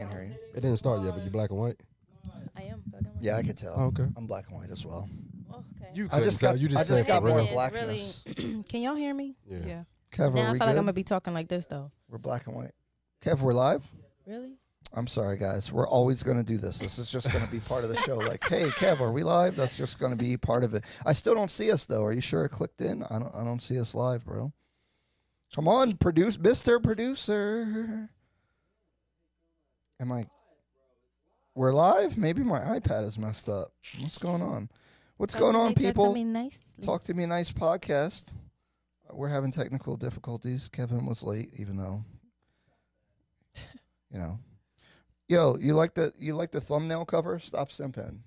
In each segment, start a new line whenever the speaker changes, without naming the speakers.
Can't hear you.
It didn't start yet, but you black and white.
I am. But don't worry.
Yeah, I could tell.
Oh, okay.
I'm black and white as well.
Oh, okay.
You
I just
couldn't tell.
got
you just
I just
said
got
for
more
real.
Yeah,
blackness.
Can y'all hear me?
Yeah.
Yeah.
Kev,
now
are
I
we
feel like I'm
good?
gonna be talking like this though.
We're black and white. Kev, we're live.
Really?
I'm sorry, guys. We're always going to do this. This is just going to be part of the show. Like, hey, Kev, are we live? That's just going to be part of it. I still don't see us though. Are you sure it clicked in? I don't. I don't see us live, bro. Come on, produce, Mister Producer. Am I? We're live. Maybe my iPad is messed up. What's going on? What's going on, people?
I mean, nicely.
Talk to me nice podcast. We're having technical difficulties. Kevin was late, even though you know. Yo, you like the you like the thumbnail cover? Stop simping.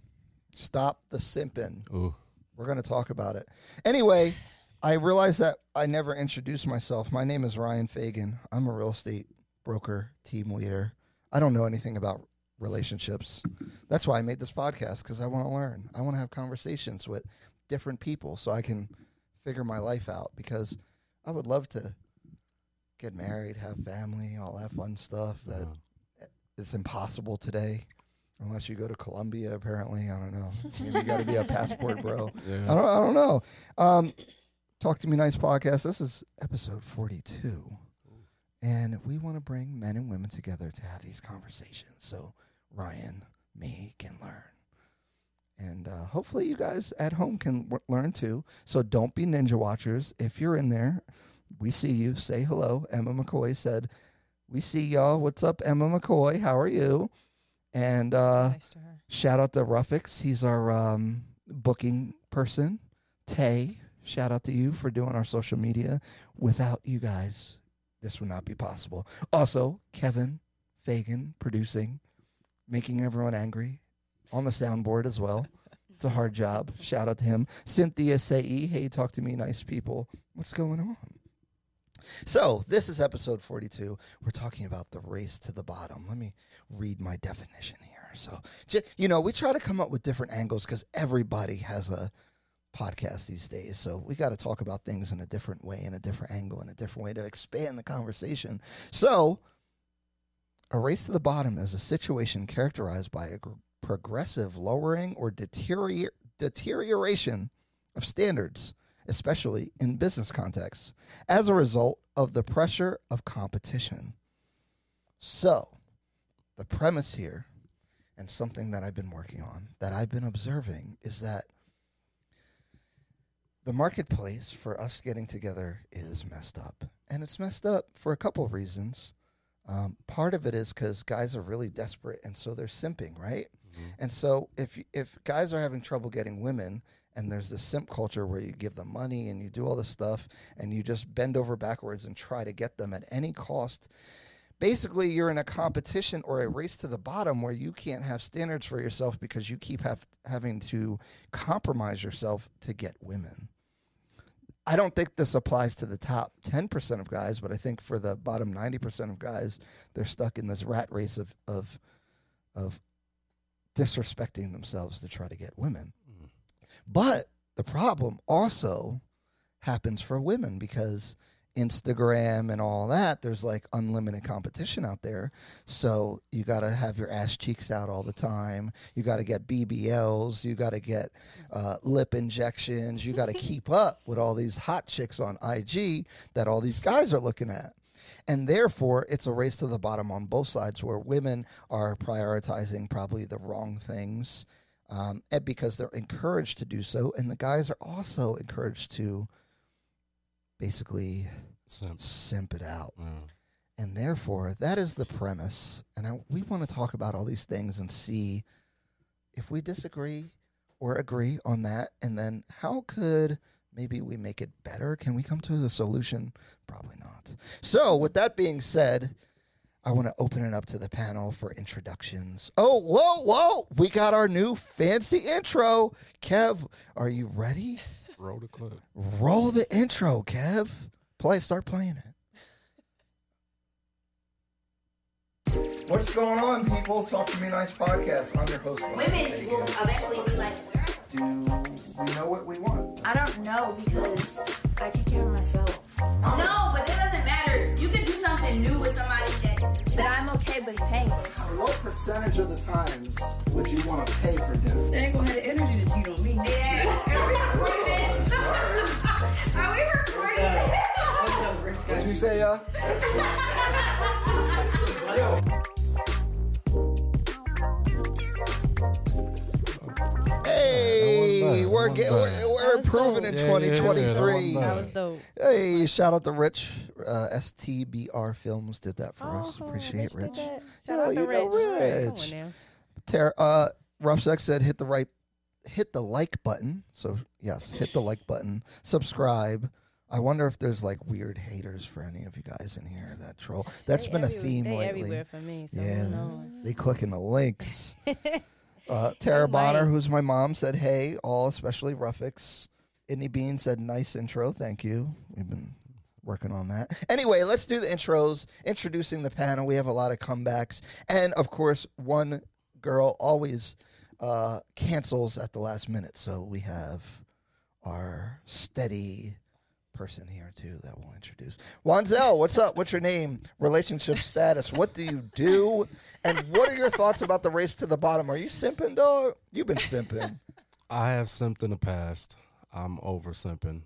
Stop the simping.
Ooh.
We're gonna talk about it. Anyway, I realized that I never introduced myself. My name is Ryan Fagan. I'm a real estate broker, team leader. I don't know anything about relationships. That's why I made this podcast because I want to learn. I want to have conversations with different people so I can figure my life out because I would love to get married, have family, all that fun stuff that
Yeah.
it's impossible today unless you go to Colombia apparently. I don't know. you got to be a passport bro. I
Yeah.
don't, I don't know. Um, Talk to Me Nice podcast. This is episode 42. And we want to bring men and women together to have these conversations so Ryan, me can learn. And uh, hopefully, you guys at home can w- learn too. So don't be ninja watchers. If you're in there, we see you. Say hello. Emma McCoy said, We see y'all. What's up, Emma McCoy? How are you? And uh,
nice to her.
Shout out to Ruffix. He's our um, booking person. Tay, shout out to you for doing our social media. Without you guys, this would not be possible. Also, Kevin Fagan producing, making everyone angry on the soundboard as well. It's a hard job. Shout out to him. Cynthia Sae, hey, talk to me, nice people. What's going on? So, this is episode 42. We're talking about the race to the bottom. Let me read my definition here. So, ju- you know, we try to come up with different angles because everybody has a podcast these days. So, we got to talk about things in a different way, in a different angle, in a different way to expand the conversation. So, a race to the bottom is a situation characterized by a gr- progressive lowering or deterior- deterioration of standards, especially in business contexts, as a result of the pressure of competition. So, the premise here and something that I've been working on that I've been observing is that the marketplace for us getting together is messed up. And it's messed up for a couple of reasons. Um, part of it is because guys are really desperate and so they're simping, right? And so if y- if guys are having trouble getting women and there's this simp culture where you give them money and you do all this stuff and you just bend over backwards and try to get them at any cost, basically you're in a competition or a race to the bottom where you can't have standards for yourself because you keep have, having to compromise yourself to get women. I don't think this applies to the top 10% of guys, but I think for the bottom 90% of guys, they're stuck in this rat race of of of disrespecting themselves to try to get women.
Mm.
But the problem also happens for women because Instagram and all that, there's like unlimited competition out there. So you got to have your ass cheeks out all the time. You got to get BBLs. You got to get uh, lip injections. You got to keep up with all these hot chicks on IG that all these guys are looking at. And therefore, it's a race to the bottom on both sides where women are prioritizing probably the wrong things um, and because they're encouraged to do so. And the guys are also encouraged to basically
Simp.
simp it out.
Yeah.
And therefore, that is the premise. And I, we want to talk about all these things and see if we disagree or agree on that. And then how could maybe we make it better? Can we come to a solution? Probably not. So, with that being said, I want to open it up to the panel for introductions. Oh, whoa, whoa. We got our new fancy intro. Kev, are you ready?
Roll the clip.
Roll the intro, Kev. Play, start playing it. What's going on, people? Talk to me, nice podcast. I'm your host. Bob Eddie
Women will
Gaines.
eventually be like, where?
Do we know what we want?
I don't know because I take care of myself.
No, but that doesn't matter. You can do something new with somebody that
But I'm okay with paying.
What percentage of the times would you want to pay for dinner?
They ain't gonna have the energy to cheat on me.
Would you say, uh?
Hey,
That wasn't bad.
we're
That wasn't
getting
bad.
we're, we're
That was
improving
dope.
in
Yeah, yeah, yeah, that wasn't
2023.
bad.
That was dope.
Hey, shout out to Rich. Uh, STBR Films did that for us. Appreciate
Rich.
Rich.
Oh, did that.
Yeah,
Shout out
you
to
know
Rich. Come
Rich.
on now.
Tara, uh, Rough Sex said hit the right, hit the like button. So yes, hit the like button. Subscribe. I wonder if there's like weird haters for any of you guys in here that troll. That's
They
been a
every-
theme
they
lately.
everywhere for me. So
Yeah.
who knows?
They clicking the links. uh, Tara
They
Bonner,
might.
who's my mom, said, "Hey, all, especially Ruffix." Idney Bean said, "Nice intro, thank you." We've been working on that. Anyway, let's do the intros. Introducing the panel, we have a lot of comebacks, and of course, one girl always uh, cancels at the last minute. So we have our steady person here too that we'll introduce. Wanzel, what's up? What's your name? Relationship status? What do you do? And what are your thoughts about the race to the bottom? Are you simping, dog? You've been simping.
I have simped in the past. I'm over simping.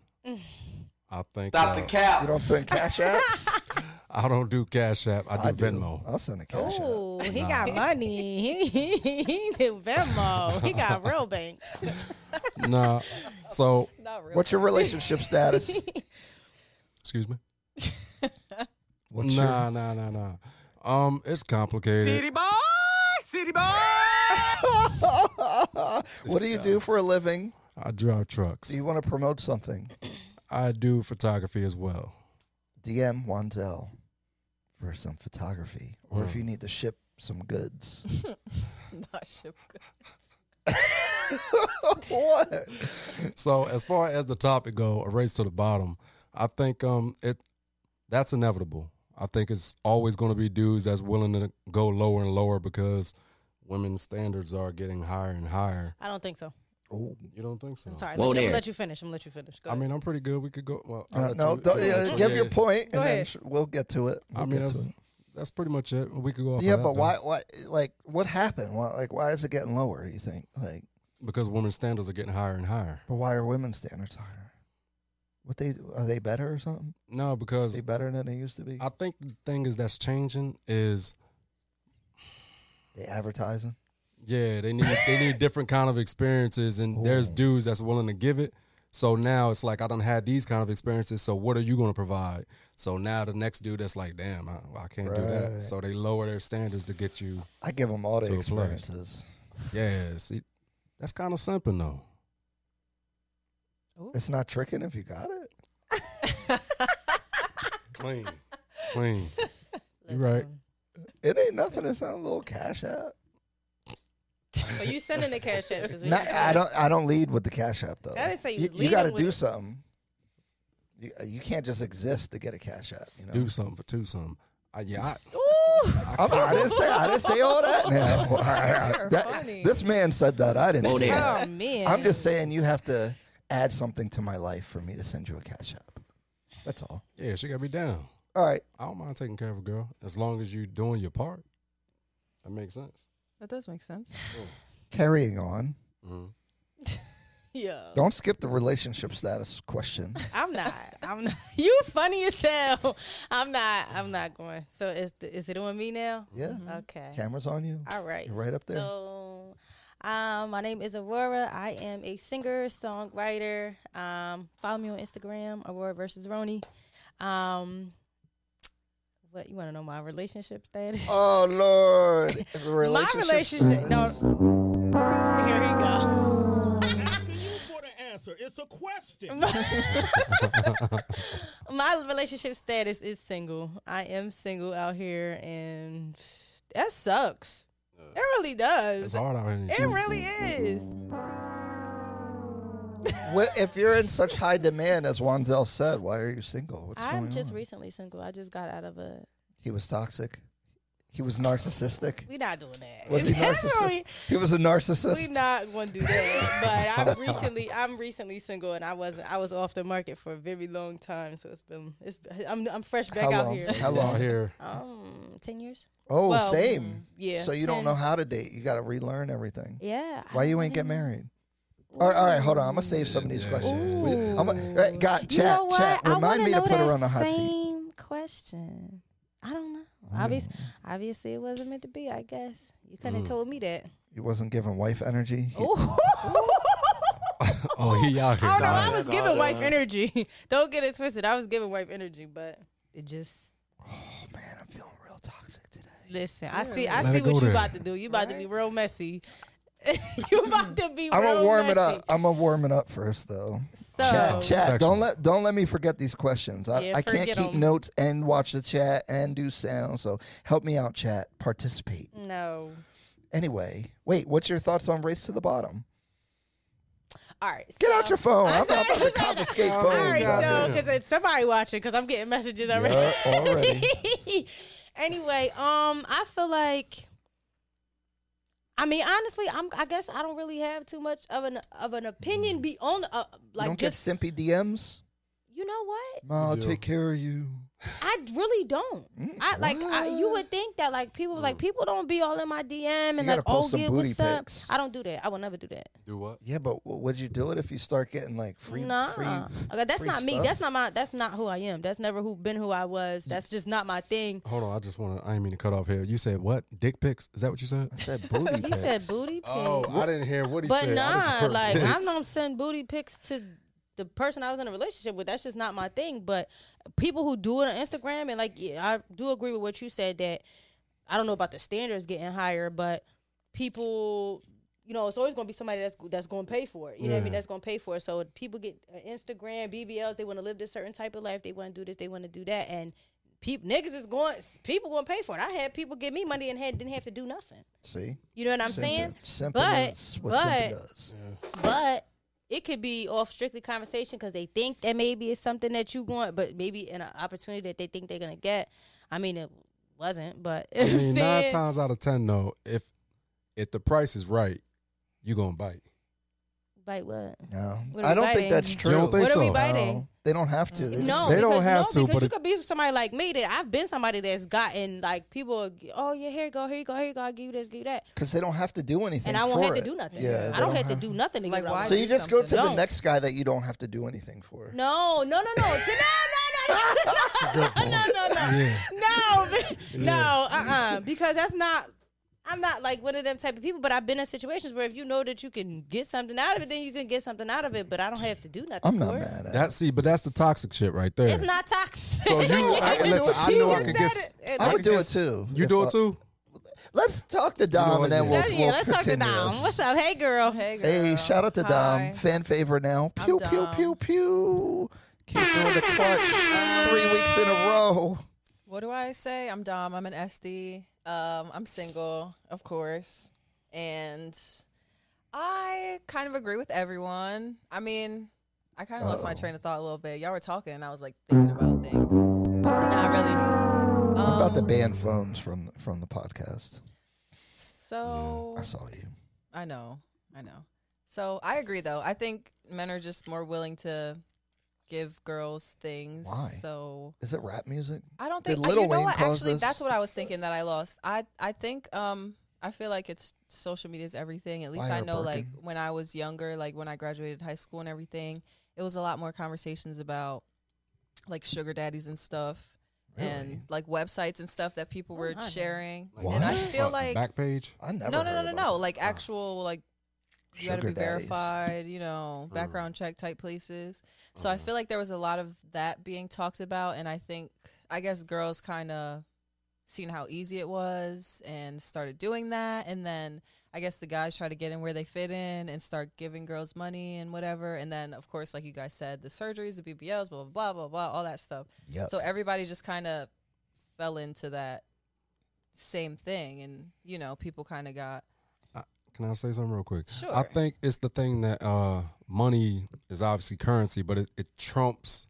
I think
Stop the
uh,
You
cap.
don't send cash apps.
I don't do Cash App. I do
I do.
Venmo.
I'll send a cash app.
Oh, he got money. He, he, he did Venmo. He got real banks.
nah. So
Not really.
What's your relationship status?
excuse me.
What's
nah, nah, nah, nah. Um, it's complicated.
your- what do you do for a living?
I drive
Do
trucks.
you want to promote something?
I do photography as well.
DM Wanzel for some photography, or if
Mm.
you need to ship some goods.
Not ship good.
what?
So as far as the topic go, a race to the bottom, I think um it that's inevitable. I think it's always going to be dudes that's willing to go lower and lower because women's standards are getting higher and higher.
I don't think so.
Oh.
You don't think so?
I'm sorry. Let, you, let you finish. I'm gonna let you finish. Go
I
ahead.
mean, I'm pretty good. We could go. Well, I'll
Uh,
let
no,
you-
don't-
I'll
yeah,
let you-
give your
yeah.
point, and
Go
then
ahead.
sh- we'll get to it. We'll
I mean,
get to
that's
it.
that's pretty much it. We could go off.
yeah,
of that
but
then.
why? Why? Like, what happened? Why, like, why is it getting lower? You think? Like,
Because women's standards are getting higher and higher.
but why are women's standards higher? What they are they better or something?
No, because
They better than they used to be?
I think the thing is that's changing is
They advertising?
yeah they need they need different kind of experiences and there's
Ooh.
dudes that's willing to give it. So now it's like I done had these kind of experiences. So what are you going to provide? So now the next dude that's like, damn, I, I can't do
Right.
that. So they lower their standards to get you.
I give them all the
To the place.
experiences.
Yeah, see, that's kind of simping though.
It's not tricking if you got it.
Clean, clean. You
Listen.
right.
It ain't nothing. It's not a little cash app.
So you sending the cash apps? is what
Not,
you're
I
saying.
don't. I don't lead with the cash app though.
I didn't say you was
You, got to
leading with
do
it.
something. You, you can't just exist to get a cash app. You know.
Do something for two something. I, yeah, I,
I'm, I didn't say I didn't say all that. Now. All right,
You're
that-
funny.
this man said that. I didn't. Say that.
Oh man.
I'm just saying you have to add something to my life for me to send you a cash app. That's all.
yeah, she got me down.
All right.
I don't mind taking care of a girl as long as you doing your part. That makes sense.
That does make sense.
Carrying on.
Yeah.
Don't skip the relationship status question.
I'm not. I'm not. You funny as hell. I'm not. I'm not going. So is the, is it on me now?
Yeah.
Okay.
Cameras on you.
All right.
You're right up there.
So, um, my name is Aurora. I am a singer, songwriter. Um, follow me on Instagram, Aurora versus Roni. Um, what you want to know my relationship status?
Oh Lord. The
my
relationship
relationship.
status.
No. Here we go.
asking you for the answer. It's a question.
My relationship status is single. I am single out here, and that sucks. It really
It's
does.
hard out here.
It really is.
Well, if you're in such high demand as Wanzel said, why are you single? What's
I'm
going
just
on?
recently single. I just got out of a
he was toxic. He was narcissistic.
We not doing that.
Was he narcissistic? He was a
we
narcissist.
not gonna do that. But I'm recently, I'm recently single, and I wasn't. I was off the market for a very long time, so it's been. It's. I'm. I'm fresh back
How
out
long?
here.
How long?
Out here.
Um, ten years.
Oh,
Well,
same.
Yeah.
So you don't
10.
know how to date. You got to relearn everything.
Yeah. I
Why you
don't
ain't get
know.
married? All right, all right, hold on. I'm gonna save some of these
Yeah,
questions.
yeah,
We-
yeah.
I'm
Ooh.
gonna, uh, God,
You
chat,
know what?
chat.
I
Remind
wanna
me to
know
put her
that
on the hot seat.
Same question. I don't know. Obviously, obviously, it wasn't meant to be. I guess you couldn't
Mm.
have told me that.
He wasn't giving wife energy. He-
Oh, he out here.
I don't know. I
Nah.
was giving wife energy. Don't get it twisted. I was giving wife energy, but it just
oh man, I'm feeling real toxic today.
listen. I see. I
Let
see
it go
what you
there.
about to do. You about to be real messy. you about to be.
I'm gonna
real
warm it
messy.
up. I'm gonna warm it up first though.
So
Chat, chat.
Section.
Don't let don't let me forget these questions. I,
Yeah,
I can't
forget
keep
'em.
notes and watch the chat and do sound. So help me out, chat. Participate.
no.
Anyway, wait. What's your thoughts on race to the bottom?
All right.
Get
so-
out your phone. I'm,
I'm
not
sorry,
about to
I'm sorry.
confiscate
All
phones.
All right,
out
yeah.
so
there.
because it's somebody watching, because I'm getting messages already.
Yeah, already.
anyway, um, I feel like, I mean, honestly, I'm. I guess I don't really have too much of an of an opinion beyond, uh,
Mm. you
like,
don't
just
get simpy DMs.
you know what?
I'll
do.
take care of you. Mm.
I really don't. I like. I, you would think that like people like people don't be all in my DM and
You
like,
gotta
oh
post some
yeah,
booty
what's up?
pics.
I don't do that. I will never do that.
Do what?
Yeah, but w- would you do it if you start getting like free?
nah,
free
okay, that's
free
not me.
stuff? Mm.
That's not my. That's not who I am. That's never who been who I was. That's just not my thing.
Hold on. I just want to. I didn't mean to cut off here. You said what? Dick pics? Is that what you said?
I said booty.
He
pics.
said booty pics.
Oh, I didn't hear what he
but
said. I just
nah,
heard
like
pics.
I'm not sending booty pics to the person I was in a relationship with. That's just not my thing. But people who do it on Instagram and like, yeah, I do agree with what you said that I don't know about the standards getting higher, but people. You know, it's always gonna be somebody that's that's gonna pay for it. You know what I mean?
Yeah.
That's gonna pay for it. So people get uh, Instagram, BBLs. They want to live this certain type of life. They want to do this. They want to do that. And people, niggas is going. People gonna pay for it. I had people give me money and had didn't have to do nothing.
See,
You know what I'm
Simping-
saying?
simping
But-
is what
but-
simping does.
But it could be off strictly conversation because they think that maybe it's something that you want, but maybe an opportunity that they think they're gonna get. I mean, it wasn't, but
I mean, nine
saying-
times out of ten, though, if if the price is right, you gonna bite.
like what?
No,
What are
I
we
don't think
biting?
that's
You
true.
don't think
What are we
so.
biting?
No, they don't have to. They just-
No,
They don't
because-
have
no,
to,
because
but
you
it-
could be somebody like me that I've been somebody that's gotten like people. Oh yeah, here you go, here you go, here you go. I give you this, give you that,
because they don't have to do anything.
and I won't
for
have to
it.
do nothing.
Yeah,
I
they
don't, have, to
have-
do nothing. To
Like,
get what I
why
want.
So you
do
just go to the
something.
next guy that you don't have to do anything for.
No, no, no, no. See, No, no, no, no, no, no, no, no.
Yeah.
No, be- no, uh-uh. Because that's not. I'm not like one of them type of people, but I've been in situations where if you know that you can get something out of it, then you can get something out of it. But I don't have to do nothing.
I'm
for
not
it.
mad at.
That see, but that's the toxic shit right there.
It's not toxic.
So you I,
would do
listen.
it
I
too.
know
You
I
said
could get.
it.
I
I
would
could
do
get-
it too.
You
if
do
I-
it too.
Let's talk to Dom,
what,
and then
yeah.
we'll,
Let's- yeah,
we'll
let's talk to
continue
Dom.
this.
What's up? Hey, girl.
Hey, girl.
Hey, shout out to
Hi.
Dom. Fan favorite now.
I'm
Pew, pew,
Dom.
pew, pew. Keep doing the clutch three weeks in a row.
What do I say? I'm Dom. I'm an SD. Um, I'm single, of course, and I kind of agree with everyone. I mean, I kind of lost my
Uh-oh.
train of thought a little bit. Y'all were talking, and I was like thinking about things. Not really. Um,
I'm about to ban phones from from the podcast.
So
I saw you.
I know, I know. So I agree, though. I think men are just more willing to give girls things.
Why?
So
Is it rap music?
I don't
Did
think. I-
Lil
you know
Wayne
what?
cause
Actually,
this?
that's what I was thinking that I lost. I I think um I feel like it's social media is everything. At least
Why
I
her
know like
Birkin?
when I was younger, like when I graduated high school and everything, it was a lot more conversations about like sugar daddies and stuff.
Really?
And like websites and stuff that people were
I know.
sharing,
What?
and I feel like
back page.
I never.
no, no, no,
heard
no,
about
no,
it.
like
Wow.
actual like you got to
Sugar
be
daddies. Mm.
verified, you know, background check type places. So I feel like there was a lot of that being talked about, and I think I guess girls kind of seen how easy it was and started doing that, and then I guess the guys try to get in where they fit in and start giving girls money and whatever, and then of course, like you guys said, the surgeries, the BBLs, blah blah blah blah, blah all that stuff.
Yep.
So everybody just kind of fell into that same thing, and you know, people kind of got
Can I say something real quick?
Sure.
I think it's the thing that uh, money is obviously currency, but it, it trumps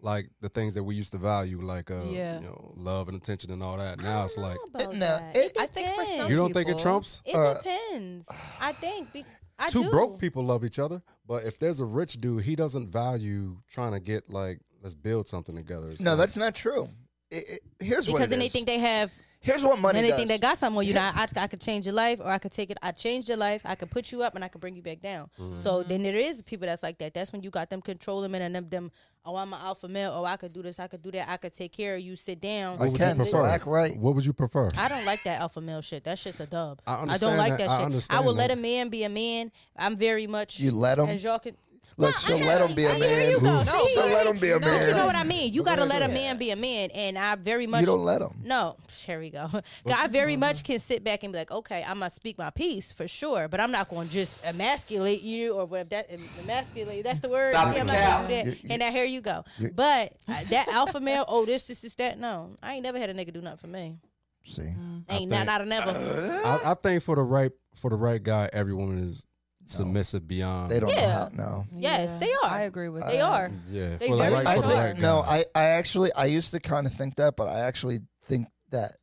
like the things that we used to value, like uh,
Yeah.
you know, love and attention and all that.
I
Now
don't
it's
know
like
about
No,
that.
it-
I think for
depends.
some
you don't think it
people-
trumps.
It
Uh,
depends. I think. Be- I
Two
do.
broke people love each other, but if there's a rich dude, he doesn't value trying to get like let's build something together. It's
No,
like-
that's not true. It, it- here's what
Because
it
then they
is.
think they have,
here's what money
then they
does.
think they got something on you. Now I, I could change your life, or I could take it. I changed your life. I could put you up, and I could bring you back down.
Mm-hmm.
So then there is people that's like that. That's when you got them control them and them them. Oh, I'm an alpha male. Oh, I could do this. I could do that. I could take care of you. Sit down.
I
would you
can so
prefer?
act right.
What would you prefer?
I don't like that alpha male shit. That shit's a dub.
I
don't
understand
like
that.
that,
I
shit.
understand
will let
that.
a man be a man. I'm very much
You let 'em?
as y'all can.
Look,
Well,
she'll
I-
let 'em be a
I- here
man.
you go.
Ooh.
See,
She'll
you-
let 'em be a
no, But you
man.
know what I mean. You got to
gonna
let a
do
man be a man, and I very much
You don't let them.
no, here we go. I very much can sit back and be like, okay, I'm gonna speak my piece for sure, but I'm not gonna just emasculate you or whatever that emasculate. That's the word.
Stop
Yeah, I'm
the
not gonna do
cow.
that.
You- you-
and now here you go.
you-
but uh, that alpha male, oh this, this, this, that. No, I ain't never had a nigga do nothing for me.
See,
Ain't
think-
not, not a
Uh,
never.
I, I think for the right for the right guy, every woman is submissive beyond.
they don't know
Yeah.
how. No,
Yes,
Yeah,
they are.
I agree with
They
that.
are.
Yeah,
They
for the
very
right,
much
for the
are.
right guy.
no. I, I actually, I used to kind of think that, but I actually think that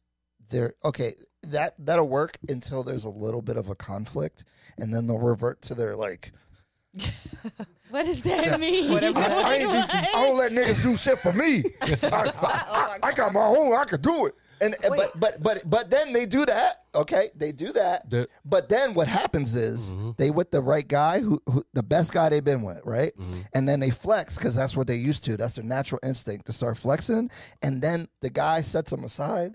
there. Okay, that that'll work until there's a little bit of a conflict, and then they'll revert to their like.
What does that mean?
Whatever
I, I ain't just, I don't let niggas do shit for me. I, I- I got Oh my own. I could do it. And and- but but but but then they do that. Okay, they do that.
The- Mm-hmm.
but then what happens is they with the right guy, who, who the best guy they've been with, right?
Mm-hmm.
And then they flex because that's what they used to. That's their natural instinct to start flexing. And then the guy sets them aside.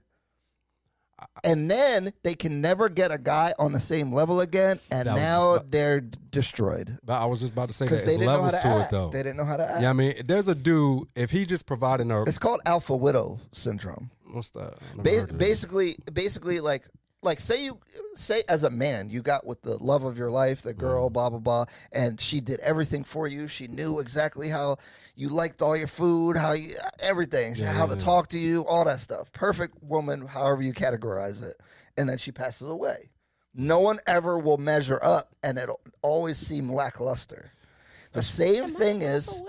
And then they can never get a guy on the same level again, and
That was
now
just-
they're d- destroyed
But I was just about to say that
because they
it's
didn't know how
levels
to,
to,
act.
it though.
They didn't know how to act.
Yeah, I mean, there's a dude. If he just providing a
It's called alpha widow syndrome.
what's that? I never
Ba-
heard of that.
basically, basically, like, like say you say as a man, you got with the love of your life, the girl, blah blah blah, and she did everything for you. She knew exactly how you liked all your food, how you everything, how to talk to you, all that stuff. Perfect woman, however you categorize it, and then she passes away. No one ever will measure up, and it'll always seem lackluster. The same thing is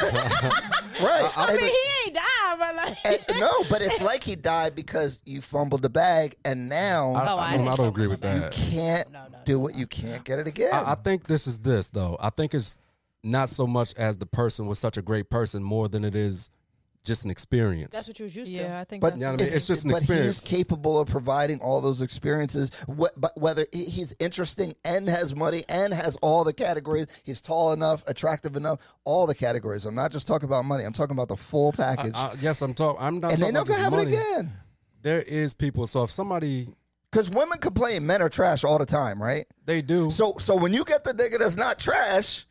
right.
I
and-
mean, he ain't died, but like.
and- no, but it's like he died because you fumbled the bag, and now
I,
Oh,
I
I
don't, I don't
didn't-
agree with
you
that.
can't do what you can't get it again.
I, I think this is this though. I think it's not so much as the person was such a great person, more than it is just an experience.
That's what you was used to.
Yeah, I think.
But
that's
you know what I
what
mean? It's just an
but
experience.
he's capable of providing all those experiences. Wh- but whether he- he's interesting and has money and has all the categories, he's tall enough, attractive enough, all the categories. I'm not just talking about money. I'm talking about the full package.
I, yes, I'm talking. I'm not.
and they
talking
don't
about
gonna
just
have it
money.
again
There is people. So if somebody
because women complain men are trash all the time, right?
they do,
So so when you get the nigga that's not trash,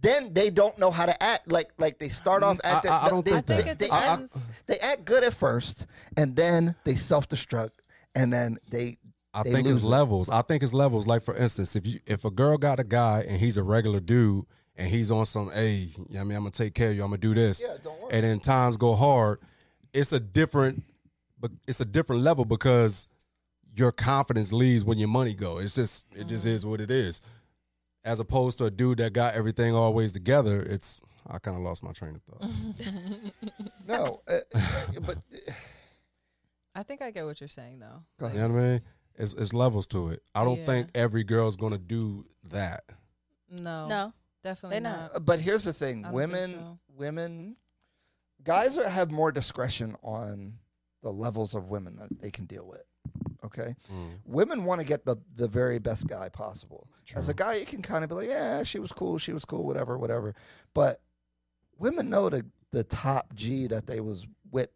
then they don't know how to act. Like like they start off
I-
acting.
I- I don't
they,
think
they,
that.
they,
I think it
act,
depends.
they act good at first, and then they self destruct, and then they.
I
they
think
lose
it's
it.
levels. I think it's levels. Like for instance, if you if a girl got a guy and he's a regular dude and he's on some, hey, you know what I mean, I'm gonna take care of you. I'm gonna do this.
Yeah, don't worry.
And then times go hard. It's a different, but it's a different level because your confidence leaves when your money go. It's just it just
Mm-hmm.
is what it is. As opposed to a dude that got everything always together, it's I kind of lost my train of thought.
No, uh, but
I think I get what you're saying though.
you know what I mean? It's, it's levels to it. I don't
Yeah.
think every girl's gonna do that.
No,
No.
definitely
They're not.
not.
but here's the thing:
I don't think
women,
so.
women, guys are, have more discretion on the levels of women that they can deal with. Okay,
Mm.
women want to get the the very best guy possible. As a guy, you can kind of be like, yeah, she was cool, she was cool, whatever, whatever. But women know the the top G that they was with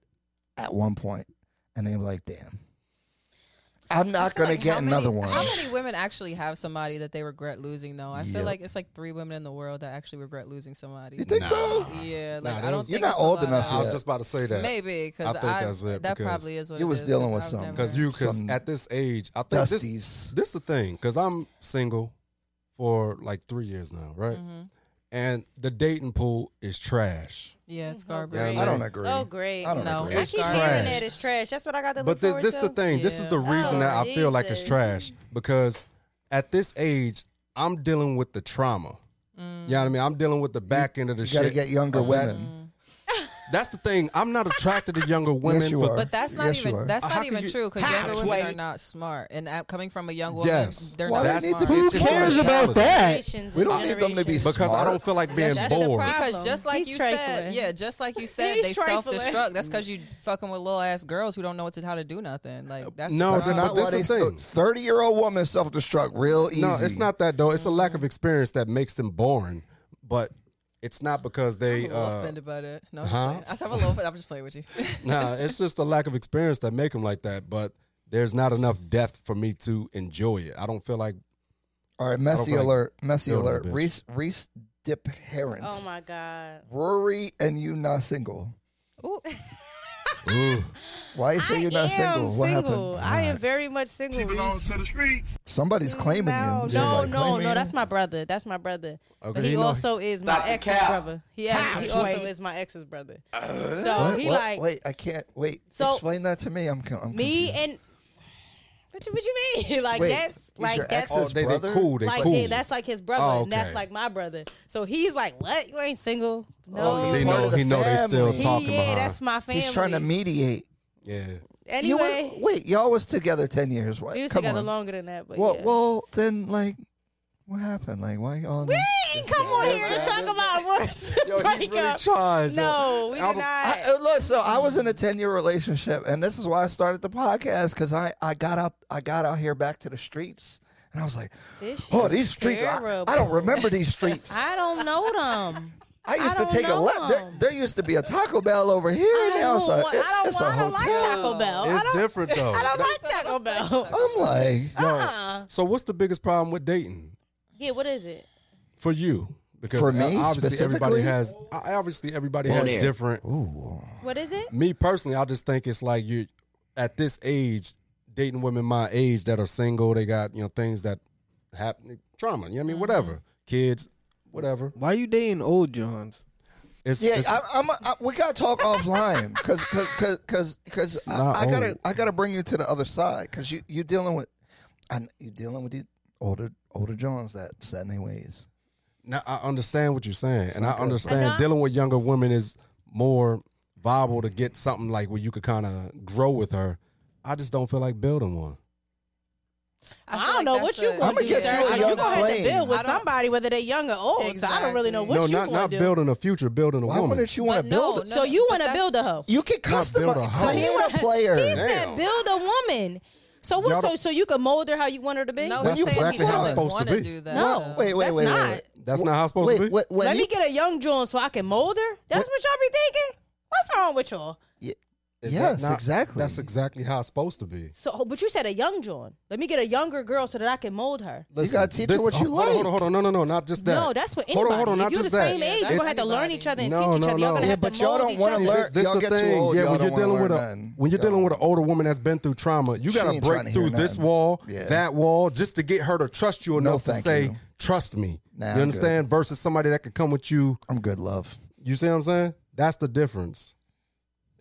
at one point, and they were like, damn, I'm not
feel
gonna
like
get
how many-
another one.
How many women actually have somebody that they regret losing though? I
Yep.
feel like it's like three women in the world that actually regret losing somebody.
you think
Nah.
so?
Yeah,
Nah,
like
those-
I don't.
You're
think
not
it's a
old
lot
enough
of-
I was
Yeah.
just about to say that.
Maybe
I
because
think
I,
that's it,
that
because
probably is what
you
it
was
is,
dealing
'cause
with
I've
something.
never-
Because you, because
Some
at this age, I think this,
Dusties.
this the thing. Because I'm single for like three years now, right?
Mm-hmm.
And the dating pool is trash.
yeah, it's
Mhm.
garbage.
Yeah,
I don't agree.
Oh, great.
I don't
No.
agree.
I
It's
keep
trash.
hearing that it's trash. That's what I got to look
But this,
forward
this
to.
the thing. This is the
Yeah.
reason
Oh,
that I feel like it's
Jesus.
trash because at this age, I'm dealing with the trauma. You know what I mean? I'm dealing with the back end of the
You got to
shit. Uh-huh.
get
Mm-hmm.
younger
of that.
women.
That's the thing. I'm not attracted to younger women.
you
for-
are.
But that's not
Yes, you are.
even that's
How
not
could
even
you-
true because
How?
younger women
Wait.
are not smart. And uh, coming from a young woman,
Yes.
they're
Why
not
do we need
smart.
to be
Who
Who
It's just cares
cares
the about
about
mentality.
that?
Generations
We
and
don't need them to be
generations.
smart.
Because I don't feel like being
That's the
bored.
problem.
because just like
He's
you said,
trifling.
yeah, just like you said,
He's
they self
trifling.
destruct. That's because you fucking with little ass girls who don't know what to, how to do nothing. Like that's the
No,
That's
But
not
problem.
why
this
they
is the thing.
Thirty-year-old woman self-destruct real easy.
No, it's not that though. It's a lack of experience that makes them boring. But it's not because
I'm
they.
a little
Uh,
offended by that. No, I'm
huh?
just playing. I said I'm a little offended. I'm just playing with you.
nah, it's just a lack of experience that make them like that. But there's not enough depth for me to enjoy it. I don't feel like
All right, messy
I don't feel like
alert, messy
dealing with
alert.
a bitch.
Reese, Reese Dip Herent,
Oh my god.
Rory, and you not single.
Ooh,
ooh,
Why you say you're not single? What
single.
happened?
I am very much single. Reese.
Somebody's claiming
no,
you.
No,
Somebody
no,
claiming
no.
you.
That's my brother. That's my brother.
Okay,
but he
you know-
also is my
Dr.
ex's
Cal. Uh,
brother. He, actually, he also
Wait.
is my ex's brother. so
What?
he
What?
like
wait, I can't wait.
So-
Explain that to me. I'm, co- I'm
me
confused.
and. What you, what you mean? like
Wait,
that's
he's your
like that's
oh,
ex's
they, they
brother?
cool. They
like
cool.
yeah, that's like his brother,
Oh,
and that's
okay.
like my brother. So he's like, "What? You ain't single? No,
Oh,
'Cause he
Part
know
of the
he know they still
family.
He-
talking
yeah,
behind.
that's my family."
he's trying to mediate.
yeah.
You were-
Anyway,
wait, y'all was together ten years. What?
we used to
Come
together
on.
longer than that, but
Well,
yeah.
well, then like, what happened? Like, why y'all?
we ain't come on
Yeah,
here to
man,
talk
this-
about worse
he really
breakup.
tries.
No, we
I
did
don't-
not.
I, uh, look, so I was in a ten year relationship, and this is why I started the podcast because I, I got out I got out here back to the streets, and I was like,
This
oh,
shit's
these streets, I, I don't
terrible.
remember these streets. I,
I don't know them.
used
I
to
don't
take a
know
left. There,
'em.
there used to be a Taco Bell over here,
I
and now
don't,
it's a,
want-
it-
I
it's
don't,
a
I don't like
hotel.
Taco Bell. I
It's
don't,
different though.
I don't like Taco Bell.
I'm like, yo,
Uh-uh.
so what's the biggest problem with dating
Yeah, what is it?
for you? Because
For
uh,
me,
obviously everybody
specifically?
has I- obviously everybody has
air.
different.
What is it?
Me personally, I just think it's like you at this age dating women my age that are single. They got you know things that happen trauma. You know what I
Mm-hmm.
mean whatever kids whatever.
Why you dating old Johns?
It's
Yeah,
it's-
I, I'm. A, I, we gotta talk offline, cause, cause, cause, cause, 'cause
Not
I, I gotta,
old.
I gotta bring you to the other side, cause you, you dealing with, I, you dealing with the older, older Johns that set in their ways.
Now I understand what you're saying, and I
good.
understand
And I-
dealing with younger women is more viable to get something like where you could kind of grow with her. I just don't feel like building one.
I,
feel
don't
like
know what
that's
you
a-
gonna
I'ma
do.
get
sir.
you a young
gonna have to
flame.
build with
I don't-
somebody, whether they're young or old. So I don't really know what
no,
you
not
gonna
not
do.
building a future, building a
Why
woman.
wouldn't you want
But
to
no,
build? it?
no,
so you
but
want to
that's-
build a hoe?
You can
Not build a
customize,
hoe.
create
He
a
wanna-
player.
He said
Damn.
build a woman. So
Y'all
what? So
don't-
so you can mold her how you want her to be.
No,
That's
we're saying
exactly
he
how it's
doesn't
supposed to
want
be.
to do that.
No.
though.
Wait, wait, wait,
That's
wait,
not.
wait.
That's not how it's supposed
Wait,
to be.
wait, when
Let
you-
me get a young John so I can mold her. That's what y'all be thinking. What's wrong with y'all?
Is
Yes,
that not-
exactly.
That's exactly how it's supposed to be.
So, oh, but you said a young John. Let me get a younger girl so that I can mold her.
Listen,
gotta teach her what you
hold on, Hold on,
like.
hold on, no, no, no, not just that.
No, that's what
Hold
anybody.
on, hold on,
if
not
you're
just
the
that.
same age,
Yeah,
you're gonna
that's
have to learn each other and
No,
teach each
no,
other. Y'all
no.
gonna
Yeah,
have
but
to
y'all
mold
don't
each
wanna
other.
learn-
This
Y'all
the
get too
thing.
old,
yeah,
y'all
when you're
don't
dealing
wanna
with
learn
a
nothing.
when you're
Y'all
dealing with an
don't-
older woman that's been through trauma, you
She
got to
ain't tryna
break
hear
through this
nothing.
wall,
Yeah.
that wall, just to get her to trust you
No,
enough to
thank
say,
you.
"Trust me."
Nah, I'm
you
good.
understand? Versus somebody that could come with you.
I'm good, love.
You see what I'm saying? That's the difference.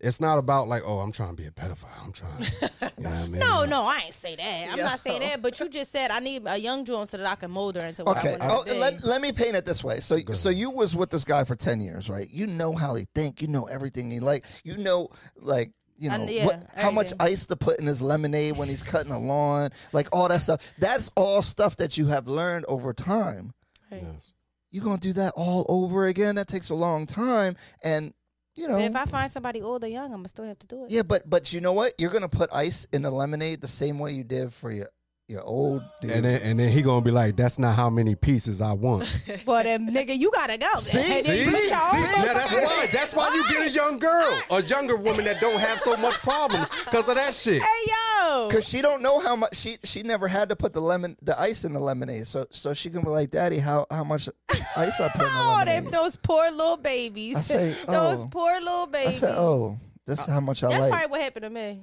It's not about like, oh, I'm trying to be a pedophile. I'm trying. you know what I mean?
No, no, I ain't say that. I'm not saying that. But you just said I need a young John so that I can mold her into what
Okay. Oh,
I want her to be.
let, let me paint it this way. So, so you was with this guy for ten years, right? You know how he think. You know everything he like. You know, like you know
And- yeah,
what, how much
everything.
ice to put in his lemonade when he's cutting a lawn, like all that stuff. That's all stuff that you have learned over time.
Yes.
You're gonna do that all over again. That takes a long time, and you know.
But if I find somebody old or young, I'm gonna still have to do it.
Oh. yeah, but but you know what? You're gonna put ice in the lemonade the same way you did for your your old dude.
And then and then he gonna be like, that's not how many pieces I want.
But um, nigga, you gotta go. then. Hey, then you y'all
Yeah, that's why. That's why you get a young girl, a younger woman that don't have so much problems because of that shit.
Hey yo.
Cause she don't know how much she she never had to put the lemon the ice in the lemonade, so so she can be like, Daddy, how how much ice I put in the
Oh, them
lemonade?
those poor little babies.
I say,
those
oh.
poor little
I
babies.
said, Oh, this is how much I
Uh, That's
like.
probably what happened to me.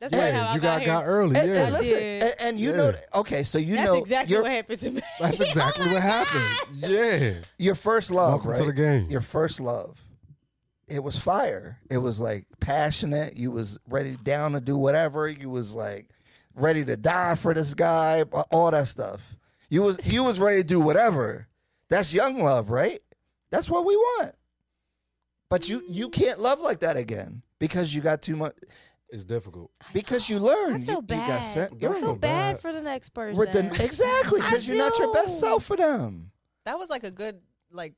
That's probably how I
you
got,
got
here.
got early.
and,
yeah,
and listen, and, and you know, okay, so you
That's
know
exactly
your
what happened to me. Oh
that's exactly what happened. Yeah,
your first love,
Welcome
right?
to the game.
Your first love. It was fire. It was like passionate. You was ready down to do whatever. You was like ready to die for this guy. All that stuff. You was you was ready to do whatever. That's young love, right? That's what we want. But you you can't love like that again because you got too much
It's difficult.
because you learn.
I
You-
feel
you,
bad.
got sent.
Don't
I
Right.
feel
feel
bad
bad.
for the next person.
With the- exactly
I
because you're not your best
do.
self for them.
That was like a good like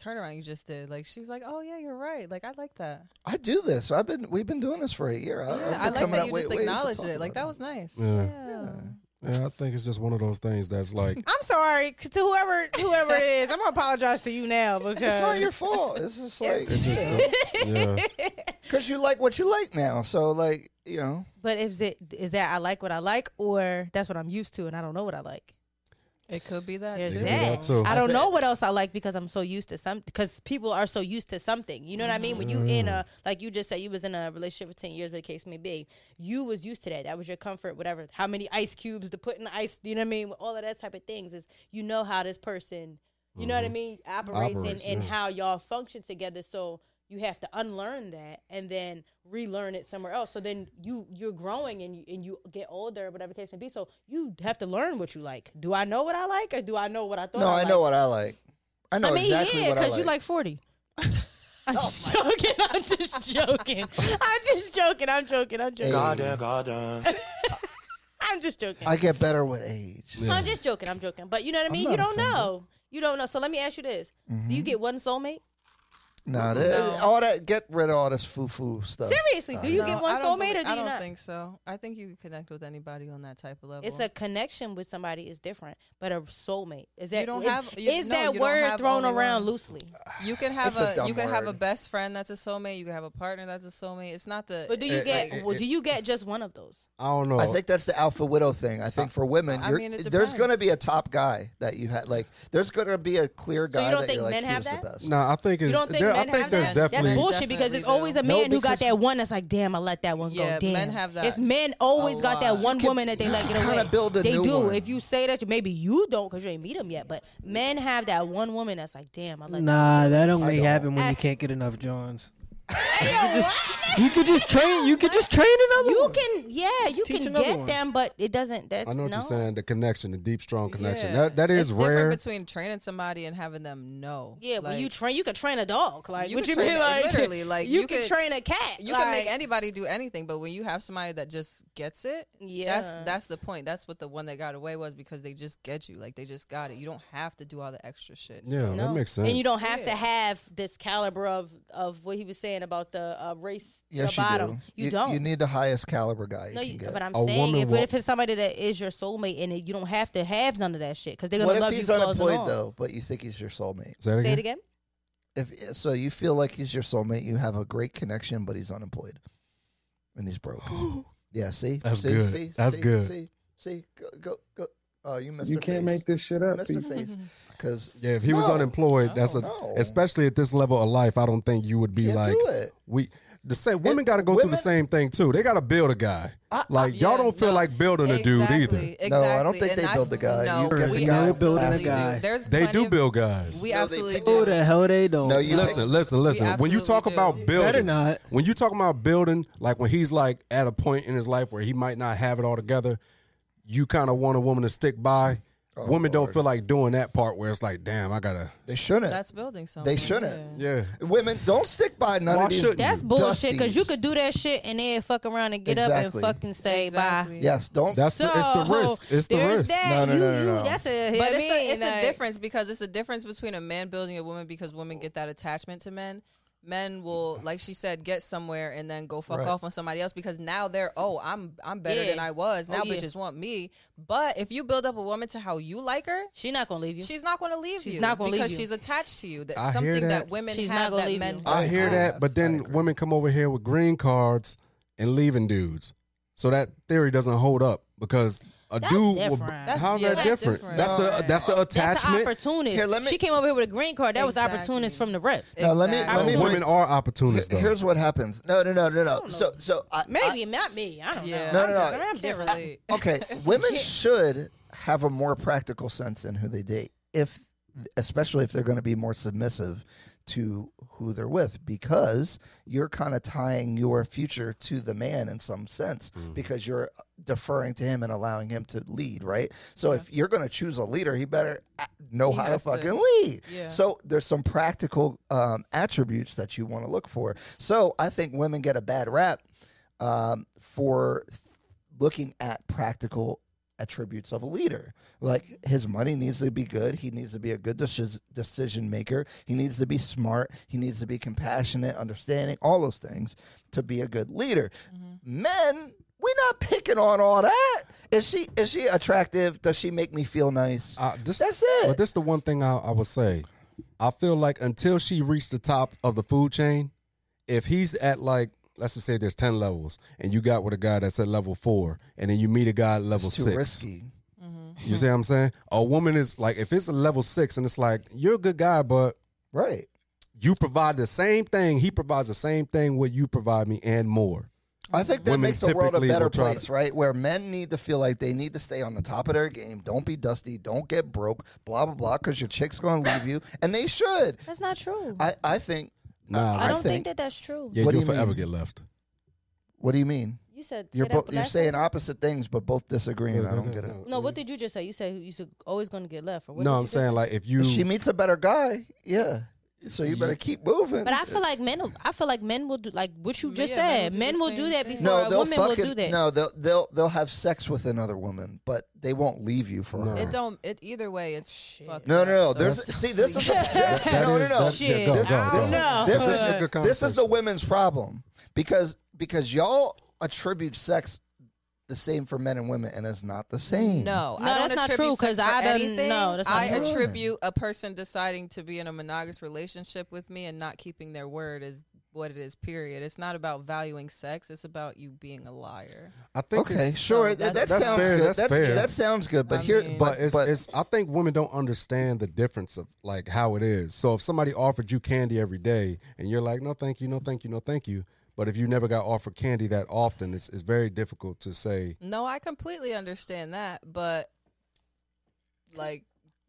turnaround you just did. Like she was like, "Oh yeah, you're right. Like I like that.
I do this. I've been we've been doing this for a year. I,
Yeah, I like that you just acknowledged it. Like that was nice."
Yeah.
Yeah.
yeah, I think it's just one of those things that's like
I'm sorry c- to whoever whoever it is. I'm gonna apologize to you now because
It's not your fault. It's just like
it just uh, yeah.
because you like what you like now. So like you know,
But is it is that I like what I like or that's what I'm used to and I don't know what I like.
It could be that.
There's
It
too.
could be that
that.
too.
I
I
don't
thi-
know what else I like because I'm so used to some because people are so used to something. You know what I mean? When you in
Mm.
a like you just said you was in a relationship for ten years, but the case may be, you was used to that. That was your comfort, whatever. How many ice cubes to put in the ice? You know what I mean? All of that type of things is you know how this person, you know what I mean, operates,
Mm-hmm. Operates,
and, and
yeah.
how y'all function together. So you have to unlearn that and then relearn it somewhere else. So then you you're growing and you and you get older, whatever the case may be. So you have to learn what you like. Do I know what I like or do I know what I thought?
no, I know what
liked?
I like. I know
I mean,
exactly
yeah,
what I
because
like. Oh
you like forty. I'm just joking. I'm just joking. I'm just joking. I'm joking. I'm joking.
Hey,
I'm just joking.
I get better with age.
yeah.
I'm just joking. I'm joking. But you know what I
I'm
mean.
not
You don't
offended. Mm-hmm.
know. You don't know. So let me ask you this: Do you get one soulmate?
Nah, that,
No.
all that. Get rid of all this foo foo stuff.
Seriously, do you
No,
get one
I
soulmate
don't believe-
or do
I
you
don't
not?
think so. I think you can connect with anybody on that type of level.
It's a connection with somebody is different, but a soulmate is that
You don't
is,
have- you-
is
no,
that
you don't
word
have
thrown
only
around
one.
loosely?
you can have
It's a
a,
dumb
you can have a
word.
best friend that's a soulmate. You can have a partner that's a soulmate. It's not the.
But do you
It-
get
it-
well,
it-
do you get just one of those?
I don't know.
I think that's the alpha widow thing. I
Uh,
think for women,
I
you're,
mean, it
there's going to
depends.
be a top guy that you had. Like, there's going to be a clear
So you
guy
don't
that
think
you're like,
men
he
have
was the
that?
best.
no, I think it's.
You don't think
there,
men
I think
have
there's
that? That's
definitely
bullshit because it's
Definitely
always a
do.
No,
man who got
because-
that one that's like, damn, I let that one
Yeah,
go. Damn,
men have that
It's men always
a
got that
lot.
one
can
woman that they like it
kinda
away.
build a
they
new
do.
one.
If you say that, maybe you don't because you ain't meet them yet. But men have that one woman that's like, damn, I let
Nah, that only
don't.
happen when you
Ask-
can't get enough Johns. You could just train. You could just train another.
You
one.
can, yeah, you
Teach
can
another
get
one.
them, but it doesn't. That's
I know what
no.
you're saying. The connection, the deep, strong connection.
Yeah.
That that
it's
is rare.
different between training somebody and having them know.
Yeah, but you
Like,
train. You could train a dog. Like
You
what
could
you mean?
train-
Like
literally, like,
you,
you
could
could-
train a cat.
you can make
like-
anybody do anything, but when you have somebody that just gets it,
Yeah.
that's that's the point. That's what the one that got away was because they just get you, like they just got it. You don't have to do all the extra shit.
yeah,
No.
Oh, that makes sense.
And you don't have to
Yeah.
have this caliber of of what he was saying about the uh, race.
Yes,
the bottom.
you do.
You, don't.
You need the highest caliber guy. You
no,
can
you,
get.
but I'm
A
saying
woman
if,
will-
if it's somebody that is your soulmate and it, you don't have to have none of that shit because they're gonna
what
love
if
you.
he's
flaws and
unemployed
all.
though, but you think he's your soulmate?
Say it
Say
again?
it again.
If so, you feel like he's your soulmate. You have a great connection, but he's unemployed and he's broke. yeah, see,
That's
see,
good.
See,
That's
see,
good.
See, see, go, go, go. Oh, you missed.
You can't make this shit up.
Mr.
people.
Face, because
Yeah, if he was
No.
unemployed, that's a
No.
especially at this level of life. I don't think you would be
Can't
like
do it.
we. The same women got to go through
women-
the same thing too. They got to build a guy. like y'all
Yeah,
don't feel
no.
like building a dude either.
Exactly,
No, I don't
exactly.
think they
And I-
build the guy.
No,
You get
we
the guy.
absolutely
Building a
do.
guy.
There's
They
plenty
do
of-
build guys.
We
No, they
absolutely
pick
Who
do.
the hell they don't?
No, you
listen, listen, listen. When you
absolutely
talk
do.
about
better
building,
not.
when you talking about building, like when he's like at a point in his life where he might not have it all together, you kind of want a woman to stick by. women don't feel like doing that part where it's like, damn, I gotta.
They shouldn't.
That's building something.
shouldn't.
Yeah,
Women don't stick by none
Why
of these.
shouldn't you?
That's
Mm-hmm.
bullshit because you
dusties.
could do that shit and then fuck around and get
Exactly.
up and fucking say bye.
Exactly.
Yes, don't.
that's the, it's the
So,
risk. It's the
there's
risk.
That.
No, no,
you,
no, no,
you-
no.
That's a.
But
I
it's,
mean,
a, it's
like-
a difference because it's a difference between a man building a woman because women get that attachment to men. Men will, like she said, get somewhere and then go fuck
Right.
off on somebody else because now they're oh I'm I'm better than
Yeah.
I was now
Oh, yeah.
bitches want me. But if you build up a woman to how you like her,
She not gonna leave you.
she's not going to leave
She's
you.
not gonna leave
because
you.
she's attached to you. That's
I hear
something
that.
that, women
She's not
have
gonna
that
leave
men.
you.
don't
I hear
have.
that, but then women come over here with green cards and leaving dudes. So that theory doesn't hold up because a
That's
dude will.
different.
That's-
how's
yeah,
that
that's
different?
different.
That's the
Alright.
that's the
That's an
attachment.
opportunist.
Here, let me-
she came over here with a green card. That
Exactly.
was opportunist from the rep.
Now, let me-
Exactly.
let me-
But women are opportunists though.
Here's what happens. No, no, no, no, no. So, so I,
Maybe not me. I don't
Yeah.
know.
No, no, no.
I'm just- I'm
Can't
different.
relate.
I- okay, women should have a more practical sense in who they date, if especially if they're going to be more submissive to who they're with because you're kind of tying your future to the man in some sense because you're deferring to him and allowing him to lead, right? So if you're going to choose a leader, he better a- know
He
how to
has to.
fucking lead.
Yeah.
So there's some practical um, attributes that you want to look for. So I think women get a bad rap um, for th- looking at practical attributes of a leader. Like his money needs to be good. He needs to be a good deci- decision maker. He needs to be smart. He needs to be compassionate, understanding, all those things to be a good leader. Men, we're not picking on all that. Is she is she attractive? Does she make me feel nice?
I, this,
That's it.
uh, But this the one thing I, I would say. I feel like until she reached the top of the food chain, if he's at like let's just say there's ten levels, and you got with a guy that's at level four, and then you meet a guy at level
it's too
six.
risky.
You see what I'm saying? A woman is like if it's a level six, and it's like you're a good guy, but
Right.
you provide the same thing. He provides the same thing what you provide me and more.
I think that
Women
makes the world a
typically
better
will try to-
place, right? Where men need to feel like they need to stay on the top of their game. Don't be dusty. Don't get broke. Blah blah blah. Because your chick's gonna leave you, and they should.
That's not true. I,
I I think.
Nah,
I
don't
think-
think, that that's true.
yeah,
What do
you'll
you mean?
forever get left.
What do you mean?
You said
You're
say that
both you're
last
saying
time.
opposite things, but both disagreeing. I don't get it.
No, what did you just say? You said you should always going to get left. Or what
No,
did
I'm
you just
saying
say?
like if you
If she meets a better guy, yeah. So you better keep moving.
But I feel like men. I feel like men will do like what you just
Yeah, men
said.
will
Men will
do the same
do that
thing.
before
no,
a
they'll
woman will
fucking
do that.
no. They'll they'll they'll have sex with another woman, but they won't leave you for her.
It don't. It either way, it's fucked
No,
up,
no, no.
so
There's
it's-
see, this is
That- that
no, no,
is-
no.
that- yeah, go,
This,
go, go.
this-
know.
this
This is a
is
good
this is the
conversation.
women's problem because because y'all attribute sex the same for men and women, and it's not the same.
No,
No,
I don't
that's not
attribute
true, 'cause
sex
I
to
done-
anything.
no, that's not
I
true.
attribute a person deciding to be in a monogamous relationship with me and not keeping their word is what it is. Period. It's not about valuing sex. It's about you being a liar.
I think
Okay,
it's-
sure.
so
that,
that's-
that
that's
sounds
fair,
good.
that's
That's-
fair.
That sounds good. But
I
here,
mean-
but
But it's,
but
it's I think women don't understand the difference of like how it is. So if somebody offered you candy every day and you're like, no, thank you, no, thank you, no, thank you. But if you never got offered candy that often, it's, it's very difficult to say
No, I completely understand that, but like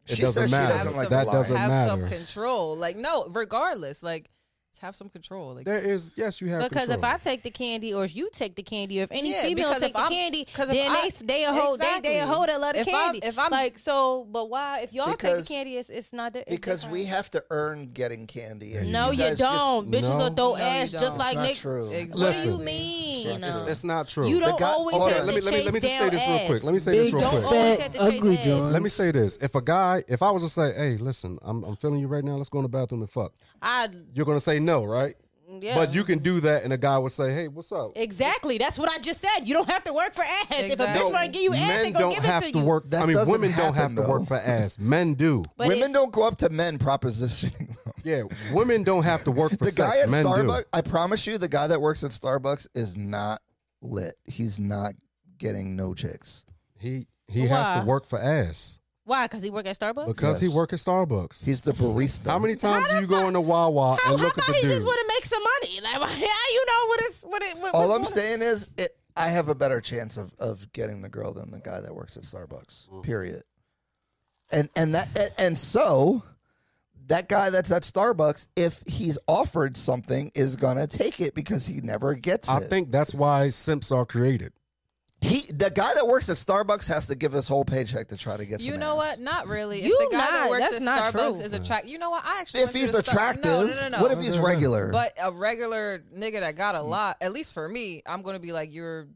it
She says
doesn't
she
matter.
doesn't like
that
to lie.
doesn't
have some
matter.
control. Like no, regardless, like just have some control. Like
There is yes, you have
Because if
control.
I take the candy, or if you take the candy, or if any
Yeah,
female
because
take
if
the
I'm-
candy,
'cause if
then
I-
they they a whole they they a
Exactly.
whole that love of
If I'm-
candy.
if I'm-
like so, but why if y'all take
Because-
the candy, it's, it's not there. it's
because we
different.
have to earn getting candy. and
no,
you
you,
guys just-
don't. Bitches
No.
will throw
No, you
ass just
don't.
like
it's not
Nick.
true.
Exactly.
What do
Listen.
you mean?
it's, it's not true.
You don't
guy-
always
Hold on,
have to
let me let me
chase
let me just say
down
this real quick.
ass.
Let me say this
Big
real
Don't
quick.
always
Fat,
have to chase
ugly
ass.
John.
Let me say this: If a guy, if I was to say, "Hey, listen, I'm I'm feeling you right now. Let's go in the bathroom and fuck,"
I
you're gonna say no, right?
yeah.
But you can do that, and a guy would say, "Hey, what's up?"
Exactly. That's what I just said. You don't have to work for ass. If a
Exactly.
bitch want to give you ass, they
men
gonna
don't
give
have
it to
to
you.
work.
That
I mean,
doesn't
women don't have
happen,
to work
though.
for ass. Men do.
But
Women
if-
don't go up to men propositioning. them.
Yeah, women don't have to work for
the
sex.
guy at
men
Starbucks, I promise you, the guy that works at Starbucks is not lit. He's not getting no chicks.
do. He he has
Why?
to work for ass
Why? Because he work at Starbucks.
because
Yes.
he work at Starbucks.
He's the barista.
How many times do you go into Wawa
How,
and
how
look at
about
the
he
dude?
just want to make some money? Like, why- how you know what it's what it? What,
All I'm
what's going
saying is, it, I have a better chance of, of getting the girl than the guy that works at Starbucks. Period. And and that and, and so that guy that's at Starbucks, if he's offered something, is gonna take it because he never gets
I
it.
think that's why simps are created.
he the guy that works at Starbucks has to give his whole paycheck to try to get.
You
some
know
ass.
what? Not really.
You
if the guy
not.
that works
That's
at
not
Starbucks
true.
is attractive, you know what? I actually
If
went through
he's
the Star-
attractive,
no, no, no, no.
what if he's regular?
But a regular nigga that got a
Mm.
lot, at least for me, I'm gonna be like, you're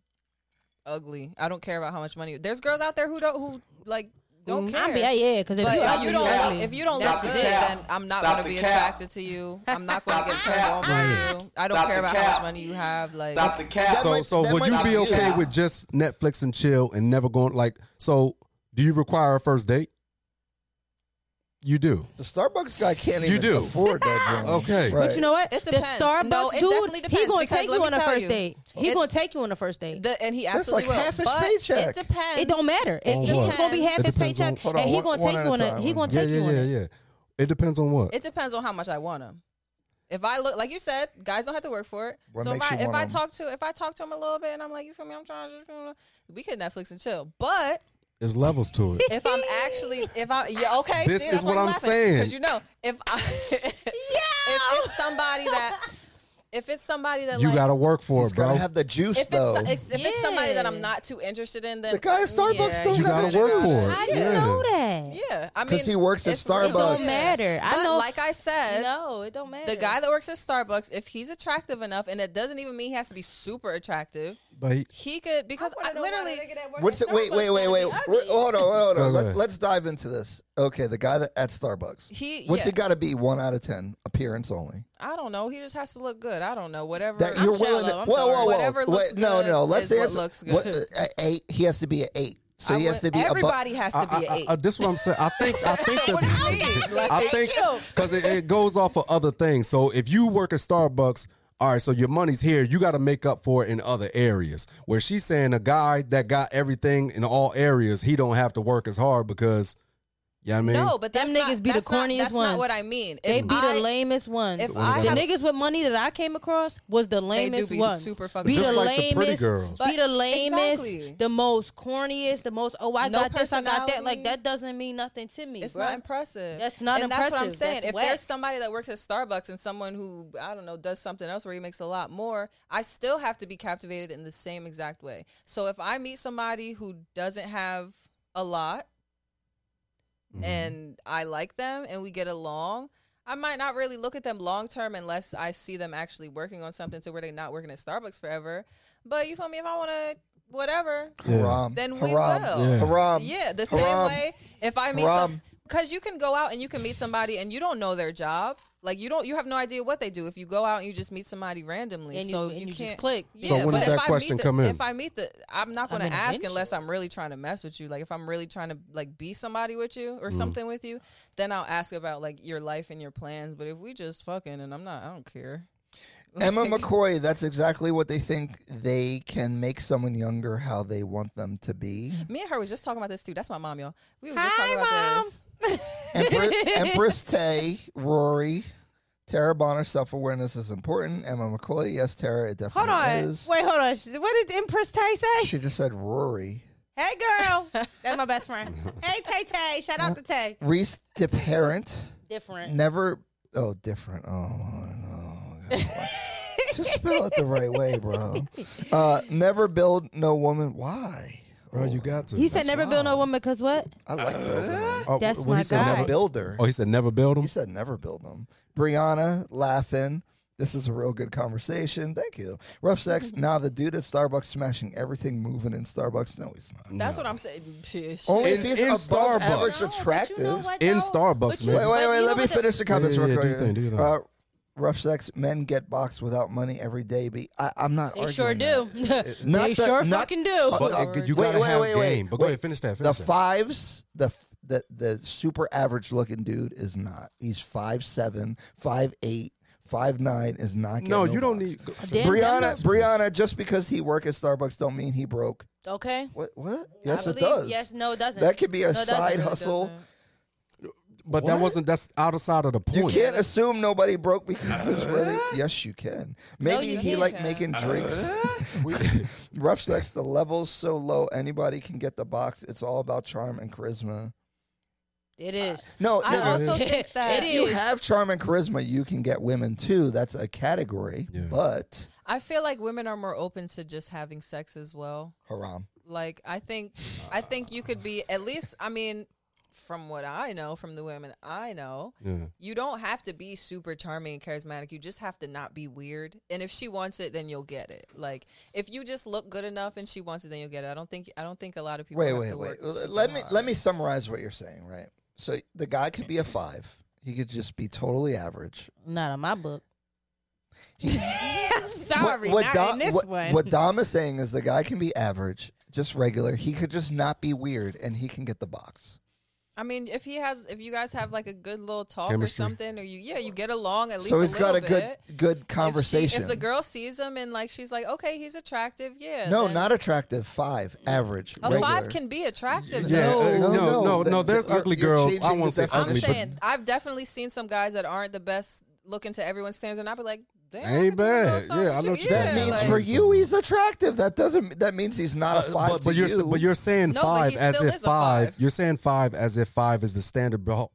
ugly. I don't care about how much money. There's girls out there who don't who like don't
on?
Mm,
care.
I'm be- yeah, yeah. Because if
But
you,
if
ugly,
you don't
ugly.
look, if you don't
That's
look
it.
good, then I'm not
Stop
going to
the
be
cap.
attracted to you. I'm not going to get turned on by you. I don't
Stop
care
the
about
cap.
how much money you have. Like,
Stop the cap.
That
So
might-
so
that
would
might
you
not
be
be
okay
it.
with just Netflix and chill and never going like so? Do you require a first date? You do.
The Starbucks guy can't
You
even
do.
afford that. Joint.
Okay.
right.
But you know what?
It
the
depends.
Starbucks
No, it definitely
dude, he
depends,
gonna
because
take
let
you
me
on a
tell
first
you,
date. He
it-
gonna take you on a first date.
the, and he
That's
absolutely
like
will.
half his
but
paycheck.
It depends.
It don't matter. It,
On
he's
what?
gonna be half
It
his
depends on-
paycheck,
Hold on,
and he
one-
gonna
one
take
at
you
a
on a
time.
he gonna
Yeah,
take you
yeah,
on
yeah,
it.
yeah. It depends on what.
It depends on how much I want him. If I look like you said, guys don't have to work for it.
What
so if
makes
I
you
if
want
I
'em?
talk to if I talk to him a little bit and I'm like, you feel me? I'm trying to just we could Netflix and chill. But
There's levels to it.
if I'm actually if I yeah okay
This
see,
is
that's why
what
you
I'm
laughing,
saying.
because you know if I yeah if it's somebody that if it's somebody that
You
like,
gotta work for
He's
it, bro.
gotta have the juice
if it's,
though.
so- it's- if it's somebody that I'm
Yeah.
not too interested in, then
the guy at Starbucks
yeah,
don't
you
have
gotta
a
work
juice.
for it.
I didn't
Yeah.
know that.
Yeah, I mean,
'Cause he works at
it's really-
It don't Starbucks.
matter. I
But
know-
like I said,
No, it don't matter.
the guy that works at Starbucks, if he's attractive enough, and it doesn't even mean he has to be super attractive,
But he-
he could because I literally
What's it? Wait, wait, wait, wait. We're- Hold on, hold on.
Go
Let,
ahead.
let's dive into this. Okay, the guy that at Starbucks.
he
What's
yeah,
it got to be? One out of ten appearance only.
I don't know. He just has to look good. I don't know. Whatever.
That
Uh, I'm
you're willing. To,
shallow, I'm
whoa,
sorry.
whoa, whoa.
Whatever looks
Wait, no,
good
no. Let's
is what
answer.
looks good.
what- uh, a eight. He has to be an eight. So
I
he has
would-
to be. above.
everybody has to be an
I,
eight.
I, I, this is what I'm saying. I think. I think.
What do you mean?
that,
Like,
I
thank
think
you.
because it, it goes off of other things. So if you work at Starbucks. All right, so your money's here. You got to make up for it in other areas. Where she's saying a guy that got everything in all areas, he don't have to work as hard because, yeah, you know what I mean,
no, but
Them
that's not-
niggas be the
that's not-
corniest
That's
ones.
not what I mean.
They
If
be
I-
the lamest ones.
If
One of
I
the
have
niggas with money that I came across was the
They do
lamest
be
ones.
super fucking
be
Just
the
like the
lamest,
pretty girls.
Be the
But-
lamest,
Exactly.
the most corniest, the most oh I
No
got this, I got that. Like
personality.
that doesn't mean nothing to me,
It's
bro.
not impressive.
That's not
and That's what I'm
impressive.
saying.
That's
if
whack.
there's somebody that works at Starbucks and someone who I don't know does something else where he makes a lot more, I still have to be captivated in the same exact way. So if I meet somebody who doesn't have a lot
Mm-hmm.
and I like them and we get along. I might not really look at them long term unless I see them actually working on something to where they're not working at Starbucks forever. But you feel me? If I want to, whatever,
Haram.
then we
Haram.
will.
Yeah.
Haram.
Yeah, the
Haram.
same way if I meet
Haram.
some because you can go out and you can meet somebody and you don't know their job. Like you don't you have no idea what they do if you go out and you just meet somebody randomly.
And you-
so
and you just
can't
click.
Yeah,
So when
but
does
if
that
I meet
question
the-
come in?
If I meet the I'm not gonna
mean,
ask
eventually.
unless I'm really trying to mess with you. Like if I'm really trying to like be somebody with you
Mm.
or something with you, then I'll ask about like your life and your plans. But if we just fucking and I'm not I don't care.
Emma McCoy, that's exactly what they think they can make someone younger how they want them to be.
Me and her was just talking about this too. That's my mom, y'all. We were just
Hi,
talking about
Mom.
this.
Empress, Empress Tay, Rory, Tara Bonner, self awareness is important. Emma McCoy, yes, Tara, it
hold
definitely
on,
is.
wait, hold on. She- What did Empress Tay say?
She just said Rory.
Hey, girl, that's my best friend. Hey, Tay Tay, shout out to Tay.
Reese DeParent,
Different.
never. Oh, different. Oh, no. God. just spell it the right way, bro. Uh, never build no woman. Why?
bro, you got to.
He said never build no woman because what?
I like building them.
oh,
that's
when
my
he said
guy.
never-
Builder.
oh, he said never build
You
them.
said never build them. Brianna laughing. This is a real good conversation. Thank you. Rough sex.
Mm-hmm.
now the dude at Starbucks smashing everything moving in Starbucks. No, he's not.
That's what I'm saying. Shit.
Only
In-
if he's
in
above
Starbucks.
average
No,
attractive.
In Starbucks,
wait, wait,
man.
but
wait.
you know
Let me
what the-
finish the comments
Yeah,
real
yeah, yeah,
quick.
do your thing, do your thing.
Uh, rough sex. Men get boxed without money every day. Be I, I'm not.
They
arguing
sure
that.
do.
Not
they
that-
sure
not-
fucking do.
But it, you
Wait,
gotta
wait,
have
wait, wait.
game. But go
Wait.
ahead, finish that.
The
Finish that.
fives, the f- the the super average looking dude is not. He's five seven, five eight, five nine is not. getting
No, you don't
box.
need.
Damn,
Brianna,
that's
Brianna, just because he work at Starbucks don't mean he broke.
Okay.
What? What? Yes,
I
it
believe-
does.
Yes, no, it doesn't.
that could be a
No, it doesn't.
side
It
hustle.
But that wasn't. That's out of side of the
You
point.
can't assume nobody broke because where they. Yes, you can. Maybe
you
he
can't.
like making drinks. Rough sex. The levels so low, anybody can get the box. It's all about charm and charisma.
It is.
No,
I
no,
also
is.
think that
It
if you
is.
have charm and charisma, you can get women too. That's a category,
Yeah.
but
I feel like women are more open to just having sex as well.
haram.
Like I think I think you could be at least I mean from what I know from the women I know,
Yeah.
you don't have to be super charming and charismatic. You just have to not be weird. And if she wants it, then you'll get it. Like if you just look good enough and she wants it, then you'll get it. I don't think I don't think a lot of people
wait,
have
wait,
to
wait.
work
L-
super
Let me let
hard.
me summarize what you're saying, right? So the guy could be a five. He could just be totally average.
Not on my book.
He-
I'm sorry, not
Dom-
in this
what,
one.
what Dom is saying is the guy can be average, just regular. He could just not be weird, and he can get the box.
I mean, if he has if you guys have like a good little talk
Chemistry.
or something or you yeah, you get along at least
so
a
he's got a
little
good
bit.
good
If, she,
conversation.
if the girl sees him and like she's like, okay, he's attractive, yeah.
no,
then-
not attractive. Five, average,
a
regular.
five can be attractive.
Yeah,
though.
uh,
No,
no,
no,
no, no,
the-
There's
the- you're-
ugly
you're
girls. I
changing
won't
the
say
I'm
ugly,
saying
but
I've definitely seen some guys that aren't the best looking to everyone's standards, and I'd be like, damn, I
Ain't
could do a little
bad.
something
Yeah, I
with
know
you.
what you
that
mean.
means
like-
for
like-
you he's attractive. That doesn't. That means he's not a five.
Uh, but,
to
but you're
you.
but you're saying
No, but
five
he
as
still
if
is a five.
You're saying five as if five is the standard. But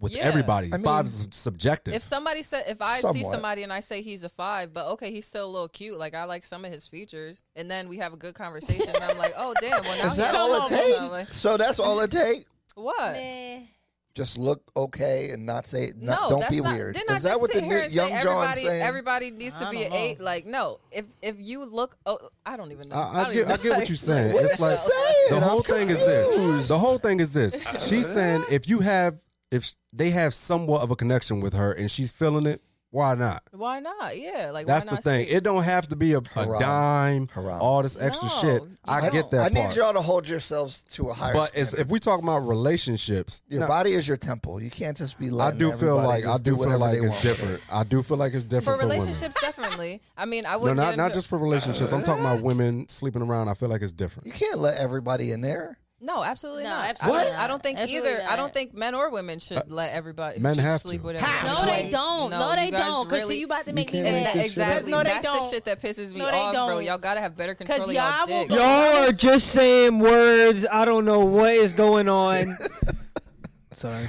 with
Yeah.
everybody.
I mean,
Five is subjective.
If somebody said, if I see
Somewhat.
somebody and I say he's a five, but okay, he's still a little cute. Like I like some of his features, and then we have a good conversation. and I'm like, oh damn, well now
Is that
he's
all
alone. I'm
it
like,
takes? So that's all it takes.
What?
Man.
Just look okay and not say not,
no,
don't
that's
be
not,
weird.
Didn't I
Is that
just
what
sit
the
here
new-
and say
young John's
everybody,
saying?
Everybody needs to
I
be an
don't know.
eight. Like no, if if you look, oh, I don't even know.
I, I,
don't
get,
even
I get what you're saying.
What is
it's
she
like
saying?
the whole
I'm
thing is this.
confused.
The whole thing is this. She's saying if you have, if they have somewhat of a connection with her and she's feeling it, why not?
Why not? Yeah, like
That's
why
the
not
thing.
see?
It don't have to be a, a
Haram.
dime,
Haram.
all this extra
No,
shit.
you
I
don't.
get that
I
part.
need y'all to hold yourselves to a higher.
but it's,
standard.
if we talk about relationships,
your
no,
body is your temple, you can't just be.
I
Letting
do feel
everybody
like I
just
do feel
whatever
like
they
it's
want.
different. I do feel like it's
for
different for, women.
relationships, definitely. I mean, I
No,
wouldn't
not
get
not
into-
just for relationships. I'm talking about women sleeping around. I feel like it's different.
You can't let everybody in there.
No, absolutely
No,
not. I
absolutely
don't- I,
not.
don't think
Absolutely
either. I
not.
don't think men or women should let everybody
men
should
have
sleep
to.
with everybody.
No, they don't. No,
you
they
guys
don't. Because
really-
you about to make me
can't
and
make
mad.
that,
this
exactly.
No, they
that's the
don't.
shit that pisses me
No, they
off, bro.
don't.
Y'all gotta have better control
'Cause
of y'all
y'all will
dick.
go-
Y'all are just saying words. I don't know what is going on. Sorry.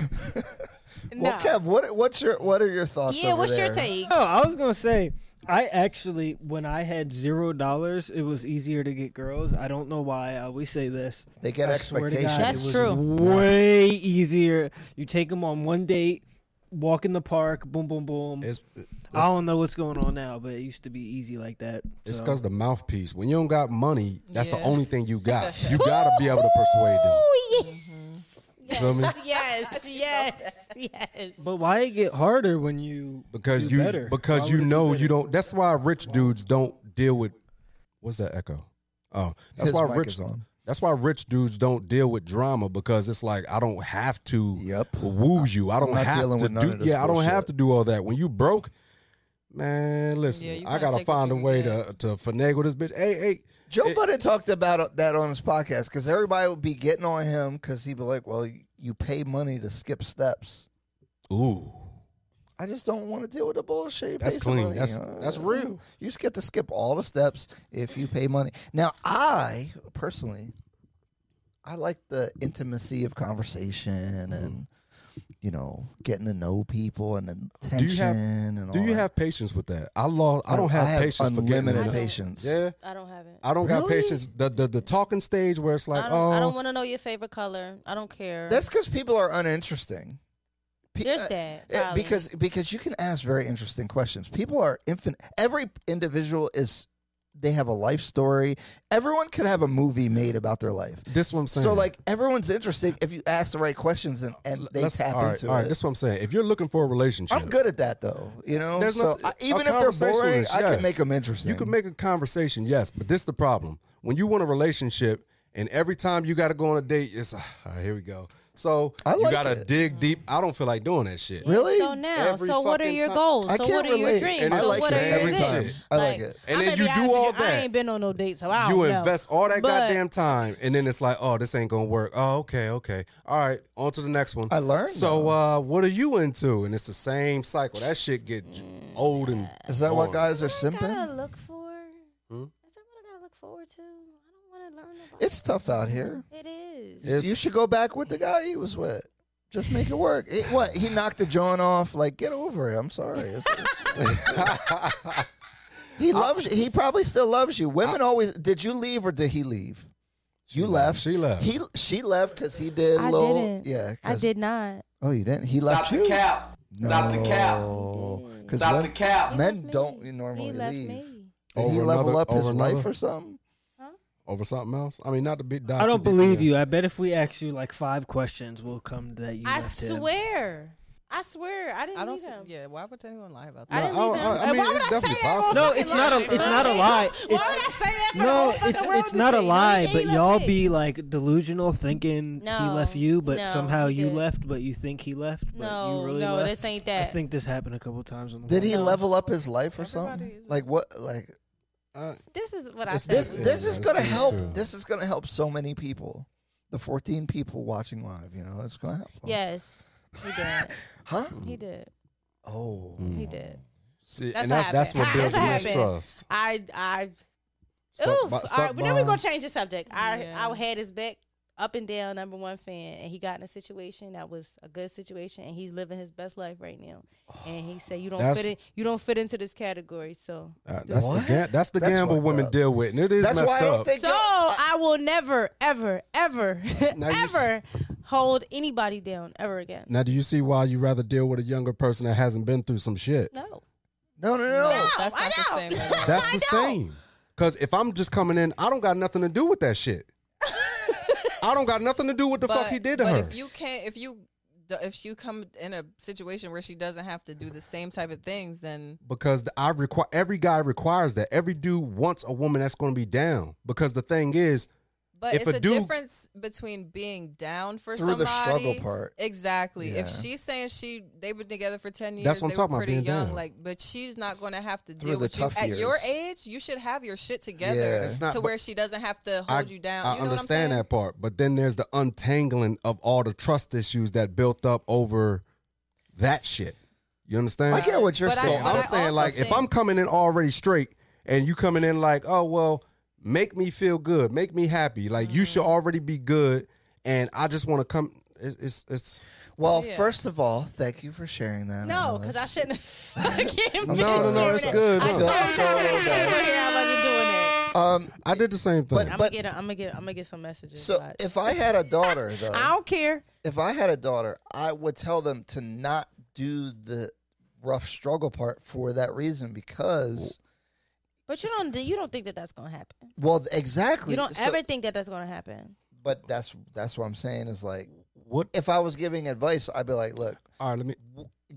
Well, Kev, what what's your what are your thoughts?
Yeah,
over
what's your
there?
take?
Oh, I was gonna say, I actually, when I had zero dollars, it was easier to get girls. I don't know why. I always say this.
They get
I swear to God,
expectations.
it
That's
was
true.
Way easier. You take them on one date, walk in the park, boom, boom, boom.
It's
I don't know what's going on now, but it used to be easy like that.
It's
so.
because the mouthpiece. When you don't got money, that's the
Yeah.
only thing you got. You gotta be able to persuade them. You feel me?
Yes, yes, yes.
But why it get harder when you
Because
do
you
better? Why
because
would
you
it do
know you
better?
don't. That's why rich dudes don't deal with. What's that echo? Oh, that's
His
why
mic
rich.
is on.
That's why rich dudes don't deal with drama because it's like I don't have to
Yep.
woo you. I don't
not
have
dealing
to
with none
do.
of this
Yeah, I don't have
bullshit.
to do all that. When you broke, man, listen,
Yeah, you
I
gotta
gotta
take what
find a
you can
way to
get.
to finagle this bitch. Hey, hey,
Joe
It-
Budden talked about uh, that on his podcast because everybody would be getting on him because he'd be like, "Well, you pay money to skip steps."
ooh,
I just don't want to deal with the bullshit. You
That's
pay some
clean.
money.
That's-
Uh,
that's real.
You just get to skip all the steps if you pay money. Now, I personally, I like the intimacy of conversation and you know getting to know people and the
Do you have-
tension. and
do
all
you
that.
have patience with that? I lost. I don't
I
have,
have
patience for getting
unlimited
it.
patience.
Yeah.
I don't have it.
I don't got
Really?
patience. The, the the talking stage where it's like,
I don't,
oh,
I don't want to know your favorite color. I don't care.
That's because people are uninteresting. Pe-
There's
uh,
that,
uh,
probably.
because because you can ask very interesting questions. People are infinite. Every individual is. They have a life story. Everyone could have a movie made about their life.
this is what I'm saying.
So like everyone's interesting if you ask the right questions and, and they
Let's-
tap
all right,
into
all right,
it.
This is what I'm saying. If you're looking for a relationship,
I'm good at that though. You know,
There's
so
nothing-
I,
a
even if they're boring,
conversationalist,
I
yes.
can make them interesting.
You can make a conversation, yes, but this is the problem. When you want a relationship, and every time you got to go on a date, it's "Ah, all right, here we go. So
I
you
like
got to
it.
dig deep. I don't feel like doing that shit.
really.
so now,
Every
so what are
fucking
your
time.
goals?
I
So
can't
what are your
relate.
dreams?
And
I
it's
so
like
what
the
are
that
same
your
every
thing.
time.
this?
I like it.
And
I'm
then you
gonna be
do
honest with
all that.
I ain't been on no dates, so I don't
You
know.
invest all that
But-
goddamn time, and then it's like, oh, this ain't gonna work. Oh, okay, okay, all right, on to the next one.
I learned,
So,
though.
uh, what are you into? And it's the same cycle. That shit get j- old and
Is that why
boring.
guys are
What I gotta
simping?
look for?
Hmm?
Is that what I gotta look forward to? I don't want to learn about.
It's tough out here.
It is.
It's-
you should go back with the guy he was with. Just make it work. It- what he knocked the joint off? Like get over it. I'm sorry. It's- it's- he loves. you. He probably still loves you. Women always. Did you leave or did he leave? You left.
She left.
He she left because he did.
I
little,
didn't.
Yeah.
I
'cause-
did not.
Oh, you didn't. He
Stop
left
the
you.
cap.
No.
Stop the cap.
Because
Stop the cap.
He
Men
left me.
don't normally
he left
leave.
Me.
did he
Over
level
another-
up his
over
life
another?
or something?
over something else. I mean, not to be.
I don't believe you. I bet if we ask you like five questions, we'll come to that you.
I
left him.
swear. I swear. I didn't
I don't.
leave
See,
him.
yeah, why would anyone lie about
I
that?
didn't leave him.
I- I
And
mean,
why would
it's
I say
definitely
that? on
possible.
No,
fucking
it's not a-
live?
it's not a lie.
Why would
It's-
I say that for the whole
No,
fucking
it's
world
it's
to
not a
see? No,
lie,
he
but
left
y'all
me.
be like delusional thinking he
No,
left you, but
no,
somehow
he
you
did.
left, but you think he left, but
No,
you really
no,
left.
this ain't
I
that.
think this happened a couple times on the.
Did he
podcast.
level up his life or something?
Everybody's-
Like what? Like
This is what I
It's
said.
this
Yeah,
this is
that's
gonna
true,
help.
too.
This is gonna help so many people. The 14 people watching live, you know, it's gonna help. them.
Yes, he did.
Huh?
He did.
Oh.
He did.
See,
That's
and
what
that's that's what
happened.
builds
That's what
mistrust.
I I.
Stuck
Oof.
by-
all
stuck
right, but then we're
by-
gonna change the subject. Our
Yeah.
our head is back up and down number one fan, and he got in a situation that was a good situation, and he's living his best life right now. And he said, "You don't
That's-
fit in. You don't fit into this category." So,
Uh, that's, the
What?
ga- that's the
That's
gamble
fucked
women
up.
deal with, and it is
That's
messed
why I don't
up.
think-
so I will never, ever, ever,
Now you s-
ever hold anybody down ever again.
now, do you see why you rather deal with a younger person that hasn't been through some shit?
No.
No, no, no.
No, that's not the same. at all.
That's the same. Because if I'm just coming in, I don't got nothing to do with that shit. I don't got nothing to do with the fuck he did to
but
her.
if you can't, if you, d- if you come in a situation where she doesn't have to do the same type of things, then
because the, I require every guy requires that. Every dude wants a woman that's going to be down. Because the thing is,
But
If
it's
a
a,
dude-
difference between being down for
Through
somebody.
the struggle part.
Exactly.
Yeah.
If she's saying she they've been together for ten years,
That's what I'm
they
talking
were
about,
pretty
being
young,
down.
like but she's not gonna have to
Through
deal
the
with you.
tough
At your
years.
age, you should have your shit together
Yeah. It's
not-
to
but-
where she doesn't have to hold you down.
I
you know
understand
what I'm
that part, but then there's the untangling of all the trust issues that built up over that shit. You understand?
I get what you're
But I-
So
saying.
but
I'm
I
saying,
also
like, if
think-
I'm coming in already straight and you coming in like, oh well, make me feel good, make me happy. Like
Mm-hmm.
you should already be good, and I just want to come. It's, it's it's
well,
Yeah.
first of all, thank you for sharing that. I
No,
know
because I
that's-
shouldn't have fucking
I'm
been
No, no, no,
doing
it's
that.
good,
I
no.
told you I wasn't doing it. I wasn't doing it.
Um,
I did the same thing.
I'm
But-
gonna get. I'm gonna get. I'm gonna get some messages.
so
watch.
if I had a daughter,
uh,
though,
I don't care.
if I had a daughter, I would tell them to not do the rough struggle part for that reason because,
But you don't. You don't think that that's gonna happen.
well, exactly.
You don't
So-
ever think that that's gonna happen.
But that's that's what I'm saying is like,
what?
if I was giving advice, I'd be like, look,
All right, let me.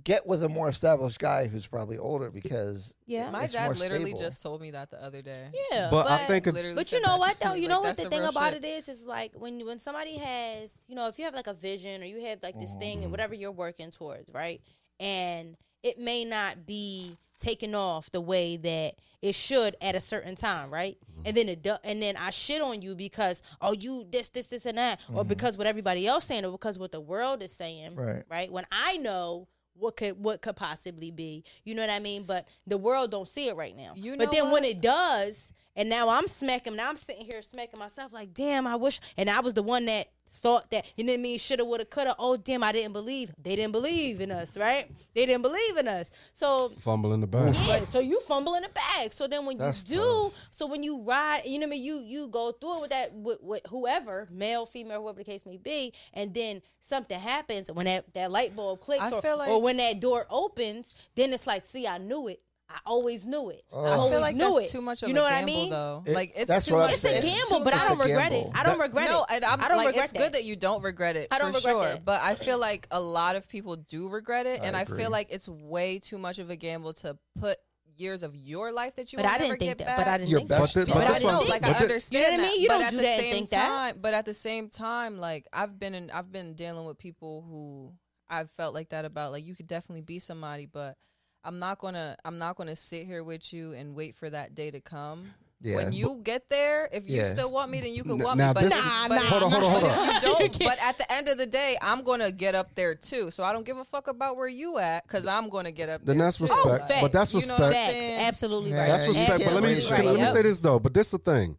get with a more established guy who's probably older because
Yeah.
saying? My
It's more
dad literally
stable.
just told me that the other day.
Yeah.
But I think a-
Literally
But
said
you know
that
what
to
though?
me,
You
like,
know what
that's
the
some
thing
real
about
shit.
it is is like when when somebody has you know if you have like a vision or you have like this thing
Mm.
and whatever you're working towards, right? And it may not be taken off the way that it should at a certain time, right?
Mm-hmm.
And then it do- and then I shit on you because oh you this this this and that,
Mm-hmm.
or because what everybody else saying, or because what the world is saying,
Right.
Right? When I know. What could what could possibly be? You know what I mean. But the world don't see it right now.
You
but
know
then
what?
when it does, and now I'm smacking. Now I'm sitting here smacking myself like, damn, I wish. And I was the one that thought that. You know what I mean? Shoulda, woulda, coulda. Oh damn, I didn't believe. They didn't believe in us, right? They didn't believe in us. So
Fumble in the bag.
yeah, so you fumble in the bag. So then when you
That's
do, so when you ride, you know what I mean. You you go through it with that with, with whoever, male, female, whoever the case may be, and then something happens when that that light bulb clicks,
I
or,
feel like-
or when that door opens, then it's like, see, I knew it. I always knew it. I
I
always
feel like
knew
that's
it.
too much of
you know
a
what
gamble,
I mean?
though.
It-
like it's
that's
too
what I'm
much.
It's a
saying.
gamble, but
too much.
I don't
It's a
regret it.
gamble.
I don't
That-
regret
no,
it.
and I'm
I don't
like,
regret
it's good
that.
that you don't regret it.
I don't
for
regret
sure,
that.
But I feel like a lot of people do regret it,
I
and I
agree.
feel like it's way too much of a gamble to put years of your life that you.
but
will
I
never
didn't think
get
that. But
back.
I didn't
Your
think
best-
that.
but
But
this
I
one-
didn't think
like
but
I
thi-
that.
understand
You know what I
that,
mean? You
but
don't
at
do
the
that and
same
think that.
time, but at the same time, like I've been in, I've been dealing with people who I've felt like that about. Like you could definitely be somebody, but I'm not gonna, I'm not gonna sit here with you and wait for that day to come.
Yeah.
When you get there, if you
Yes.
still want me, then you can
N-
want
now
me. But,
this-
if-
Nah,
but
nah,
if-
Hold on, hold on, hold
but if
on.
you don't, but at the end of the day, I'm gonna get up there too. So I don't give a fuck about where you at, cause I'm gonna get up.
Then
there
that's
too.
respect.
Oh, facts.
But that's
You know what I'm
respect.
Facts,
saying?
absolutely
Yeah,
right.
That's
you
respect. But let me
can't
Absolutely
wait.
let me
right.
say this though. But this is the thing: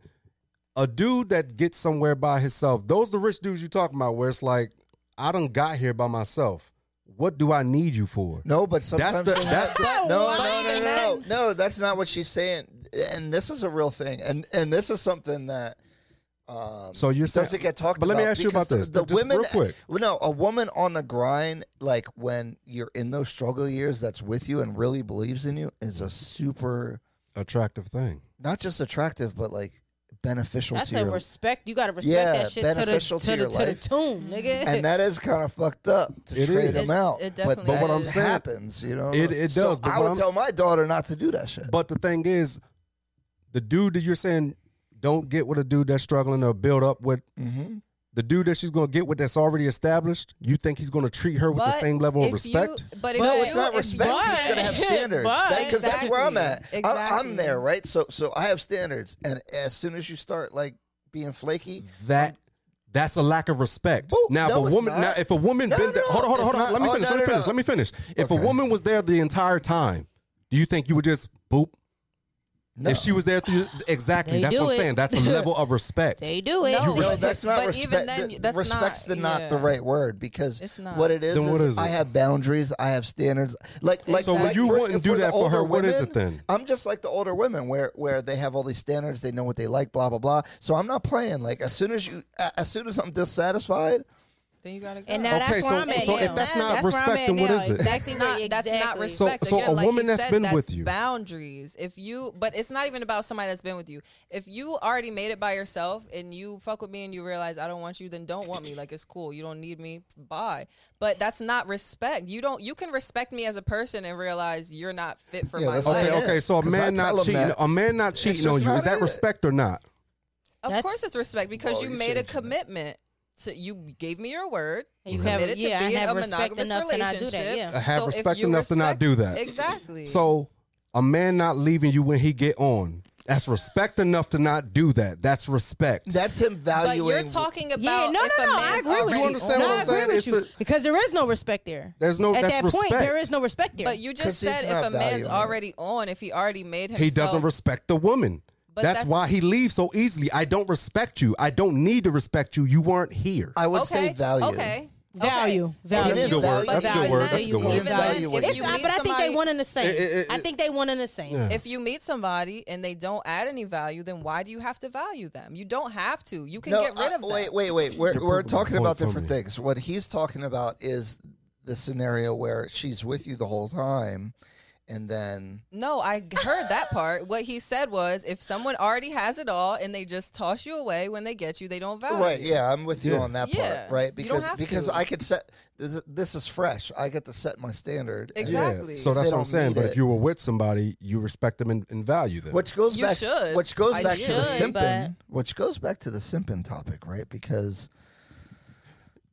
a dude that gets somewhere by himself. Those the rich dudes you talking about, where it's like, I done got here by myself. What do I need you for?
No, but sometimes
the-
they
that's
have- no,
the-
no, no,
even
no, no, no. That's not what she's saying. And this is a real thing. And and this is something that um,
So you're saying-
doesn't get talked.
but let
about
me ask you
because
about this,
The, the
just
women,
real quick.
Well, no, a woman on the grind, like when you're in those struggle years, that's with you and really believes in you, is a super
Attractive thing.
not just attractive, but like beneficial
That's
to your
a respect. You gotta respect
Yeah,
that shit to the
beneficial
to,
to
the,
your
to the
life.
tomb, nigga.
and that is kind of fucked up to
It
trade
is.
them
It's-
out. but
it definitely
that
But what I'm saying-
happens, you know.
It- it
So
does, but
I
what
would
I'm
tell
s-
my daughter not to do that shit.
But the thing is, the dude that you're saying don't get with a dude that's struggling to build up with.
Mm-hmm.
The dude that she's gonna get with that's already established, you think he's gonna treat her with the
But
same level of
if you-
respect?
but if
No,
you-
it's not
if
respect.
you-
You just gotta have standards because that's where I'm at.
Exactly.
I, I'm
Exactly.
there, right? So, so I have standards, and as soon as you start like being flaky,
that that's a lack of respect.
Boo,
now,
no,
if
it's
a woman,
not.
now if a woman,
No,
been there,
no,
hold on, hold on,
it's
hold on.
not.
Let me
Oh,
finish.
no,
let
no,
me finish.
no.
Let me finish. If a
Okay.
woman was there the entire time, do you think you would just boop?
No.
If she was there through exactly,
They
that's
do
what I'm
it.
saying. That's a level of respect.
They do it.
No.
No, that's not
But
respect.
even then,
th-
that's not-
respect's the not the
yeah.
right word because
It's not.
what it is,
Then what
is
is
I
it?
have boundaries, I have standards. Like, like
So when
like
you
for-
wouldn't do
the
that for her,
older
what is it
women,
then?
I'm just like the older women, where where they have all these standards, they know what they like, blah blah blah. So I'm not playing. Like as soon as you, a- as soon as I'm dissatisfied,
Then you gotta go.
And now
Okay,
that's
so-
where I'm at
so
now.
if that's not
where I'm
respect,
at
then what
now.
is it?
Exactly.
That's not, that's not
exactly.
respect.
So- so
Again,
a
like
woman
he
that's
said,
been
that's
with you.
Boundaries. If you, but it's not even about somebody that's been with you. If you already made it by yourself and you fuck with me and you realize I don't want you, then don't want me. Like it's cool. You don't need me. Bye. But that's not respect. You don't. You can respect me as a person and realize you're not fit for
Yeah,
my
that's
life.
not
Okay,
it.
okay. So a
'Cause I
man
tell
not
'em
cheating,
that.
a man not cheating on
just
you,
not
is that
it.
respect or not?
Of
That's-
course, it's respect because
Oh,
Well,
you
you
made a
changed it.
commitment. So you gave me your word.
You
Mhm.
have-
committed
Oh, yeah,
to
I
being
have
a
respect
monogamous
enough to not do
relationship.
that. Yeah.
I have
So if
respect
you
enough to not
respect-
do that.
Exactly.
So a man not leaving you when he get on, that's respect enough to not do that. That's respect.
that's him
But
valuing.
you're talking about
Yeah, no,
if
no,
a
no. I
man's
agree with
already
you.
You understand
no,
what
I
I'm
agree
saying?
with
It's
you
a-
because there is no respect there.
There's no
At
that's
that
respect.
point, there is no respect there.
But you
'Cause
just
he's
said
not
if a man's
valuing it.
already on, if he already made himself,
he doesn't respect the woman.
But
that's,
that's-
why he leaves so easily. I don't respect you. I don't need to respect you. You weren't here.
I would
okay,
say value.
Okay,
Value.
Oh,
okay.
Value.
If
That's a
you-
good word.
but
That's a good
even
word.
then-
That's a good word.
Even then,
Value
if
is
you
It's- I-
meet
but I think they
somebody-
one and the same.
It- it- it-
I think they one and the same.
If you meet somebody and they don't add any value, then why do you have to value them? You don't have to. You can
no,
get rid
I-
of them.
Wait, wait, wait. We're,
You're
we're
proving a
talking
point
about
for
different
me.
things. What he's talking about is the scenario where she's with you the whole time, and then
No, I g- heard that part. What he said was, if someone already has it all and they just toss you away when they get you, they don't value.
right,
you.
yeah, I'm with you
Yeah.
on that
Yeah.
part, right?
You don't
Because
have
because
to.
I could set th- this is fresh. I get to set my standard. and-
Exact- Exactly.
So
If
that's
they
what I'm
don't
saying.
need
But
it.
if you were with somebody, you respect them and, and value them.
Which goes
You
back,
should.
which goes
I
back to the
should, but-
simping, which goes back to the simping topic, right? Because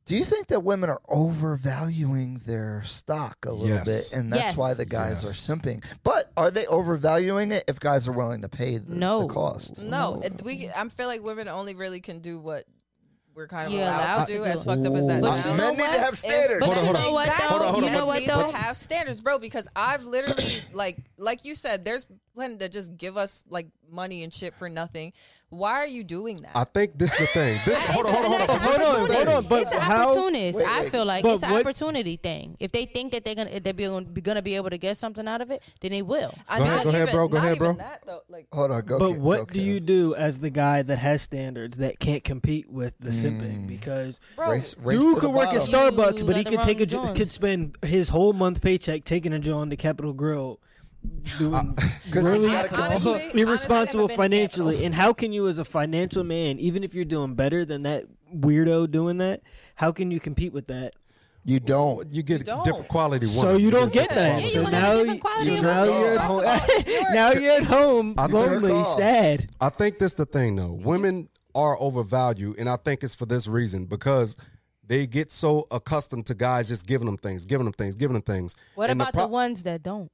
do you think that women are overvaluing their stock a little
Yes.
bit, and that's
Yes.
why the guys
Yes.
are simping? But are they overvaluing it if guys are willing to pay the,
No.
the cost?
No, it- we. I feel like women only really can do what we're kind of
You're
allowed,
allowed
to
to
do.
do.
As fucked up as that
But
Look,
you
sounds,
know
men need to
what?
have standards.
But
Hold on,
you
hold on.
know what
Exactly.
though?
on, hold on,
You know
but-
what
Men need
though?
to have standards, bro. Because I've literally, like, like you said, there's plenty that just give us like money and shit for nothing. Why are you doing that?
I think this is the thing. This hold on, hold on, hold on.
It's an
Hold on,
opportunity.
hold on, but
it's an
how-
opportunist. I feel like
But
it's an
what-
opportunity thing. If they think that they're gonna they're gonna be, gonna be able to get something out of it, then they will.
I
Go
not
ahead, go ahead,
even-
bro. Go
not
ahead,
even
bro.
that, though, like,
Hold on, go.
But
Kim,
what
go,
do you
Kim.
do as the guy that has standards that can't compete with the
Mm.
simping? Because
bro,
Race, race
dude
to
could
the
work at
bottom.
Starbucks,
You
but he
got the
could take a
wrong
jo-
joint.
could spend his whole month paycheck taking a John to Capitol Grill, doing
Uh, 'Cause he's
really
gotta go.
Honestly, honestly,
irresponsible
I've never been to
financially. And how can you, as a financial man, even if you're doing better than that weirdo doing that, how can you compete with that?
You don't.
You get
don't.
different quality woman.
So you don't get
different quality
that.
Yeah, you
so
wanna
woman.
have
now,
different quality
you,
of
now
women.
you're at
First
home.
of all, if you're-
now you're at home,
I think-
lonely,
off.
sad.
I think that's the thing though. Women are overvalued, and I think it's for this reason because they get so accustomed to guys just giving them things, giving them things, giving them things.
What
And
about the,
pro-
ones that don't?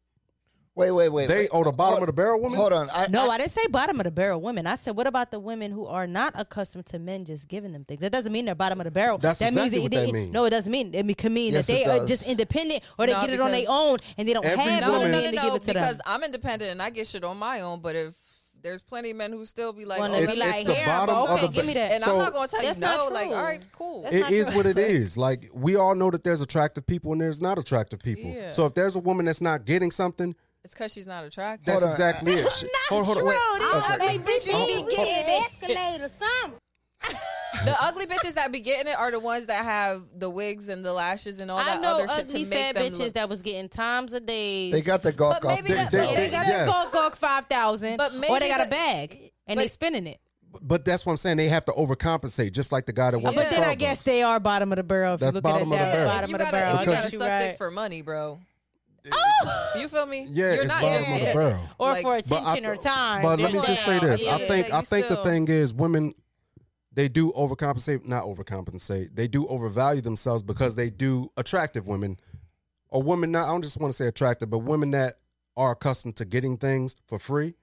Wait, wait, wait.
They
wait.
oh the bottom of the barrel woman?
Hold on. I,
No, I didn't say bottom of the barrel women. I said, what about the women who are not accustomed to men just giving them things? That doesn't mean they're bottom of the barrel.
That's
that
exactly
means
what
they,
that mean.
No, it doesn't mean. It can mean
Yes,
that they
it
are
does.
just independent or they
No,
get it on their
because
own and they don't
every
have
No,
no
no,
woman-
man
no, no,
to
no,
give it to
because
them.
I'm independent and I get shit on my own. But if there's plenty of men who still be like,
Wanna
oh,
be
let's
like,
the
get
"Here,
some."
bottom
okay,
of the
give me
ba-
that.
and I'm
So-
not gonna tell
That's
you
not
no. Like,
true.
all right, cool.
That's
It
not
is
true.
what it is. Like we all know that there's attractive people and there's not attractive people.
Yeah.
So if there's a woman that's not getting something,
it's because she's not attractive. Oh,
that's
Hold on,
exactly it. She- hold, hold, on, wait.
ugly bitch ain't getting it.
the ugly bitches that be getting it are the ones that have the wigs and the lashes and all
I
that
know
other shit
ugly
to make
fat
them
bitches
look-
that was getting times a day.
they got the gawk
But
off.
maybe that-
They-
Yeah, they
they-
got
yes.
a gawk gawk five thousand,
But
or they
maybe
got a
the-
bag and
but-
they spinning it.
But that's what I'm saying. They have to overcompensate, just like the guy that went.
But
to
then I
Starbucks.
guess they are bottom of the barrel. If
That's
you look at
bottom
it
of the
that way.
barrel.
bottom
you
of the
gotta,
barrel.
if you
Okay.
gotta
You
suck dick
right.
for money, bro. Oh! You feel me?
Yeah,
You're
it's
not
bottom
just
of the
getting-
barrel.
or
like-
for
But I-
attention or time.
But let me
They're
just say this.
down.
I
oh, Yeah,
think
you
I think the
still-
thing is women they do overcompensate, not overcompensate. They do overvalue themselves because they do attractive women. Or women not I don't just want to say attractive, but women that are accustomed to getting things for free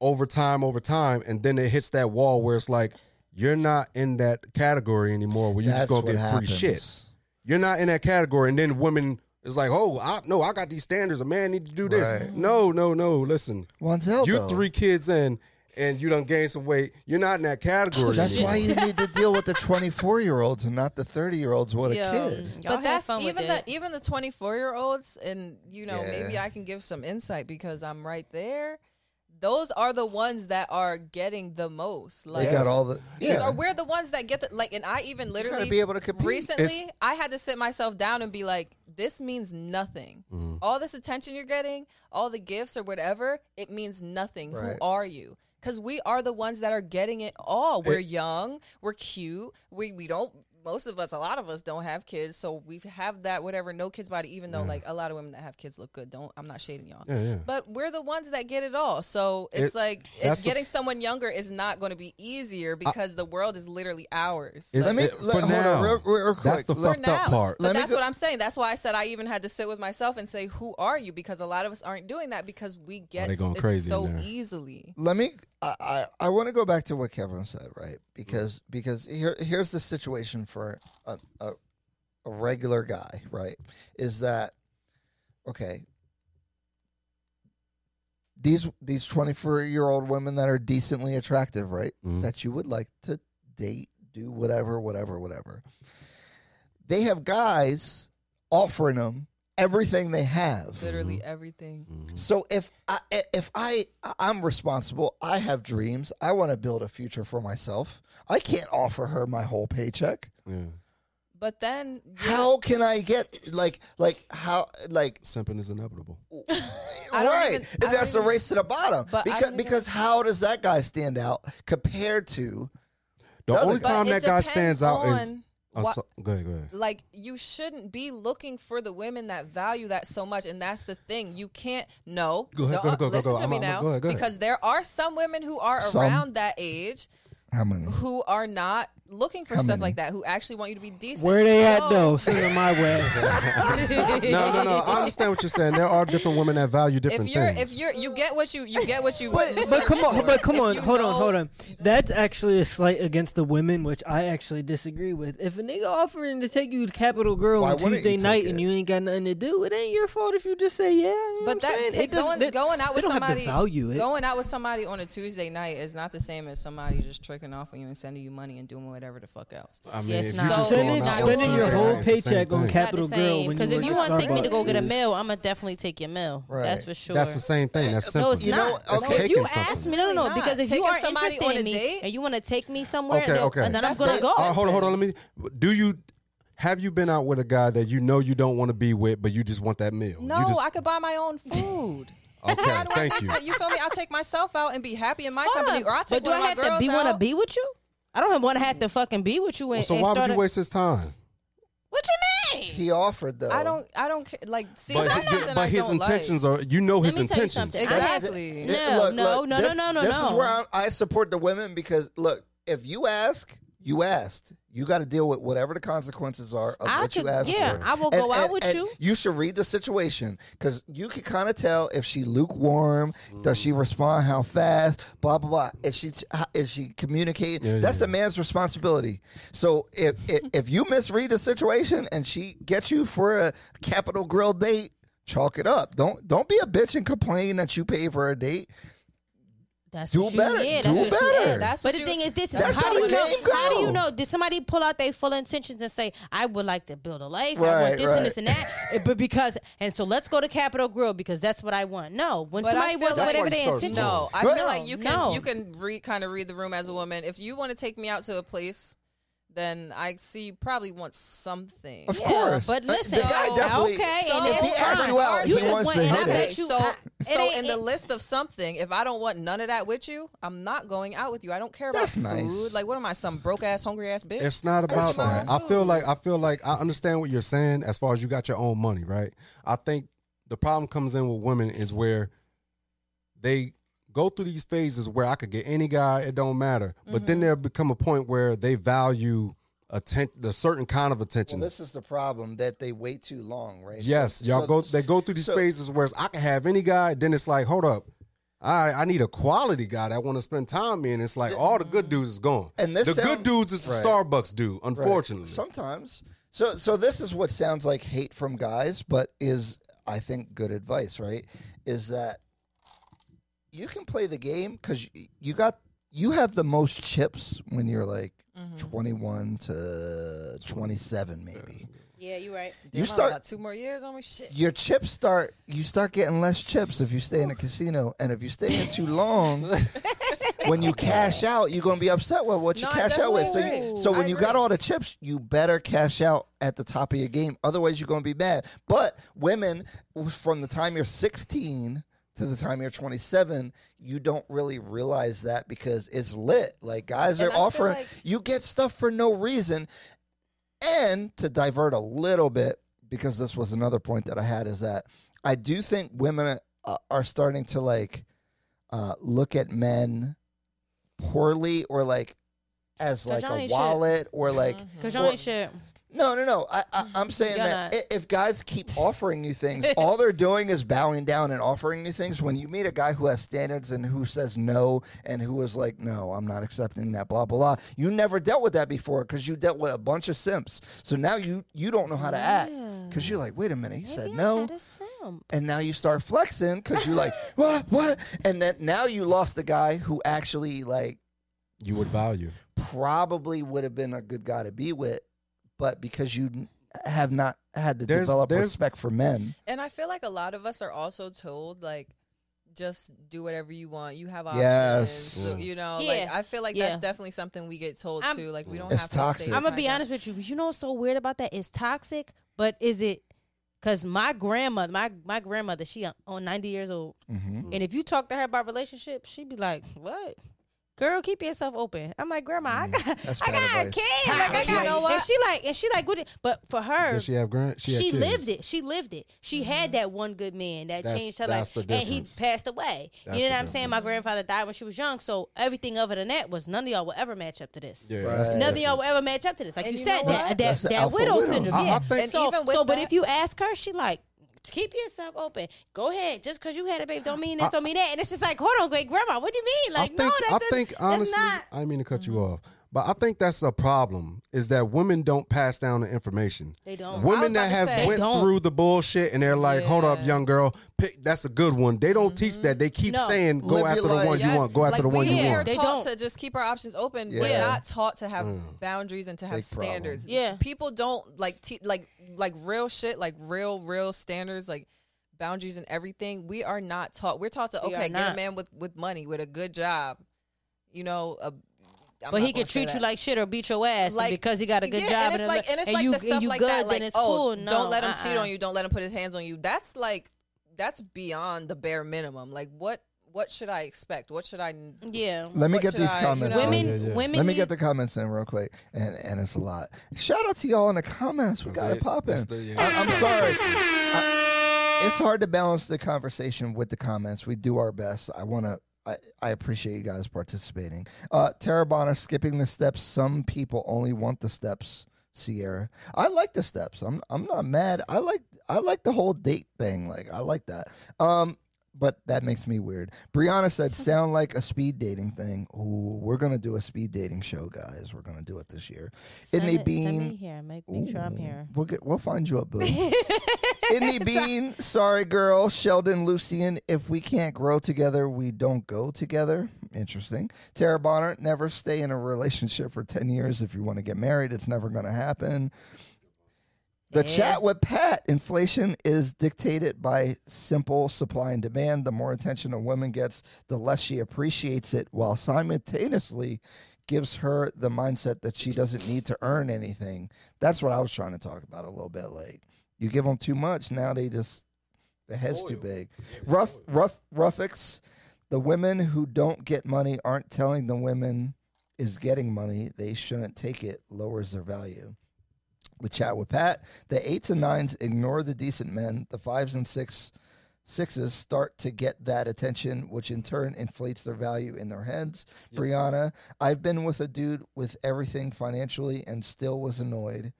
over time, over time, and then it hits that wall where it's like you're not in that category anymore where you
That's
just gonna
what
get
happens.
free shit. You're not in that category, and then women It's like, oh, I, no, I got these standards. A man need to do this.
Right.
No, no, no. Listen,
Wanzel,
you
though.
three kids in, and you done gained some weight. You're not in that category.
That's
anymore.
why you need to deal with the 24 year olds and not the 30 year olds. What a
Yo,
kid.
y'all
but
had
that's
fun with
even the
it.
even the 24 year olds and you know maybe
Yeah.
i can give some insight because i'm right there those are the ones that are getting the most
They
like
got all the.
these
Yeah.
are we're the ones that get the like and i even literally
be able to compete.
recently
It's-
i had to sit myself down and be like this means nothing
Mm-hmm.
all this attention you're getting all the gifts or whatever it means nothing
Right.
who are you because we are the ones that are getting it all we're
It-
young we're cute we, we don't most of us a lot of us don't have kids so we have that whatever no kids body even though like a lot of women that have kids look good don't i'm not shading y'all
Yeah, yeah.
but we're the ones that get it all. So it's
It-
like
that's
it's
the-
getting someone younger is not going to be easier because the world is literally ours.
It's-
Let me-
it-
let-
for
hold on,
now,
real- real
that's
quick.
the
Let-
for
fucked up
now.
part.
But
Let me
that's
go-
what I'm saying. That's why I said I even had to sit with myself and say, "Who are you?" Because a lot of us aren't doing that because we get
they going
it
crazy
so
in there.
easily.
Let me. I, I, I want to go back to what Kevin said, right? Because because here here's the situation for a, a, a regular guy, right? Is that okay? These these twenty four year old women that are decently attractive, right?
Mhm.
That you would like to date, do whatever, whatever, whatever. They have guys offering them everything they have.
Mm-hmm.
Literally everything.
So if I if I I'm responsible, I have dreams. I want to build a future for myself. I can't offer her my whole paycheck.
Yeah.
But then you're-
How can I get like like how like
Simping is inevitable.
I don't
right?
even- I don't
That's a
even-
race to the bottom.
But I
because
don't even-
because how does that guy stand out compared to
The
The other
only
guy-
but
time
it
that guy
depends
stands out is.
on
Oh,
what-
so- go ahead, go ahead.
like you shouldn't be looking for the women that value that so much and that's the thing you can't no
Go ahead,
no,
go ahead, go
uh,
ahead, go
listen
ahead.
to me
I'm- I'm-
now
go ahead, go ahead.
because there are some women who are
Some.
around that age
how many?
who are not looking for
How
stuff
many?
like that who actually want you to be decent
Where they at
So-
though? Send them my way.
No, no, no. I understand what you're saying. There are different women that value different
if you're
things.
if you're you get what you you get what you
but,
search
but come on,
for.
but come
If
on,
you
hold on,
know-
hold on. That's actually a slight against the women, which I actually disagree with. If a nigga offering to take you to Capital Girl
Why
on
wouldn't you
Tuesday
take
night
it?
and you ain't got nothing to do, it ain't your fault if you just say yeah. you know what I'm
But that
saying?
take,
doesn't-
going
that-
going out
they
with
don't have to
somebody
value it.
going out with somebody on a Tuesday night is not the same as somebody just tricking off on you and sending you money and doing whatever the fuck else.
I mean,
Yes,
if
nah.
you're just
So
going
then
out
spending
on
your
Tuesday
whole
night, it's the same
paycheck on
thing.
cap-
Not the
Capital Girl
same.
when
Because
you
if
went
you
to
want to take me to go get a
Starbucks.
meal, I'm gonna definitely take your meal. That's for sure.
That's the same thing. That's simple.
No, it's
You know,
not.
okay.
If you
Taking
ask
something.
me, no, no, no.
Really
Because if
not.
you are
Taking somebody
interested
on a
in me
date?
and you want to take me somewhere,
Okay,
then-
okay.
and then I'm
That's
gonna
not
go.
All right, hold on, hold on. Let me. Do you have you been out with a guy that you know you don't want to be with, but you just want that meal? You
No,
just-
I could buy my own food.
Okay,
Why do I
thank
have
you.
to- you feel me? I'll take myself out and be happy in my
Hold
company,
on.
or I'll take
But do
one
I
of my
have to
girls
be want to
out.
be with you? I don't want to have to fucking be with you. And,
so
and
why
start
would you
a-
waste his time?
What you mean?
He offered though.
I don't. I don't ca- like. See,
but
that's
his,
something
but
I
his
don't
intentions
like.
are. You know
Let
his
me tell you
intentions.
something. I have-
Exactly.
No,
Th- look,
no,
look,
no, no,
this,
no, no,
This is
no.
where I, I support the women because look, if you ask, you asked. You got to deal with whatever the consequences are of
I
what you
could-
asked.
yeah,
for.
I will go out with you.
You should read the situation because you can kind of tell if she lukewarm, does
Mm.
she respond how fast, blah blah blah. Is she how- is she communicating?
Yeah, yeah,
That's
yeah.
a man's responsibility. So if, if if you misread the situation and she gets you for a capital grill date, chalk it up. Don't don't be a bitch and complain that you paid for a date.
That's
Do
what you,
better.
Yeah,
Do
that's what
better.
You asked.
That's
but
what
the
you-
thing is, this is
That's
how
how
do you
the
know?
game
How do
go.
you know? Did somebody pull out their full intentions and say, "I would like to build a life. I
Right,
want this and this
right.
and that." eh, but because and so let's go to Capitol Grill because that's what I want. No, when
But I
somebody
feel
wants
like-
whatever
That's
their
why you start
intentions,
No, I
No,
feel like you can
no.
you can read kind of read the room as a woman. If you want to take me out to a place, then I see you probably want something.
Of course,
but
The-
listen,
the guy
so-
definitely.
okay,
so-
and
if he
it's
asks
fine.
you out,
You
he
just
wants
went
to
and
hit
I
it.
bet
Okay,
you-
so
I- it
so
ain't-
in the
it-
list of something, if I don't want none of that with you, I'm not going out with you. I don't care about
That's
food.
nice.
Like, what am I, some broke ass, hungry ass bitch?
It's not about
my
that.
own
I feel
food.
like I feel like I understand what you're saying as far as you got your own money, right? I think the problem comes in with women is where they go through these phases where I could get any guy, it don't matter. But
Mm-hmm.
then there become a point where they value atten- the certain kind of attention.
Well, this is the problem that they wait too long, right?
yes,
So-
y'all
so-
go they go through these
so-
phases where it's, I can have any guy, then it's like, hold up. I I need a quality guy that want to spend time with me, and it's like all the good dudes is gone.
And this
the
sound-
good dudes is the
Right.
Starbucks dude,
Right.
unfortunately.
sometimes So so this is what sounds like hate from guys, but is I think good advice, right? Is that you can play the game cuz you got you have the most chips when you're like
Mm-hmm.
21 to 27 maybe.
Yeah, you're right.
You
Damn, I
start-
got two more years on me. Shit.
Your chips start you start getting less chips if you stay in a casino and if you stay in too long when you cash out, you're going to be upset with what you
No, I
cash out with. So
definitely
you,
agree.
so
I
when you got
agree.
all the chips, you better cash out at the top of your game. Otherwise, you're going to be mad. But women, from the time you're 16 to the time you're 27, you don't really realize that because it's lit. Like guys
And
are
I feel
offering,
like-
you get stuff for no reason. And to divert a little bit, because this was another point that I had, is that I do think women uh, are starting to like uh, look at men poorly or like as like
y'all
a
ain't shit.
wallet or like
Because
Well-
y'all ain't shit.
no no no I, I I'm saying
Y'all
that
not.
i- if guys keep offering you things all they're doing is bowing down and offering you things when you meet a guy who has standards and who says no and who is like no I'm not accepting that blah blah blah you never dealt with that before because you dealt with a bunch of simps so now you you don't know how to act because you're like wait a minute he said no and now you start flexing because you're like, what, what? And then now you lost the guy who actually like
You would value.
probably would have been a good guy to be with, but because you n- have not had to
There's-
develop
there's-
respect for men.
And I feel like a lot of us are also told like just do whatever you want. You have options.
Yes.
So,
Mm.
you know, like
Yeah.
I feel like
Yeah.
that's definitely something we get told
I'm-
too. Like we don't
It's
have to
toxic.
stay
I'm gonna be
kinda-
honest with you. You know what's so weird about that? It's toxic, but is it? Cause my grandmother, my my grandmother, she uh, on 90 years old,
Mm-hmm.
and if you talk to her about relationships, she'd be like, "What, girl? Keep yourself open." I'm like, "Grandma,
Mm,
I got,
That's
I
bad
got a
advice.
kid. Like, I
You
got."
know what?
And she like, and she like, what? it- But for her,
Did she have grand? She, had
she
kids.
lived it. She lived it. She had
Mm-hmm.
that one good man that
That's-
changed her
that's
life,
the
and he
difference.
passed away.
That's
you know
the
what I'm saying? My grandfather died when she was young, so everything other than that was none of y'all will ever match up to this.
Yeah,
Right.
that's the
None
Nothing y'all will
difference.
ever match up to this. Like
And
you
you
said,
know
that
what? Uh-huh.
that,
That's the
that
alpha
widow
widow.
syndrome.
I- I
yeah.
think-
And
so,
even with
so but
that-
if you ask her, she like. Keep yourself open. Go ahead. Just because you had a baby, don't mean this,
I-
don't mean that. And it's just like, hold on, great grandma, what do you mean? Like,
I think,
no, that
I
doesn't-
think
that's
honestly,
not.
I didn't mean to cut you
Mm-hmm.
off, but I think that's a problem. Is that women don't pass down the information.
They don't.
I
Women
was
that
about to
has
say- They
went
don't.
through the bullshit and they're like, "Hold up,
Yeah.
young girl, pick, that's a good one." They don't teach that. They keep
No.
saying, "Go
Live your
after the
life.
one you
Yes.
want. Go after
Like,
the one
we
you
yeah,
are
want."
They
taught
don't.
to just keep our options open.
Yeah.
We're not taught to have
Mm.
boundaries and to have
Big problem.
standards.
Yeah.
people don't like te- like like real shit, like real real standards, like boundaries and everything. We are not taught. We're taught to
We are
okay, get a
not.
man with with money, with a good job, you know. A, I'm
But
not
he
gonna
could
say
treat you
that.
like shit or beat your ass and
Like,
because he got a good
yeah,
job
and it's like and it's like
you
the stuff
you
like
good,
that. Like,
then it's
oh,
cool. No,
don't let him cheat
uh-uh.
on you. Don't let him put his hands on you. That's like that's beyond the bare minimum. Like what what should I expect? What should I?
Yeah,
Let me
What
get
should
these
I, you
comments.
know-
in.
women,
yeah, yeah.
women.
Let me
need-
get the comments in real quick, and and it's a lot. Shout out to y'all in the comments. We
That's
got it
it.
popping.
That's the- yeah.
I, am sorry. I- it's hard to balance the conversation with the comments. We do our best. I want to. I, I appreciate you guys participating. Uh, Tara Bonner skipping the steps. Some people only want the steps. Sierra, I like the steps. I'm I'm not mad. I like I like the whole date thing. Like I like that. Um, but that makes me weird. Brianna said, "Sound like a speed dating thing." Ooh, we're gonna do a speed dating show, guys. We're gonna do it this year.
Send
Idney
it- send me
Bean-
here. Make make sure I'm
Ooh.
here.
We'll get we'll find you up, boo. Indy Bean, sorry girl, Sheldon Lucian. If we can't grow together, we don't go together. Interesting. Tara Bonner, never stay in a relationship for ten years if you want to get married. It's never gonna happen. The
Yeah.
chat with Pat, inflation is dictated by simple supply and demand. The more attention a woman gets, the less she appreciates it, while simultaneously gives her the mindset that she doesn't need to earn anything. That's what I was trying to talk about a little bit. Like you give them too much, now they just the head's too big. Rough, rough, roughics. The women who don't get money aren't telling the women is getting money. They shouldn't take it. Lowers their value. The chat with Pat. The eights and nines ignore the decent men. The fives and six sixes start to get that attention, which in turn inflates their value in their heads. Brianna, I've been with a dude with everything financially and still was annoyed.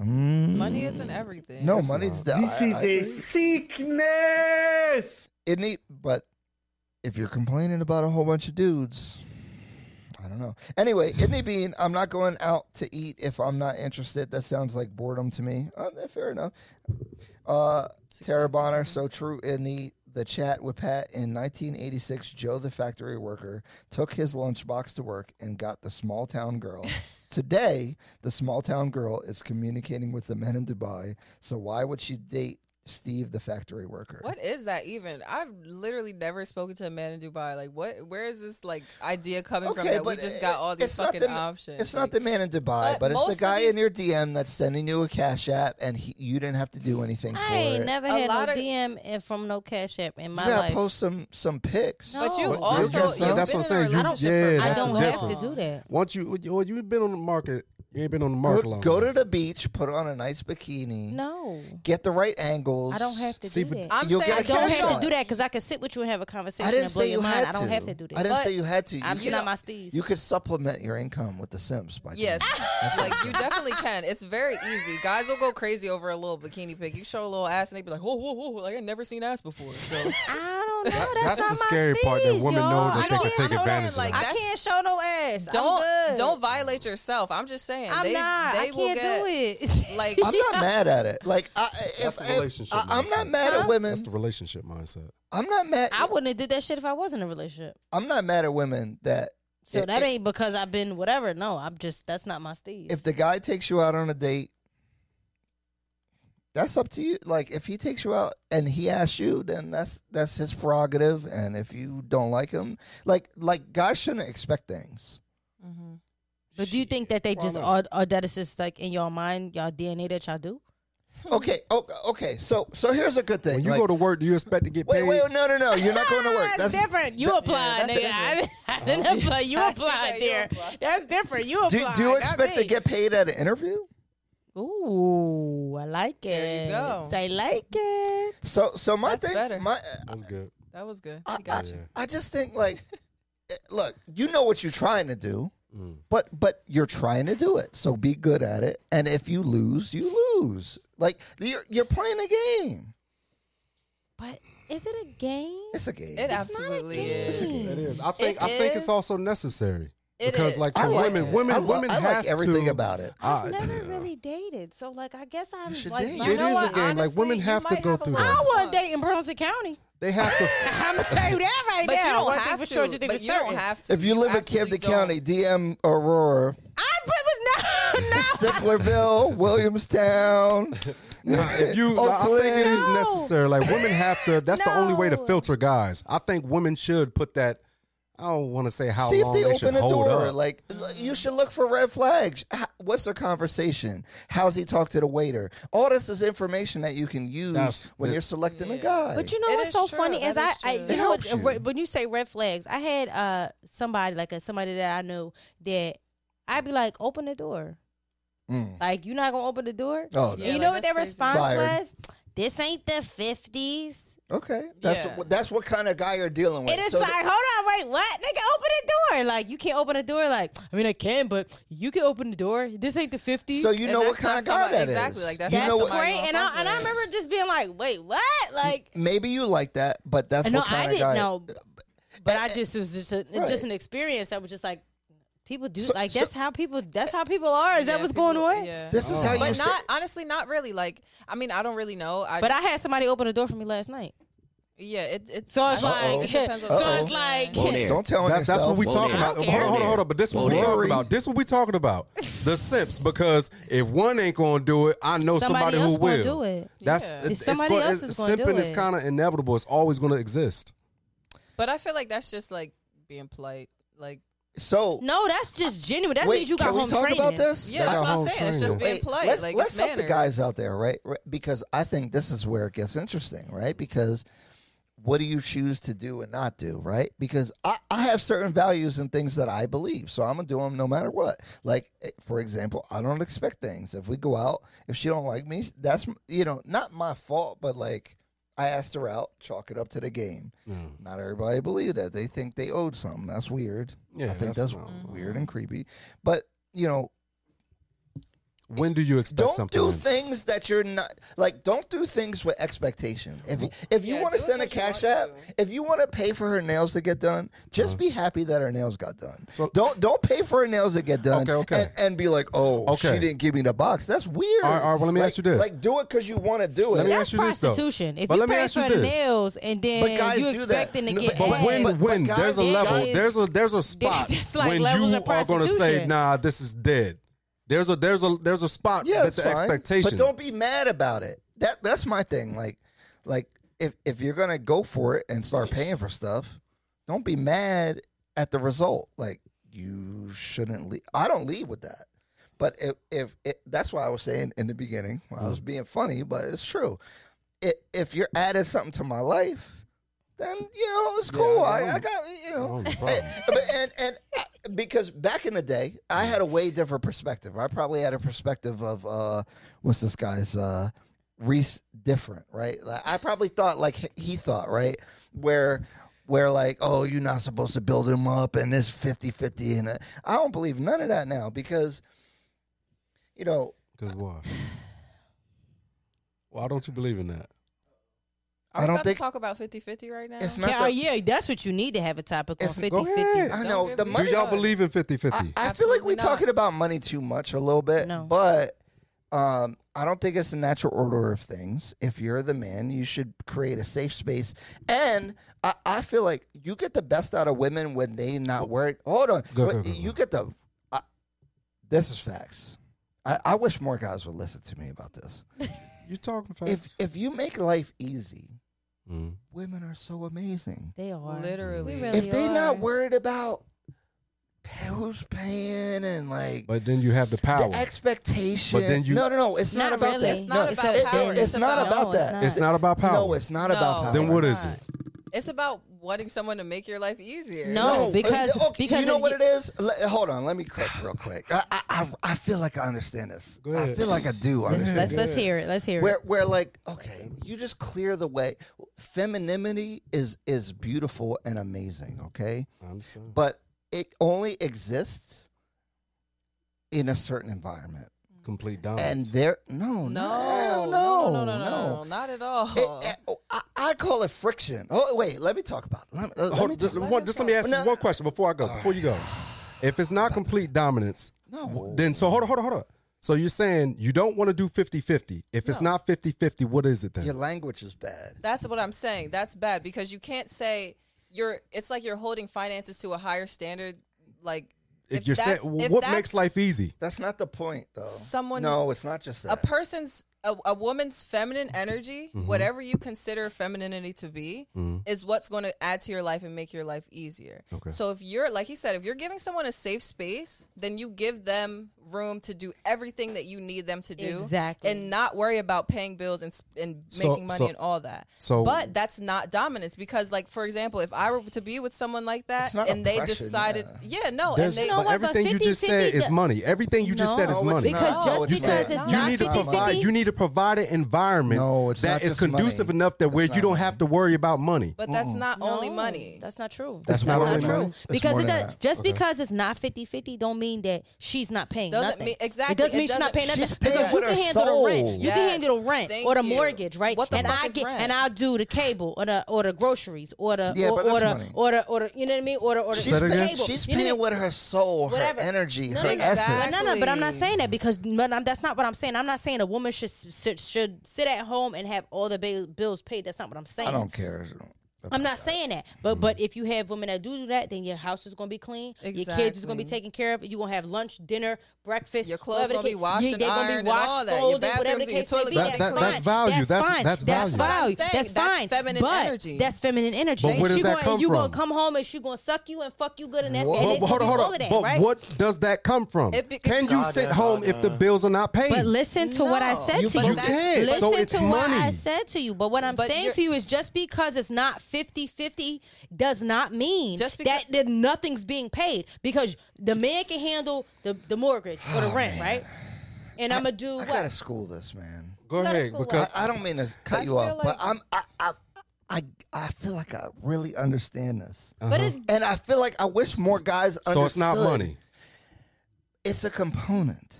Mm.
Money isn't everything.
No,
It's
money's
not.
the. I- I agree.
sickness.
Isn't it? But if you're complaining about a whole bunch of dudes, I I don't know. Anyway, kidney bean. I'm not going out to eat if I'm not interested. That sounds like boredom to me. Uh, eh, fair enough. Uh, Tara Bonner. So true in the the chat with Pat in 1986. Joe, the factory worker, took his lunchbox to work and got the small town girl. Today, the small town girl is communicating with the men in Dubai. So why would she date Steve, the factory worker?
What is that even? I've literally never spoken to a man in Dubai. Like, what? Where is this like idea coming from?
Okay,
That we
but
just
it-
got all these
it's not
fucking
the-
options.
It's
Like,
not the man in Dubai,
But
but, it's
most
the
of
guy in
these-
your DM that's sending you a cash app, and he, you didn't have to do anything for
I ain't
it.
never
A
had
lot
no
of-
DM and from no cash app in
you
my
gotta
life.
post some some pics.
No.
But you
Well,
also,
that's what I'm saying.
you've
That's what
been in
I'm
a
saying. You-
relationship
yeah,
for
I
that's the
don't have to
difference.
do that.
Once you, well, you've been on the market. You ain't been on the market
Go,
long.
go to
enough.
the beach, put on a nice bikini,
No,
get the right angles.
I don't have to
See,
do
but
that.
I'm
You'll
saying
get
I
a
don't
cash
have
app.
to do that because I can sit with you and have a conversation
I didn't
and blow
say you
your mind.
had
I don't
to.
have to do that.
I didn't
But
say you had to.
I'm
you,
not my steez.
you could supplement your income with the Sims by doing
Yes,
that. That's
like
what I'm
you
saying.
definitely can. It's very easy. Guys will go crazy over a little bikini pic. You show a little ass, and they be like, "Whoa, whoa, whoa!" Like I never seen ass before. So
I don't know.
That-
that's
that's the
not my
scary part that
steez,
women know
y'all.
that
I
they
don't-
can take
I don't-
advantage of
like,
that.
I
That's-
can't show no ass. I'm
don't
good.
don't violate yourself. I'm just saying.
I'm
they,
not.
They
I
will
can't
get
do it.
like.
I'm not mad at it. Like I, if,
the
if-
relationship
I, I'm not
mindset.
mad at
That's
women.
the relationship mindset.
I'm not mad.
I wouldn't have did that shit if I was in a relationship.
I'm not mad at women that
So
It-
that
it-
ain't because I've been whatever. No, I'm just that's not my steez.
if the guy takes you out on a date, that's up to you. Like if he takes you out and he asks you, then that's that's his prerogative. And if you don't like him, like like guys shouldn't expect things.
Mhm.
but do you think that they
Why
just are,
not?
are that is just like in your mind, y'all DNA that y'all do? Hmm.
Okay, okay, okay. So so here's a good thing.
When you
Like,
go to work, do you expect to get
wait,
paid?
wait, no, no, no. You're not going to work.
That's,
That's
Ah, different. You
that-
applied,
that's
nigga. I didn't, I didn't apply. You
She
applied
said you
there.
applied.
That's different. You applied.
Do, do you
not
expect to
me.
get paid at an interview?
Ooh, I like it.
There you go.
I like it.
So so my
That's
thing,
better.
my
That's good.
That was good.
I,
He got
I-
you.
you.
I just think like, eh, look, you know what you're trying to do.
Mm.
but but you're trying to do it so be good at it and if you lose you lose like you're, you're playing a game
But is it a game?
it's a game
not
It
a
absolutely
game.
is.
It's a game.
It is. I think. I
It
think
is.
it's also necessary
It
because,
is.
like,
I
for
like
women,
it.
women,
I, lo-
women
I like
has
everything
to-
about it
I-
I've never
yeah.
really dated, so like I guess I'm
should
like
date.
not-
It
You know
is a
what?
game. Like,
Honestly,
women
you
have to
might
go
have a
through
lot
that.
I
of
want
fun.
to date in Burlington County.
They have to.
I'm gonna tell you that right
But you
now.
don't
One thing
have
for
to.
sure, you think
but
for
you don't
certain.
have to.
if you live in
absolutely
Camden
don't.
County DM Aurora
I put no, no.
Sicklerville Williamstown
if you,
Oh,
I think it is
No.
necessary. Like women have to. That's the only way to
No.
filter guys. I think women should put that. I don't want to say how
see if
long
they,
should
open a
hold
door
up.
like l- you should look for red flags H- what's their conversation how's he talk to the waiter all this is information that you can use
That's-
when
that-
you're selecting a
Yeah.
guy
But you know
It
what's
is
so
true.
funny is I,
That
I
is
you
true.
It
know what,
helps you.
re- when you say red flags, I had uh somebody like a somebody that I knew that I'd be like, open the door.
Mm.
Like you're not gonna open the door.
oh no.
And you
like,
know what
that's
their
crazy.
response
Fired.
was? This ain't the fifties.
Okay, that's
Yeah.
what, that's what kind of guy you're dealing with.
It is
So
like,
th-
hold on, wait, what? Nigga, open the door. Like, you can't open the door. Like, I mean, I can, but you can open the door. This ain't the 50s.
so you
And
know what
that's not
kind of guy
somebody-
that is.
exactly, like, that's
you
that's
know what,
great. And I, and I
Somebody
remember just being like, wait, what? Like,
maybe you like that, but that's
no,
what kind
I
of
didn't
guy.
know. But I just, it was just, a,
Right.
just an experience that was just like, people do,
So-
like,
so-
that's how people, that's how people are. Is that
Yeah,
what's
people-
going on?
Yeah.
This is
Oh.
how you.
But
say-
not honestly, not really. Like, I mean, I don't really know. I,
But I had somebody open the door for me last night.
yeah, it, it's
So it's
Uh-oh.
like,
Depends on
so
the
it's
person.
like,
Whoa there.
don't tell on
That's, that's what
yourself.
we
Whoa
talking
there.
about.
Whoa
Hold on, hold on,
there.
hold on. But this what
Whoa
we
there.
talking about. This what we talking about. The simps, because if one ain't gonna do it, I know somebody,
somebody else
who
gonna
will.
do it.
That's
Yeah.
it- it's
Somebody
gonna-
else
it's-
is gonna do
simping is
it.
kind of inevitable. It's always gonna exist.
But I feel like that's just like being polite. Like,
So
No, that's just genuine. That
wait,
means you got
can we
home
talk
training.
about this?
yeah,
Like
that's
a
what I'm
whole
saying. It's
triangle.
just being
Wait,
polite.
let's,
like,
let's
it's
help the
manners.
guys out there, right? Right, Because I think this is where it gets interesting, right? Because what do you choose to do and not do, right? Because I, I have certain values and things that I believe, so I'm gonna do them no matter what. Like, eh, for example, I don't expect things. If we go out, if she don't like me, that's m- you know not my fault, but like. I asked her out, chalk it up to the game. Not everybody believed that. They think they owed something. That's weird.
Yeah,
Mm-hmm.
I think that's,
that's not-
weird and creepy. But, you know,
When do you expect
don't
something?
do
in?
things that you're not like. Don't do things with expectation. If you, if you
Yeah,
want to
do it
send a
'cause you
cash
want
app, if you want to pay for her nails to get done, just be happy that her nails got done.
Uh-huh. So-
don't don't pay for her nails to get done.
Okay, okay.
And, and be like, oh,
Okay.
she didn't give me the box. That's weird.
All right, all right, well, let me
Like-
ask you this.
Like, do it because you want to do it.
Let me
That's
ask you this, though.
prostitution. if
But
you
let me
pay
ask you
for the
this.
nails and
But
then
guys
you
do that.
expecting to
No,
get
But
ass,
when,
But-
when
but
there's a
guys-
level,
guys-
there's a there's a spot
That's like
when
levels
you
of
are going to say,
prostitution.
"Nah, this is dead." There's a there's a there's a spot
yeah,
that
that's
the
fine.
expectation.
But don't be mad about it. That that's my thing. Like, like if if you're gonna go for it and start paying for stuff, don't be mad at the result. Like you shouldn't leave. I don't leave with that. But if if it, that's why I was saying in the beginning, I was being funny, but it's true. If if you're adding something to my life, then you know it's cool. I, I got you know.
Oh, no problem.
and, but- and and uh, because back in the day, I had a way different perspective. I probably had a perspective of uh, what's this guy's uh, Reese different, right? Like, I probably thought like h- he thought, right? Where where like oh you're not supposed to build him up and it's 50-50 and uh, I don't believe none of that now because you know
Because why? Why don't you believe in that?
I
Are we
don't
about to
think-
talk about 50-50 right now?
it's not
Yeah, oh,
the,
yeah, that's what you need to have a topic on
It's-
50
go
50.
I
Don't
know
give
the
me
money
Do y'all
God.
believe in 50-50?
I, I feel like
Absolutely
we're
not.
talking about money too much a little bit,
No.
but um, I don't think it's the natural order of things. If you're the man, you should create a safe space. And I, I feel like you get the best out of women when they not worried. Hold on,
Go,
But
go, go,
you get the. I, this is facts. I, I wish more guys would listen to me about this.
you talking
If
facts?
if you make life easy,
Mm.
women are so amazing.
They are.
Literally.
We really
If they
are.
not worried about who's paying and like
But then you have the power.
The expectation.
But then you-
no, no, no. It's not,
Not
about
really.
that.
It's
no,
not about
it-
power.
It's,
It's
not
about-
about
No,
that.
it's
it's not about power.
No, it's not about
No,
power.
Then what
it's
is
not.
it?
It's about wanting someone to make your life easier.
No, because-
okay,
because
you know
if
what
you-
it is. Le- hold on, let me click real quick. I, I, I, I feel like I understand this.
Go
I
ahead.
feel like I do.
Let's,
understand
let's,
this.
let's hear it. Let's hear
Where,
it.
where, like, okay, you just clear the way. Femininity is is beautiful and amazing. Okay,
I'm sorry.
but it only exists in a certain environment.
Complete
And
dominance.
there, no,
No,
no,
no, no, no, no, no, no, not at all.
It- it- oh, I, I call it friction. Oh wait, let me talk about it. Let me- uh, let me
Hold on,
talk-
just, one- just let me ask
No.
you one question before I go. Before you go, if it's not complete dominance,
No.
then so hold on, hold on, hold on. So you're saying you don't want to do 50-50. If it's not 50-50, what is it then?
Your language is bad.
That's what I'm saying. That's bad because you can't say you're. It's like you're holding finances to a higher standard. Like
if, you're saying
that's- if
what
that's
makes life easy,
That's not the point, though.
Someone-
No, it's not just that.
a person's a, a woman's feminine energy, whatever you consider femininity to be, is what's going to add to your life and make your life easier.
Okay.
So if you're like he said, if you're giving someone a safe space, then you give them room to do everything that you need them to do,
Exactly.
and not worry about paying bills and s- and
So-
making money
so-
and all that.
so-
but that's not dominance because, like for example, if I were to be with someone like that
It's not
and they
oppression,
decided, yeah, no, and
there's
they
know
but
what, but
everything you just
50-50
said is
the-
money. Everything you just said
No,
is
it's
money.
not.
Because
No,
just
it's
because
not.
it's
It's
you
not
need to
50
provide.
50,
You need to provide an environment
No, it's
that
not
is
just
conducive
money.
enough that where
It's
you
not
don't have to worry about money.
but that's not only
No,
money.
That's not true.
That's
not only
true.
money?
It's
Because
more
it
than
does,
that.
just because it's not 50 50 don't mean that she's not paying
Doesn't
nothing.
mean- exactly,
It doesn't
it
mean she's not paying
doesn't-
nothing.
She's paying
because you
with
can
her
handle the rent.
soul.
You can
Yes,
handle the rent
thank
or the
you.
mortgage, right?
What the
and
fuck
I
is
get
rent?
and I'll do the cable or the or the groceries or the
Yeah,
or,
but that's
or the
money.
or the or the you know what I mean? Or the or the
she's
Say that again?
cable.
she's
You know what
paying
I mean?
with her soul,
Whatever.
her energy,
No,
her
no, no.
essence.
No, no, but I'm not saying that because but I'm, that's not what I'm saying. I'm not saying a woman should should, should sit at home and have all the ba- bills paid. That's not what I'm saying.
I don't care.
I'm not saying that,
Mm-hmm.
but but if you have women that do do that, then your house is gonna be clean, your kids is gonna be
Exactly.
taken care of, you're gonna have lunch, dinner, breakfast,
Your clothes
whatever the
gonna be
case-
washed and
they're gonna be
ironed and all that. Your
whatever
bathrooms
the
and your
case may
toilet
be,
That- that- that's
fine.
value. That's-
fine.
that's value. That's what
I'm
value.
saying.
That's
That's
fine.
feminine
But
energy.
That's feminine energy.
But where
She
does that
gonna-
come
You gonna
from?
come home and she gonna suck you and fuck you good and that's
But,
and it's
but hold
gonna
on,
be
hold
all
on.
of that,
but
right?
what does that come from?
It be-
Can you
God
sit
damn,
home
God
if the
damn.
bills are not paid?
But listen to what I
No.
said
You-
to
but
you.
you can't.
Listen
So it's
to what
money.
I said to you. But what I'm
But
saying
you're-
to you is just because it's not 50-50 does not mean
Just
that,
because-
that nothing's being paid. Because the man can handle the, the mortgage or the rent, right? And I, am gonna do
I
what?
gotta school this, man.
go
Let us
ahead,
go
because
I, I don't mean to cut
I
you off,
feel
but
like-
I'm. I, I, I, I feel like I really understand this,
But it,
and I feel like I wish more guys.
so it's not
understood.
money.
It's a component.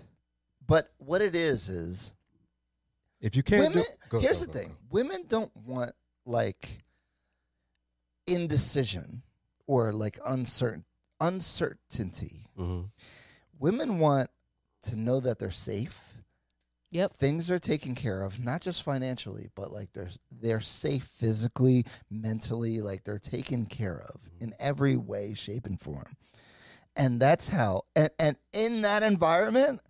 But what it is is
If you can't
women.
do, go-
here's
go-
the
go-
thing: women don't want like indecision or like uncertain uncertainty.
go. Mhm.
Women want to know that they're safe.
Yep.
Things are taken care of, not just financially, but like they're they're safe physically, mentally, like they're taken care of in every way, shape, and form. And that's how and, and in that environment,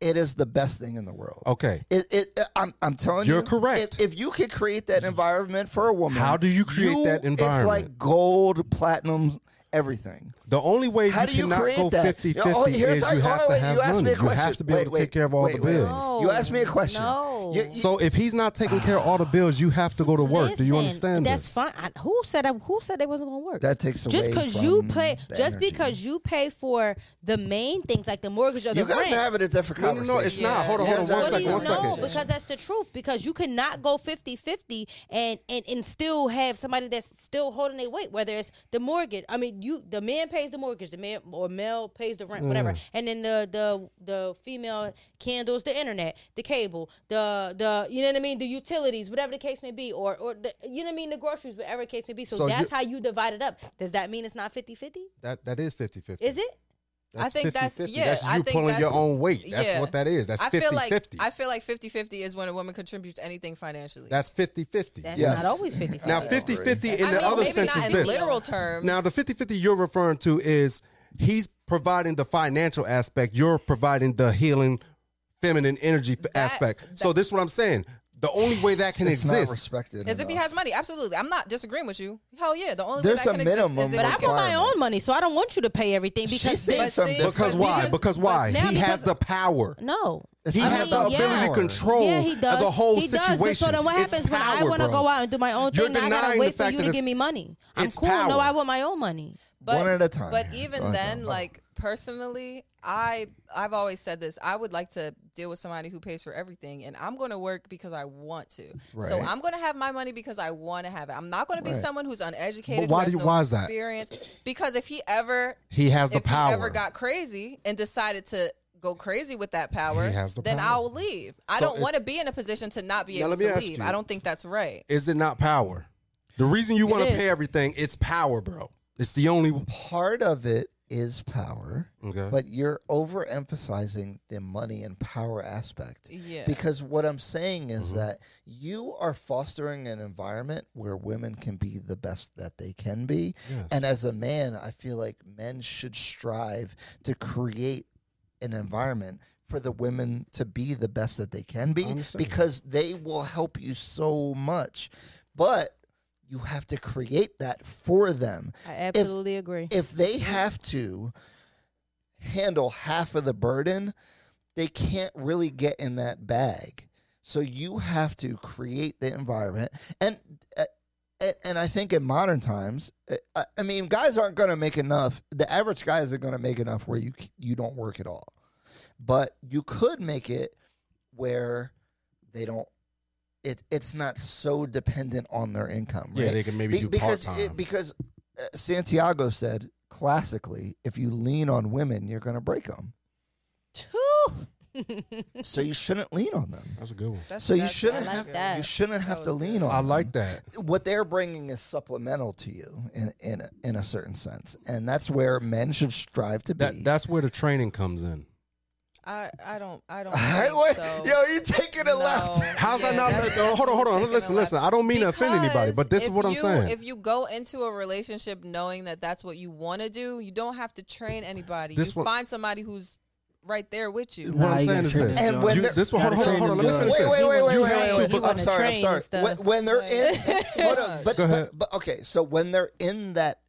it is the best thing in the world.
Okay,
It, it, uh, I'm, I'm telling you,
You're correct.
If, if you could create that environment for a woman,
How do you create that
It's
environment?
like gold, platinum, everything.
the only way
How
you
do you
cannot
create
go
that?
50
You know, oh,
50
here's
is
how-
you have
oh,
to
wait,
have
you asked me
money.
a
You have
question.
to be able
Wait,
to
wait,
take care of all
wait,
the
wait.
bills.
No.
You asked me a question.
No.
You- you-
So if he's not taking care of all the bills, you have to go to work. do you
Listen,
understand
That's
this?
fine. I- who said I, who said they wasn't gonna work?
that takes away
just because you
from
pay,
the
just
energy.
because you pay for the main things like the mortgage or the
you guys
rent.
are having a different
No, no,
conversation.
no, it's not. Hold on,
You
hold on,
guys are
one
what do
second,
you
one
know?
second.
Because that's the truth. Because you cannot go 50-50 and, and and still have somebody that's still holding their weight. Whether it's the mortgage, I mean, you the man pays the mortgage, the man or male pays the rent,
Mm.
whatever, and then the the the female candles, the internet, the cable, the the you know what I mean, the utilities, whatever the case may be, or or the, you know what I mean, the groceries, whatever the case may be. So,
So
that's
you-
how you divide it up. Does that mean it's not 50-50?
That that is 50 50.
Is it?
I think that's-
50-50.
yeah,
That's you
I think
pulling your
that's-
own weight. That's
yeah.
what that is. That's
I
50
feel like
50.
I feel like 50-50 is when a woman contributes anything financially.
That's 50 50.
That's
Yes.
not always 50-50.
Now, 50 50 in
I
the
mean,
other
maybe
sense
not
is
in
this.
literal terms.
Now, the 50 50 you're referring to is he's providing the financial aspect, you're providing the healing feminine energy f aspect. so, this is what I'm saying. The only way that can
It's not
exist.
respected.
is if he
enough.
has money. Absolutely, I'm not disagreeing with you. Hell yeah, the only
There's
way that
a
can exist
minimum
is if
But
But
it
I
can-
want my own money, so I don't want you to pay everything
She
because
said
then-
But see,
something.
but
Because
see,
why? Because why?
now
He has the power.
no.
It's
He
not
has the
about
ability to
power.
control
Yeah, he does.
the whole
he
situation.
Does, but so then what
It's
happens when I
power,
want to
bro.
go out and do my own
You're
thing? Now I gotta
denying the
wait for
fact
you
that
to
it's-
give me money. I'm
it's
cool. No,
power.
I want my own money.
But,
One at a time.
But even
Go ahead,
then,
Donna.
like personally, I I've always said this. I would like to deal with somebody who pays for everything, and I'm going to work because I want to. So
Right.
I'm going to have my money because I want to have it. I'm not going to be
Right.
someone who's uneducated.
But why
who has
do you-
no
why is that?
Experience because if he ever
He has the
if
power.
he ever got crazy and decided to go crazy with that power,
He has the
then
power.
I'll leave. I
So
don't
if-
want to be in a position to not be
Now,
able
let me
to
ask
leave.
you.
I don't think that's right.
is it not power? The reason you want to
is.
pay everything, it's power, bro. It's the only.
part of it is power,
Okay.
but you're overemphasizing the money and power aspect.
Yeah.
Because what I'm saying is
Mm-hmm.
that you are fostering an environment where women can be the best that they can be.
Yes.
And as a man, I feel like men should strive to create an environment for the women to be the best that they can be
understand.
because they will help you so much. But you have to create that for them
I
absolutely
agree.
if they have to handle half of the burden, they can't really get in that bag. So you have to create the environment, and uh, and- and I think in modern times, uh, I- I mean, guys aren't going to make enough. The average guys are going to make enough where you c- you don't work at all, but you could make it where they don't. It it's not so dependent on their income. Right?
Yeah, they can maybe
Be-
do
because
part time.
it- because uh, Santiago said classically, if you lean on women, you're going to break them. so you shouldn't lean on them.
That's a good one.
That's-
So you
that's- I
shouldn't
like
have
that.
you shouldn't have to
was
lean on.
I like
them.
that.
What they're bringing is supplemental to you in in a, in a certain sense, and that's where men should strive to be.
That that's where the training comes in.
I, I don't I don't.
Hey,
think
wait,
so.
Yo, you taking it left?
How's that not?
that's-
no, hold on, hold
taking
on.
a
Listen,
left.
listen. I don't mean to offend anybody, but this is
Because
what I'm
if you-
saying.
If you go into a relationship knowing that that's what you want to do, you don't have to train anybody.
This
you
one-
find somebody who's right there with you.
what
Nah,
I'm
you
saying
gotta
is
train
this.
them
And when
You-
they're-
this one, hold on,
gotta
hold on, hold on. Let me
train
finish
Wait,
this.
wait, wait, wait,
You
wait,
have
wait,
to-
wait.
You
I'm
wanna
sorry, I'm
train
sorry.
stuff.
When, when they're in,
That's too
hold on,
much.
but,
Go ahead.
but, but okay, so when they're in that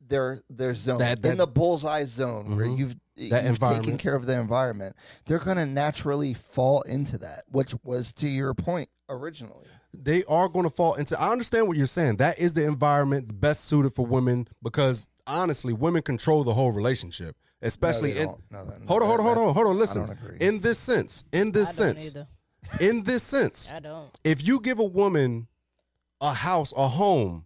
their their zone,
That-
in
that-
the bullseye zone where
Mhm.
you've
That
you've taken
environment.
care of the environment, they're gonna naturally fall into that, which was to your point originally.
they are going to fall into. I understand what you're saying. That is the environment best suited for women because honestly, women control the whole relationship, especially
they
in.
don't. No, they-
Hold on, hold on, hold
that's-
on, hold
I
on.
don't
Listen,
agree.
in this sense, in this
I don't
sense,
either.
in this sense,
I don't.
if you give a woman a house, a home,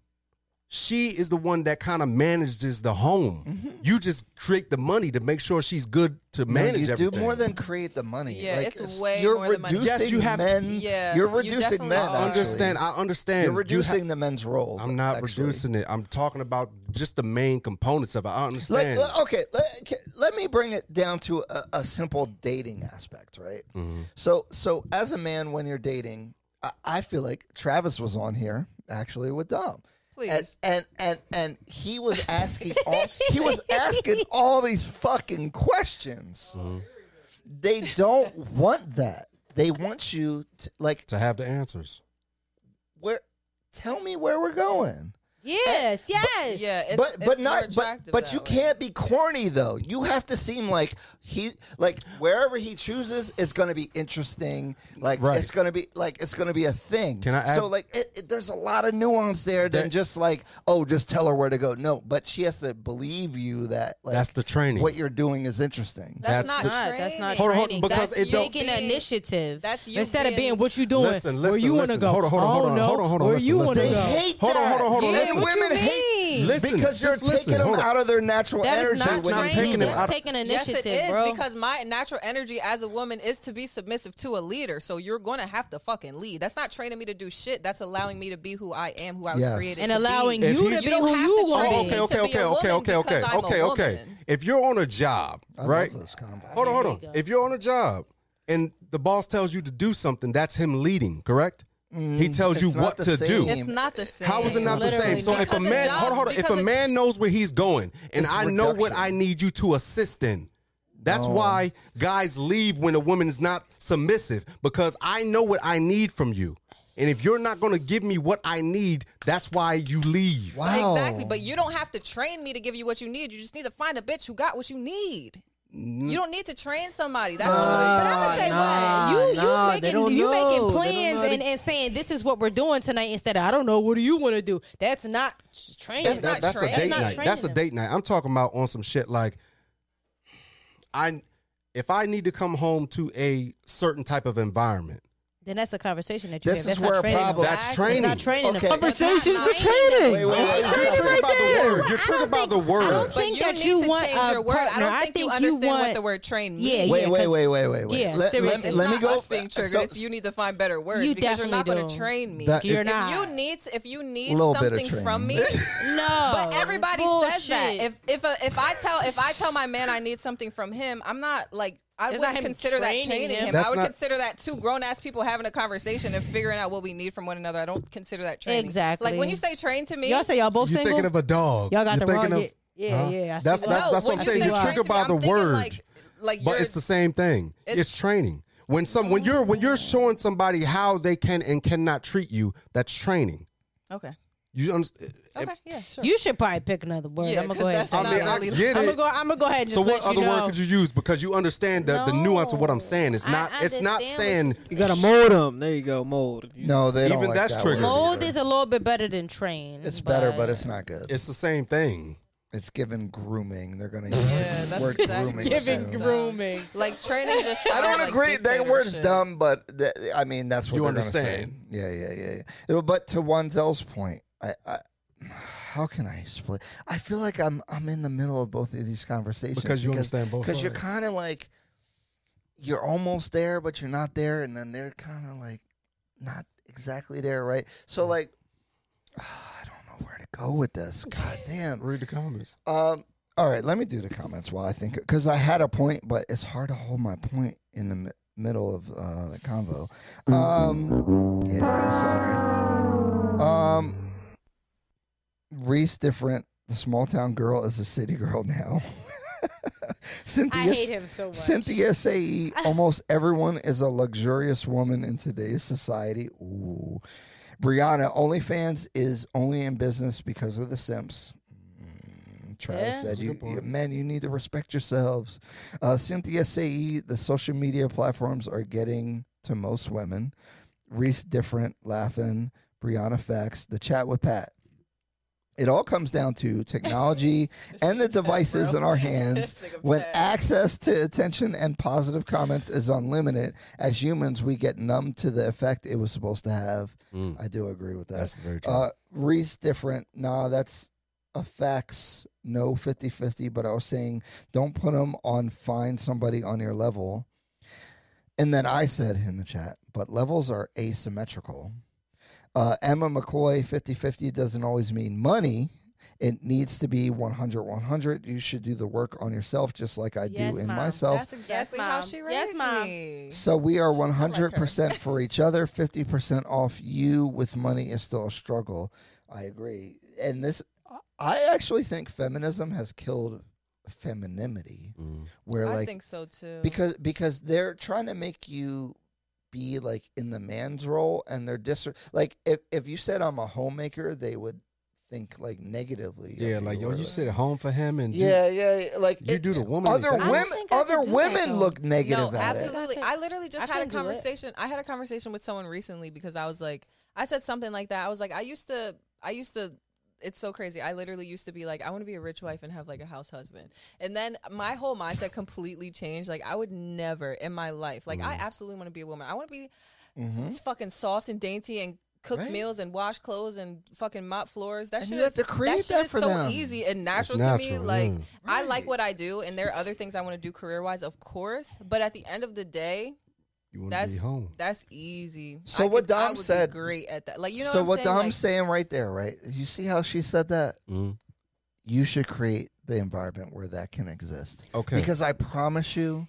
she is the one that kind of manages the home. You just create the money to make sure she's good to
Mm-hmm. No,
manage
you
everything.
do more than create the money.
Yeah,
Like,
it's way
you're
more than money.
reducing
Yes, you have-
men.
Yeah,
you're
you
reducing
definitely
men.
are.
I
actually.
understand. I understand.
You're
You ha-
reducing the men's role.
I'm not
actually.
reducing it. I'm talking about just the main components of it. I
Like, uh, oh.
understand.
le- okay, let, ca- let me bring it down to a, a simple dating aspect, right? So, so as a man, when you're dating, I, I feel like Travis was on here actually with Dom. And,
Please.
and and and he was asking all he was asking all these fucking questions. They don't want that. They want you to like
to have the answers.
where tell me where we're going.
Yes, yes.
Yeah, it's,
but
it's
but
more
not but,
attractive
but
that
you
way.
can't be corny though. You have to seem like he like wherever he chooses is going to be interesting. Like
Right.
it's going to be like it's going to be a thing.
Can I
so
add-
like it, it- there's a lot of nuance there than
That-
just like oh just tell her where to go. No, but she has to believe you that like
That's the training.
what you're doing is interesting.
That's,
That's
not
Not,
training.
that's not
Hold on, hold on,
training.
because
that's
it don't-
taking an initiative.
That's you
instead of
being-
being what you doing.
Listen,
where
listen,
you
listen.
to go?
Hold on, hold on,
I
hold
don't
on,
know
hold on, hold on,
Where
listen,
you
listen.
want to
they
no.
go?
hate
Hold on,
that.
hold on, hold on.
Yeah,
Listen.
what you
Women hate
mean?
Listen,
because you're
just
taking
listen.
them
Hold on.
out of their natural
That
energy
is not
when you
training.
take
taking
training.
them out
That's
of-
taking
Yes,
initiative,
it is
bro.
because my natural energy as a woman is to be submissive to a leader. So you're going to have to fucking lead. That's not training me to do shit. That's allowing me to be who I am, who I was
Yes.
created
and
to be.
allowing
If
you
he's-
to
You
be
don't
who
have
you
Oh,
want
to
to
train
be.
okay,
to
okay,
be a
okay,
woman
okay, okay, okay,
because I'm a
okay, okay.
woman.
If you're on a job,
I love
right?
this combo.
Hold on, hold on. If you're on a job and the boss tells you to do something, that's him leading, correct? he tells you
Mm, it's not
what
the
to do.
same.
It's not the same.
How is it not the same?
Literally.
So if a
Because the
man,
job-
hold on, hold on. If
because
a
the-
man knows where he's going, and
It's
I know what
reduction.
I need you to assist in, that's why guys leave when a woman is not submissive because I know what I need from you, and if you're not going to give me what I need, that's why you leave.
Wow.
Exactly, but you don't have to train me to give you what you need. You just need to find a bitch who got what you need.
Mm.
You don't need to train somebody. That's the way.
But I'm gonna say
Nah,
what you
nah, they
you
don't
making you
know.
making
They don't
plans
know how to-
and, and saying this is what we're doing tonight instead of I don't know what do you want to do. That's not training.
That's not
that's
training.
a date
That's not
night. That's a
training.
date night. I'm talking about on some shit like I if I need to come home to a certain type of environment.
Then that's a conversation that you
This
have.
is
That's not
where a
training.
problem-
That's
That's
training.
It's not training.
Okay.
The
Conversations
Conversations
to
to
Wait,
training.
wait, wait,
You're
wait,
triggered
wait.
by the word. You're
I
triggered
don't
by the
I
word.
don't think
you
that
need
you
to
want
change
a
your word. I don't
partner. I
think you
think
understand what
want-
the word train means.
Yeah,
Wait,
yeah,
wait,
'cause-
wait, wait, wait, wait.
Yeah,
let, let,
seriously.
let,
It's
me
not
go.
us being triggered.
so-
it's you need to find better words
You
because you're not
definitely
going to
do.
train me.
That is-
You're
if
not.
you need if you need
Little bit of
something from me,
training.
No,
but everybody says that.
Bullshit.
If if a, if I tell if I tell my man I need something from him, I'm not like I
It's not
wouldn't
him
consider that
training
training
him.
him.
That's
I would
not-
consider that two grown ass people having a conversation and figuring out what we need from one another. I don't consider that training.
Exactly.
Like when you say train to me,
y'all say y'all both
You're
single.
thinking of a dog.
Y'all got
You're
the wrong- e-,
thinking
yeah, yeah, yeah, I see
that's
what-
that's,
No,
that's what
when
I'm
you
saying.
say
You're
train
triggered
to me,
by
I'm
the
thinking,
word.
Like, like
but
you're-
it's the same thing. It's,
It's-
training. When some when you're when you're showing somebody how they can and cannot treat you, that's training.
okay.
You understand?
Okay. Yeah. Sure.
you should probably pick another word.
Yeah,
I'm gonna
'cause
go ahead.
that's
I
not
mean, I
really-
get
I'm gonna
it.
go. I'm gonna go ahead. And just
So what
let
other
you know.
word could you use? Because you understand the, the nuance of what I'm saying. It's
I
not. It's not
understand
saying.
You gotta mold them. There you go, mold. You-
No, they don't
Even
like
that's
that
triggered.
word
Mold
either.
is a little bit better than train.
It's better, but it's not good.
It's the same thing.
It's given grooming. They're gonna use
Yeah,
the
that's
word
exactly
grooming.
what
Giving
it
soon.
sounds.
grooming.
Like training just.
I don't
sounds like
agree. That word's
dictatorship.
dumb, but th- I mean that's what
You
they're gonna say.
understand.
Yeah, yeah, yeah, yeah. But to Wanzel's point, I, I, how can I split? I feel like I'm I'm in the middle of both of these conversations
Because you understand both
Because you're
sides.
kind of like you're almost there, but you're not there, and then they're kind of like not exactly there, right?
Mm.
So like, I don't know where to go with this. God damn.
Read the comments.
Um, all right, let me do the comments while I think because I had a point, but it's hard to hold my point in the mi- middle of uh, the convo. Um, yeah, sorry. Um, Reese different. The small town girl is a city girl now. Cynthia,
I hate him so much.
Cynthia Sae, almost everyone is a luxurious woman in today's society. Ooh. Brianna, OnlyFans is only in business because of the Simps. Mm, Travis
Yeah.
said, you, you- men, you need to respect yourselves. Uh, Cynthia Sae, the social media platforms are getting to most women. Reese Different, laughing. Brianna Facts, the chat with Pat. It all comes down to technology and the devices in our hands. When access to attention and positive comments is unlimited, as humans, we get numb to the effect it was supposed to have. I do agree with that.
Mm. That's very true.
Uh, Reese different. Nah, that's affects no 50-50 but i was saying don't put them on find somebody on your level and then i said in the chat but levels are asymmetrical uh, emma mccoy 50-50 doesn't always mean money it needs to be 100-100 you should do the work on yourself just like i
Yes,
do in
Mom.
myself
That's exactly how
Mom.
she raised
Yes, Mom.
me.
so we are
her.
100% for each other, 50% off you with money is still a struggle. I agree. And this, I actually think feminism has killed femininity.
Mm.
Where,
I
like,
think so too.
because because they're trying to make you be like in the man's role and they're dis like if if you said I'm a homemaker they would think like negatively of
Yeah, like yo,
or,
you sit at home for him and you-
yeah yeah yeah, like
you do the womanly
other
thing. I
don't
women
think I
other
could do that,
women
though.
look negative
no,
at it.
absolutely.
I
I literally just
I
had a
can do it.
conversation. I had a conversation with someone recently because I was like, I said something like that. I was like, I used to, I used to. It's so crazy. I literally used to be like, I want to be a rich wife and have like a house husband. And then my whole mindset completely changed. Like I would never in my life. Like
Mm.
I absolutely want to be a woman. I want to be
Mhm.
it's fucking soft and dainty and cook
Right.
meals and wash clothes and fucking mop floors. That
And
shit
you have
is,
to create
that, shit
that
is
for
so
them.
easy and natural, to me.
natural,
Like
yeah.
I like what I do and there are other things I want to do career wise, of course. But at the end of the day,
you want to be
that's
home.
that's easy.
So
I
what
could- I
Dom
would be
said-
great at that. Like you know
so
what,
what
I'm saying?
Dom's
Like,
saying right there, right? You see how she said that?
Mm.
You should create the environment where that can exist.
Okay.
Because I promise you,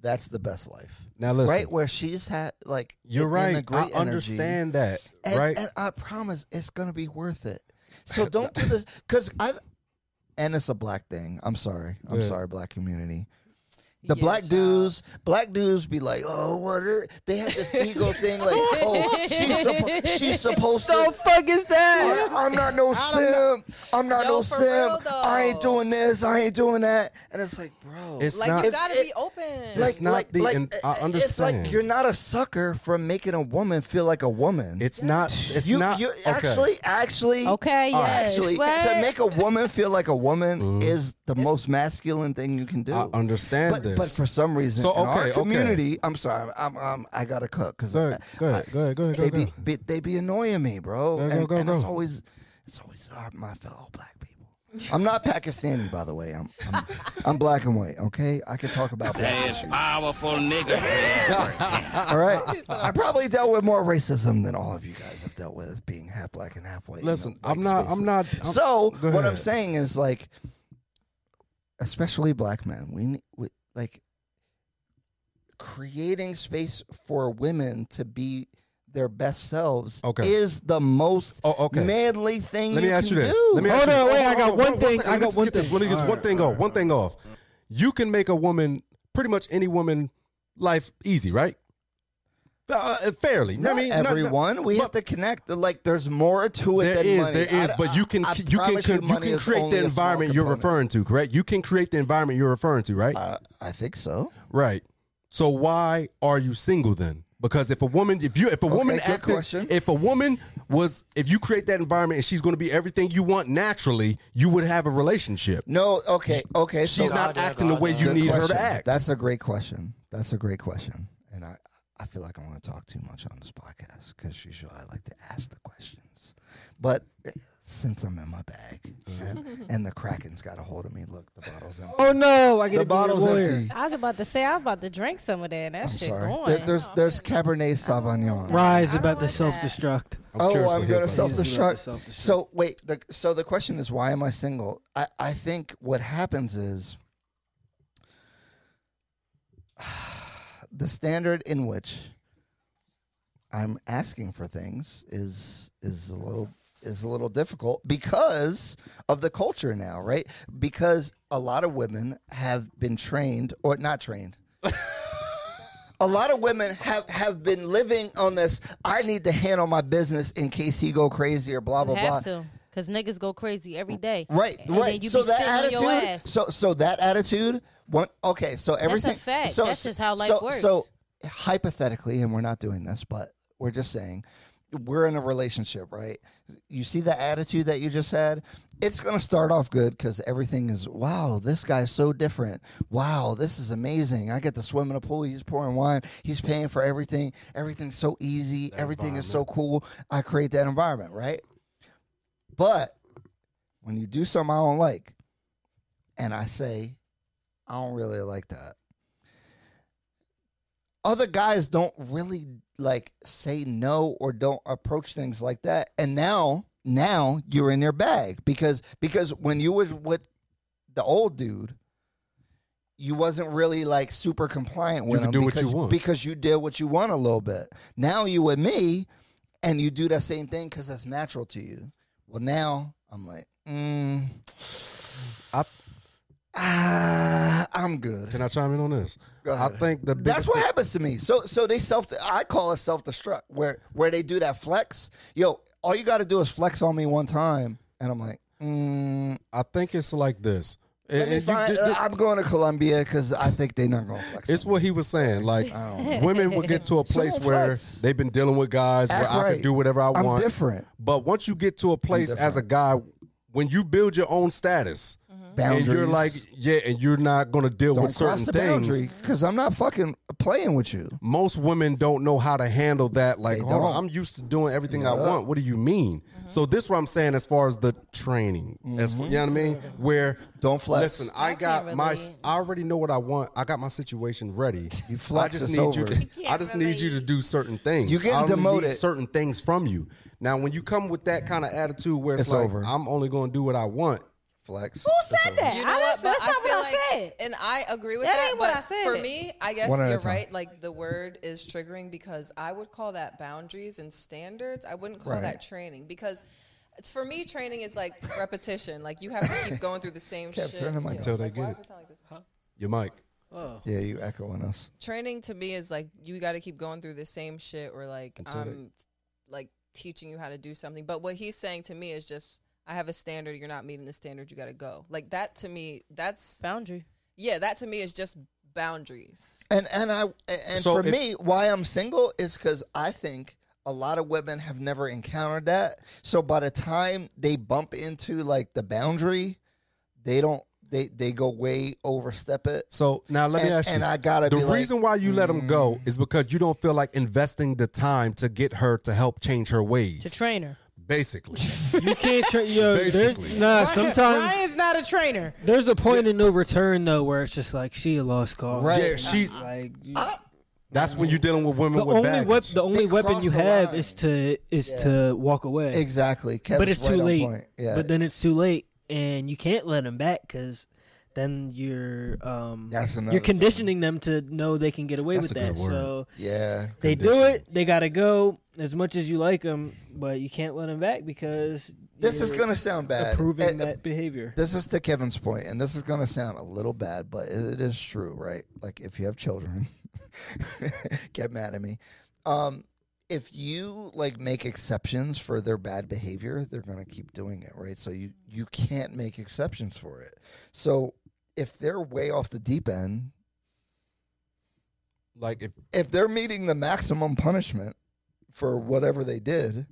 that's the best life.
Now listen,
right where she's had like
you're
in- in
right.
a great
I
energy.
understand that.
And-
right?
And I promise it's gonna be worth it. So don't do this because I and it's a black thing. I'm sorry. I'm
Yeah.
sorry, black community. The
Yeah,
black
child.
dudes, black dudes be like, oh, what? Are, they have this ego thing, like, oh, she's suppo- she's supposed to.
fuck is that?
I- I'm not no sim. I'm not
Yo,
no
for
sim.
real,
I ain't
though.
doing this. I ain't doing that. And it's like, bro,
It's
Like
not.
you gotta
it-
be open.
It's not the- and I
It's like
understand.
you're not a sucker for making a woman feel like a woman.
it's not. It's
you,
not.
you
okay.
actually, actually,
Okay, yes.
actually, to
What?
make a woman feel like a woman is the most masculine thing you can do.
Mm-hmm. I understand
But,
this.
but for some reason,
So,
in
okay,
our
okay.
community, I'm sorry, I'm, I'm, i gotta cook because
go ahead, go ahead, go ahead, go ahead, go
they
ahead.
be, be they be annoying me, bro.
Go, go,
and
go,
and it's
go.
always it's always our, my fellow black people. I'm not Pakistani, by the way. I'm I'm, I'm black and white. Okay, I can talk about black issues.
Powerful nigga.
All right, I probably dealt with more racism than all of you guys have dealt with being half black and half white. in
Listen,
the white
I'm not- I'm
spaces.
not- I'm-
so
Oh, go
what I'm
ahead.
saying is like, especially black men, we, ne- we like creating space for women to be their best selves
Okay.
is the most
Oh, okay.
manly thing.
Let
you
me ask you
can
this.
do.
Let me
Hold
ask
on,
you this.
wait, I got
hold
one
on,
thing.
second.
I
Let me
got
just
one
get this
thing.
Let me just
All
one
right,
thing
all
off. One thing off. You can make a woman pretty much any woman life easy, right? Uh, fairly.
Not
I mean, not- not-
Oh, everyone. we
but
have to connect. Like, there's more to it
There
than
is,
money.
there is,
I-
but you can
I
you can
promise
con- you
money
can
is
create
only
the
a small
environment you're
component.
referring to, correct? You can create the environment you're referring to, right?
Uh, I think so.
Right. So why are you single then? Because if a woman, if you, if a woman
good
acted,
question.
if a woman was, if you create that environment and she's going to be everything you want naturally, you would have a relationship.
No, okay, okay.
She's
so-
not acting the way you
Good
need her
question.
to act.
That's a great question. That's a great question, and I I feel like I'm going to talk too much on this podcast because usually I like to ask the questions, but eh, since I'm in my bag and, and the Kraken's got a hold of me, look, the bottle's empty.
Oh no, I
the
get to be a
bottle's
lawyer.
empty.
I was about to say I was about to drink some of that. And that
I'm
shit
sorry.
going.
There- there's there's Cabernet Sauvignon.
Rye's
I don't
about to
like
self
that.
destruct.
oh,
curious
I'm
what
going to
his
self
life
is about.
destruct.
Self-destruct.
So wait, the, so the question is, why am I single? I, I think what happens is the standard in which I'm asking for things is is a little is a little difficult because of the culture now, right? Because a lot of women have been trained or not trained a lot of women have have been living on this. I need to handle my business in case he go crazy or blah blah blah.
have to, cause niggas go crazy every day.
Right,
And
right.
Then you
so
be
that
sitting on
attitude.
your ass.
So so that attitude. One. Okay. So everything.
fact.
So,
That's just how life
so,
works.
So hypothetically, and we're not doing this, but we're just saying, we're in a relationship, right? You see the attitude that you just had? It's going to start off good because everything is, wow, this guy's so different. Wow, this is amazing. I get to swim in a pool. He's pouring wine. He's paying for everything. Everything's so easy. everything is so cool. I create that environment, right? But when you do something I don't like, and I say, I don't really like that. Other guys don't really like say no or don't approach things like that. And now, now you're in your bag because because when you was with the old dude, you wasn't really like super compliant with
can
him
do what
because,
you want.
because you did what you want a little bit. Now you with me, and you do that same thing because that's natural to you. Well, now I'm like, mm,
I,
ah, I'm good.
can I chime in on this?
Go
I
ahead.
think the biggest
That's what happens to me. So so they self I call it self destruct where where they do that flex. Yo, all you got to do is flex on me one time, and I'm like, mm,
I think it's like this.
let me
And- and you-
find- uh,
this- this-
I'm going to Colombia because I think they're not going to flex.
it's
on me.
what he was saying. Like women will get to a place
Someone
where
flex.
they've been dealing with guys
Act
where I
right.
can do whatever I
I'm
want.
different.
But once you get to a place as a guy, when you build your own status,
Mm-hmm. boundaries.
and you're like, yeah, and you're not going to deal
don't
with certain
cross the
things.
boundary because I'm not fucking playing with you.
Most women don't know how to handle that. Like,
They
hold on,
don't. Mm-hmm.
I'm used to doing everything I
Yeah.
want. What do you mean? So this what I'm saying as far as the training, as far, you know what I mean. Where
Mm-hmm. Don't flex.
Listen, I, got
can't
my.
relate.
I already know what I want. I got my situation ready.
You flex,
I just
it's
need you.
over.
To, I just need you to do certain things.
You getting
I only need
demoted.
Certain things from you. Now, when you come with that kind of attitude, where it's,
It's
like
over.
I'm only going to do what I want.
Flex.
Who said that?
You
I
know
didn't-
what? But
that's
I
not what
feel
I
like-
said.
And I agree with
That
that.
ain't what
but
I said.
For me, I guess
One at a
you're
time.
right. Like the word is triggering because I would call that boundaries and standards. I wouldn't call
Right.
that training because. It's, for me, training is like repetition. Like you have to keep going through the same
Kept
shit.
turning my-
Until they
Why
get
does
it.
it sound like this?
Your mic.
Yeah, you echoing us.
training to me is like you got to keep going through the same shit or like
Until they-
I'm like teaching you how to do something. But what he's saying to me is just I have a standard. You're not meeting the standard. You got to go. Like that to me. That's
Boundary.
yeah. That to me is just boundaries.
And and I and
So
for
if-
me, why I'm single is because I think a lot of women have never encountered that. So by the time they bump into like the boundary, they don't they they go way overstep it.
So now let me
And-
ask you.
and I gotta
The
be like, mm.
reason why you let him go is because you don't feel like investing the time to get her to help change her ways.
To trainer.
basically,
You can't tra- yo, there-
Basically.
nah, sometimes
Ryan's not a trainer.
there's a point in no return though where it's just like she a lost cause.
Right.
yeah, she's.
Like you-
That's when you're dealing with women
the
with
only
baggage.
wep- the only weapon
cross
you
the
have
line.
is to is to walk away.
Exactly. Kevin's
But it's
right
too
on
late.
point. Yeah.
But then it's too late and you can't let them back cuz then you're um
That's another
you're
thing.
conditioning them to know they can get away
That's
with
a
that.
good word.
So
yeah.
they do it, they got to go as much as you like them, but you can't let them back because
This is
you're
gonna sound bad. Eh,
approving
And-
that behavior.
This is to Kevin's point, and this is going to sound a little bad, but it it is true, right? Like if you have children, get mad at me. Um, if you like make exceptions for their bad behavior, they're going to keep doing it, right? So you you can't make exceptions for it. So if they're way off the deep end,
like if
if they're meeting the maximum punishment for whatever they did,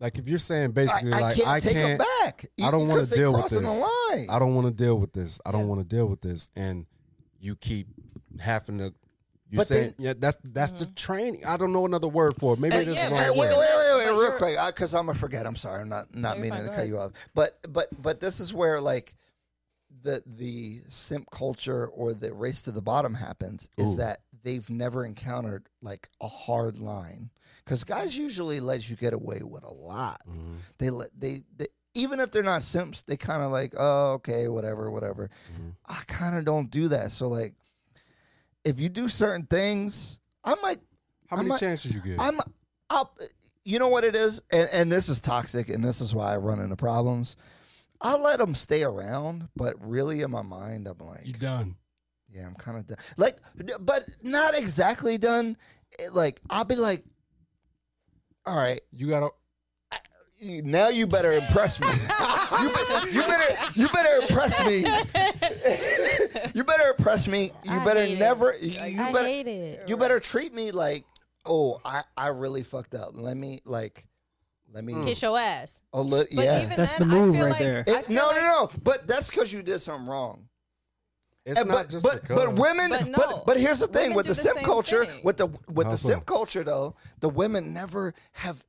like if you're saying
I,
basically
I
like
can't
I
take
can't
them back. e,
I don't wanna
because they
deal with
crossing
this.
The line.
I don't want to deal with this. I don't want to deal with this. And you keep having to. You
But
saying yeah? That's that's
Mm-hmm.
the training. I don't know another word for it. Maybe
Uh,
it is
yeah,
the
but
Wait,
wrong word.
wait, wait, wait,
But
real
you're-
quick, because I'm gonna forget. I'm sorry, I'm not not
you're
meaning
fine,
to
go
cut
ahead.
you off. But but but this is where like the the simp culture or the race to the bottom happens is
Ooh.
that they've never encountered like a hard line because guys usually let you get away with a lot.
Mm-hmm.
They let they, they even if they're not simps, they kind of like oh okay whatever whatever.
Mm-hmm.
I kind of don't do that. So like if you do certain things, I might
How many
I'm not-
chances you get?
I'm up. You know what it is, and, and this is toxic, and this is why I run into problems. I let them stay around, but really in my mind, I'm like,
you done?
yeah, I'm kind of done. Like, but not exactly done. It- like, I'll be like, all right,
You gotta.
you- now you better impress me. you, be- you better, you better impress me. you better impress me. You
I
better
hate it.
never. You, you
I
better.
hate it.
You better treat me like oh, I, I really fucked up. Let me like, let me
Kiss your ass.
a little.
But
Yeah.
even
That's
then,
the move
I feel
right
like,
there.
I
It-
feel
no,
like-
no, no. But that's because you did something wrong.
It's
And
not
but,
just
but,
because.
but women
But
but,
no,
but here's the thing
women
with
do
the
the
simp
same
culture
thing.
with the with
How
the
so?
simp culture though the women never have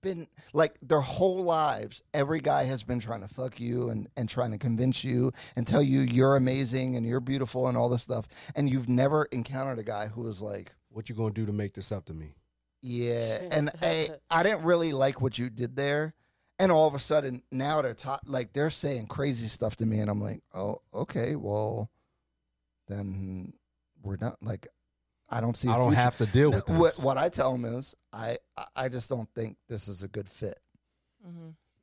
been like their whole lives every guy has been trying to fuck you and and trying to convince you and tell you you're amazing and you're beautiful and all this stuff and you've never encountered a guy who was like
What you gonna do to make this up to me?
yeah, and I, I didn't really like what you did there. And all of a sudden, now they're top, like they're saying crazy stuff to me, and I'm like, oh, okay, well, then we're not like, I don't see. I
I don't have to deal with
what,
this.
what I tell them is, I, I- I just don't think this is a good fit.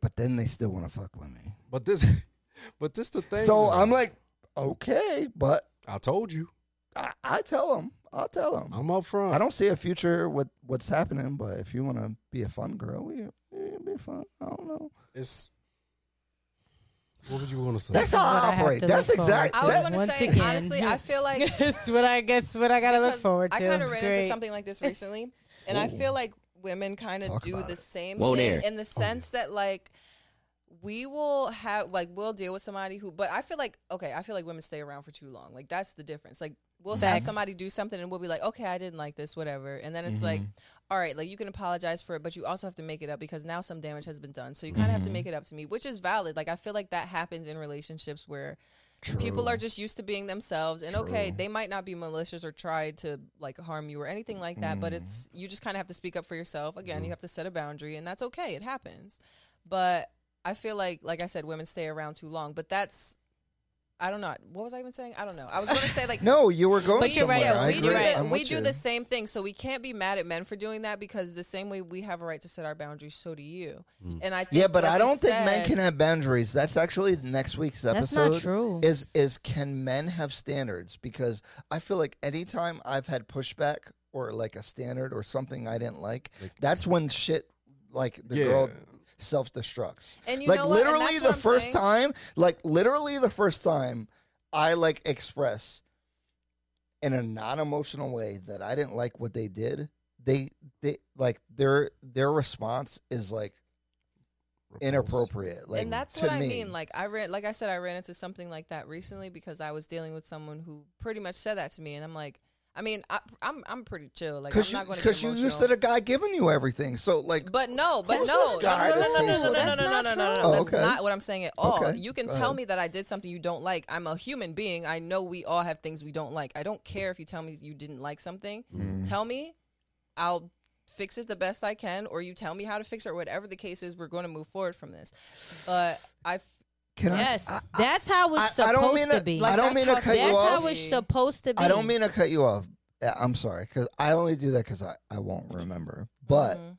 But then they still want to fuck with me,
But this, but this the thing.
so
though.
I'm like, okay, but
I told you,
I, I tell them, I'll tell them.
I'm up front.
I don't see a future with what's happening, but if you want to be a fun girl, we we be fun. I don't know.
It's what would you want to say?
That's how
what I
I
have
operate.
to
That's
look forward
exactly.
I was
That,
going to
Once
say,
again.
honestly, I feel like
That's what I guess. What I gotta look
because
forward to.
I kind of ran into
Great.
something like this recently, and I feel like women kind of
Talk
do
about
the
it. Oh,
same
Whoa
thing
there.
in the sense that like we will have like we'll deal with somebody who, but I feel like okay, I feel like women stay around for too long. Like that's the difference. Like we'll have
Facts.
somebody do something and we'll be like, okay, I didn't like this, whatever, and then it's like,
Mm-hmm.
all right, like you can apologize for it, but you also have to make it up because now some damage has been done, so you kind of
Mm-hmm.
have to make it up to me, which is valid. Like I feel like that happens in relationships where people are just used to being themselves and okay they might not be malicious or try to like harm you or anything like that
Mm.
but it's you just kind of have to speak up for yourself again you have to set a boundary and that's okay it happens but i feel like like i said women stay around too long but that's i don't know what was i even saying i don't know i was going to say like
no, you were going
But you're
somewhere.
right.
I
we do,
agree.
the,
I'm
we
with
do
you.
the same thing, so we can't be mad at men for doing that because the same way we have a right to set our boundaries, so do you. And I think
Mm. Yeah, but
like
I
you
don't think men
said-
can have boundaries. That's actually next week's episode.
That's not true.
Is is can men have standards? Because I feel like anytime I've had pushback or like a standard or something I didn't like, that's when shit like the
Yeah.
girl self destructs.
And you
like
know what? And
literally
that's
the
what I'm
first
saying.
time, like literally the first time I like express in a non emotional way that I didn't like what they did. They they like their their response is like inappropriate. Like
and that's
to
what I
me.
mean. Like I ran, like I said, I ran into something like that recently because I was dealing with someone who pretty much said that to me, and I'm like, I mean, I, I'm I'm pretty chill. Like I'm
because
not going to
because you used to the guy giving you everything. So like
But no, but
Who's
no,
this guy?
no, no,
This
no, no,
is-
no, no, no,
that's
no, no,
not
no, no, no.
true.
That's
Oh, Okay.
not what I'm saying at all.
Okay.
You can
Go
tell
ahead.
me that I did something you don't like. I'm a human being. I know we all have things we don't like. I don't care if you tell me you didn't like something.
Mm-hmm.
Tell me, I'll fix it the best I can, or you tell me how to fix it, or whatever the case is. We're going to move forward from this. But I,
can
Yes,
I, I,
that's how it's
I- I
supposed
don't mean
to
to-
be.
I don't
that's
mean to
how-
cut you
that's how
off.
it's supposed to be.
I don't mean to cut you off. Uh, I'm sorry because I only do that because I I won't remember. But
Mhm.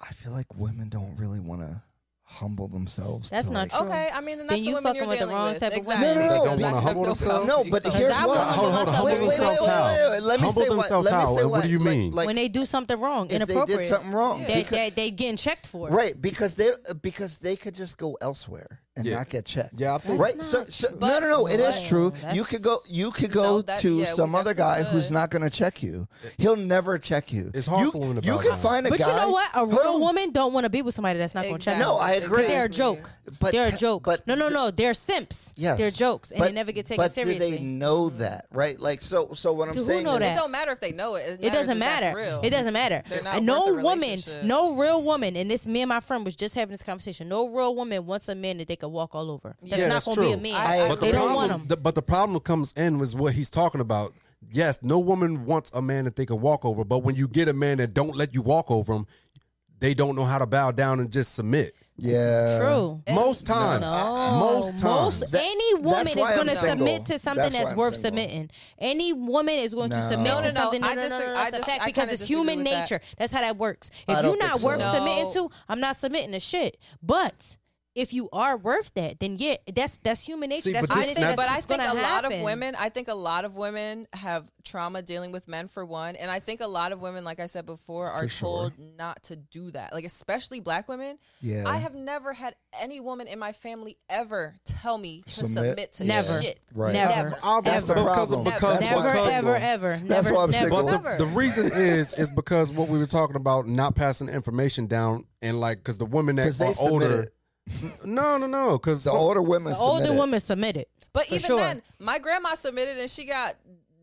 I feel like women don't really want to humble themselves.
That's
to,
not
like-
true.
okay. I mean,
Then
then that's
you
the women
fucking
you're
with the
dealing
wrong
with.
type of women.
exactly.
No, no, no,
Because
they
I
don't
have
wanna humble themselves.
No, but
Because
here's
I
why.
wanna
humble
Hold on, hold on.
myself.
Humble
Wait, wait,
themselves
wait,
how?
wait, wait, let me
humble
say what-
themselves
let me
how?
say
And what do you
like-
mean?
Like,
when they do something wrong,
if they
inappropriate,
did something wrong,
they,
because-
they, they getting checked for it.
Right, because they because they could just go elsewhere and
Yeah.
not get checked.
Yeah, I think-
right.
That's
so,
not
so-
true.
no, no, no. It is
But-
true.
Wow,
You could go.
that's-
You could
No,
go
that-
to
yeah, we
some other guy
definitely
who's
could.
not going to check you. He'll never check you.
It's hard
you,
for women to
You
bounce
can
back.
find a
But
guy.
you know what? A
Hold
real
on.
woman don't want to be with somebody that's not going to check.
Exactly.
No, I agree.
They're a
Exactly.
joke.
But
they're a
te-
joke.
but
no, no,
the-
no. They're simps.
Yes.
They're jokes, and
but,
they never get taken
but
seriously.
do they know that? Right. Like so. So what I'm
Do who
saying
know
is,
that?
It don't matter if they know it.
It
matters
doesn't
is that's
matter.
real.
It doesn't matter.
They're not
And no
worth a
woman,
relationship.
no real woman, and this me and my friend was just having this conversation. No real woman wants a man that they could walk all over. That's
Yeah,
not
that's
gonna be a
true.
man.
I- I-
But the
they don't
problem,
want him.
the- but the problem comes in with what he's talking about. Yes, no woman wants a man that they can walk over, but when you get a man that don't let you walk over him, they don't know how to bow down and just submit.
yeah.
True.
most times,
Eh, No.
most times,
Most- any woman is
why I'm
going to
single.
submit to something
That's
that's,
why I'm
worth
single.
submitting. Any woman is going to
No.
submit
No,
to
no, no.
something. No,
I
no, no, no,
disagree-
no,
I
that's a
dis-
fact
I
because
kinda
it's
disagree
human
with that.
nature. That's how that works.
I
If
don't
you're not
think so.
worth submitting
No.
to, I'm not submitting to shit. But if you are worth that, then yeah, that's that's human nature.
See,
that's
but
what
I
it
this-
is.
think,
that's
but I
what's
think a
gonna
lot of
happen.
women. I think a lot of women have trauma dealing with men for one, and I think a lot of women, like I said before, are
For sure.
told not to do that. Like especially black women.
Yeah.
I have never had any woman in my family ever tell me to submit,
Submit?
to
Never.
shit.
Right.
Never.
That's the
Ever.
problem.
Never.
Because-
That's why-
Never,
because-
ever, ever.
That's
never,
why I'm
never.
single.
But
Never.
the, the reason is is because what we were talking about not passing information down and like because the women that
'Cause they
are older.
submitted.
No, no, no. Because
The older women.
The older
submit it.
women submit it.
But
For
even
sure.
then, my grandma submitted and she got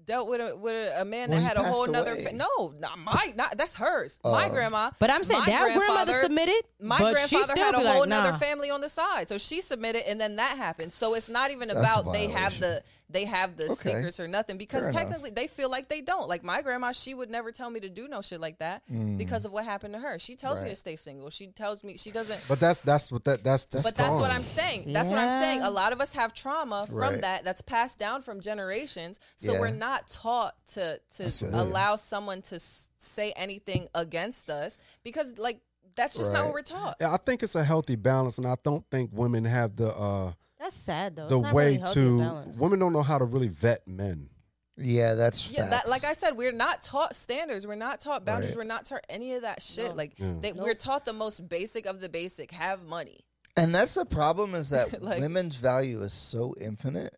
dealt with a, with a, a man
Well,
that
he
had a whole
passed
nother.
away. Oh.
Fa- no, not my, not that's hers. my grandma.
But I'm saying
my
that grandmother
grandfather-
submitted.
My
but she
grandfather
still
had a
be
whole
like,
nother
nah.
family on the side, so she submitted, and then that happened. So it's not even about they have the they have the secrets or nothing because
Fair enough.
technically they feel like they don't. Like my grandma, she would never tell me to do no shit like that
Mm.
because of what happened to her. She tells me to stay single. She tells me she doesn't.
but that's that's what that that's that's,
But that's what
wrong.
I'm saying. That's what I'm saying.
Yeah.
A lot of us have trauma from
Right.
that. That's passed down from generations. So
Yeah.
we're not taught to to
Absolutely.
allow someone to s- say anything against us because like that's just not what
Right.
we're taught.
Yeah, I think it's a healthy balance, and I don't think women have the uh
That's sad though.
the
it's not
way
really healthy
to.
balance.
Women don't know how to really vet men.
Yeah, that's
Yeah, that,
facts.
like I said, we're not taught standards. We're not taught boundaries.
Right. Mm.
We're not taught any of that shit. Like they,
Nope.
we're taught the most basic of the basic: have money.
And that's the problem is that
Like-
women's value is so infinite,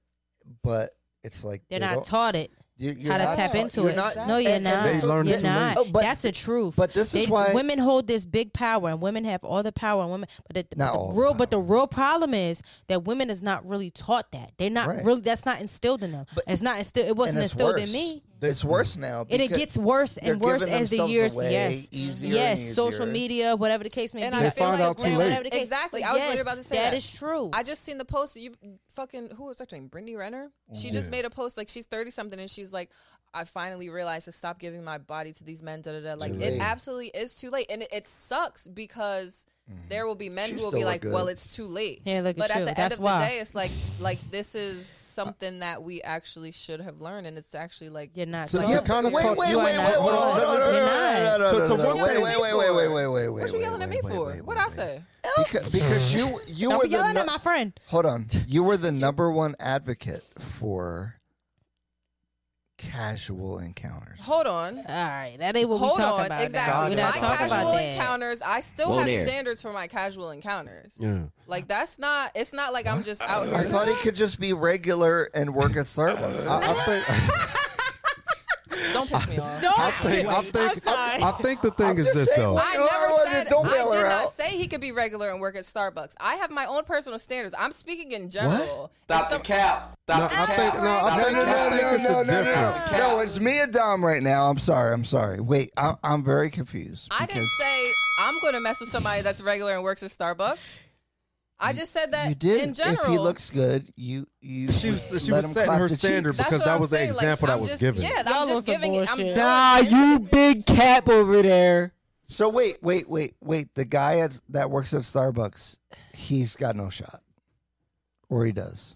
but it's like
They're
they
not
don't-
taught it
you- you're
how to
not
tap
taught-
into
you're
it.
not-
no, you're
and-
not.
and
they learned
you're
it too
not.
late. Oh, but-
That's the truth.
but this is
They-
why-
women hold this big power, and women have all the power. And women, but the, but
Not
the
all the
real, but the real problem is that women is not really taught that. They're not
Right.
really. That's not instilled in them. it's not instilled. It
and
wasn't
it's
instilled
worse.
in me.
It's worse now.
And it
because
gets worse
they're
and worse
giving
as the
themselves
years.
away
yes,
easier
yes,
and
social
easier.
media, whatever the case may
And
be.
I They feel
find like out too women- late.
Whatever the case-
Exactly.
but
I was
yes,
literally about to say that.
That is true.
I just seen the post. You fucking who was that? name? Brittany Renner. She just made a post like she's thirty something, and she's like, I finally realized to stop giving my body to these men. Da da da. Like
Too
it
late.
absolutely is too late, and it, it sucks because there will be men
She
who will
Mm-hmm. still
be
look
like,
good.
well, it's too late.
Yeah, look at
but at
you.
the end
That's
of
why.
the day, it's like like this is something that we actually should have learned, and it's actually like
You're not.
So
taught.
you're kinda
Wait, wait,
taught-
wait,
You are
wait,
not
wait,
taught.
hold on, no, no, no, no, no,
You're
no,
not.
no,
To-
no,
to
no,
one
wait,
thing-
wait, wait, wait, wait, wait, wait, wait.
what you yelling at me
wait,
for?
wait, wait,
what
wait,
I
wait.
say?
Because, because you you
Don't
were
be
the
yelling at
nu-
my friend.
hold on. You were the number one advocate for casual encounters.
Hold on.
All right, that ain't what
Hold
we talking
on,
about. Now. We're
exactly. My
not talking
casual
about that.
encounters, I still
Whoa
have
there.
standards for my casual encounters.
Yeah.
Like that's not. It's not like I'm just out
I
here.
thought he could just be regular and work at Starbucks.
I, I think
Don't piss me off.
I think I think I think the thing is this though.
I
You are one
never
that
said.
don't bail
I did
her
not
out.
say he could be regular and work at Starbucks. I have my own personal standards. I'm speaking in general.
Stop
Some-
the cap.
No, I think no, I think, I think it's a difference.
No, it's me and Dom right now. I'm sorry. I'm sorry. Wait, I, I'm very confused.
I didn't
because-
say I'm going to mess with somebody that's regular and works at Starbucks. I just said that
you did.
in general.
if he looks good, you you.
She was- she was setting her standard
That's
because
what
that
I'm
was the
saying, like,
example that
I'm
was
just-
given.
Yeah,
Y'all
I'm
on
just
some
giving. I'm
bullshit.
Nah, you big cap over there.
So wait, wait, wait, wait. The guy at, that works at Starbucks, he's got no shot, or he does.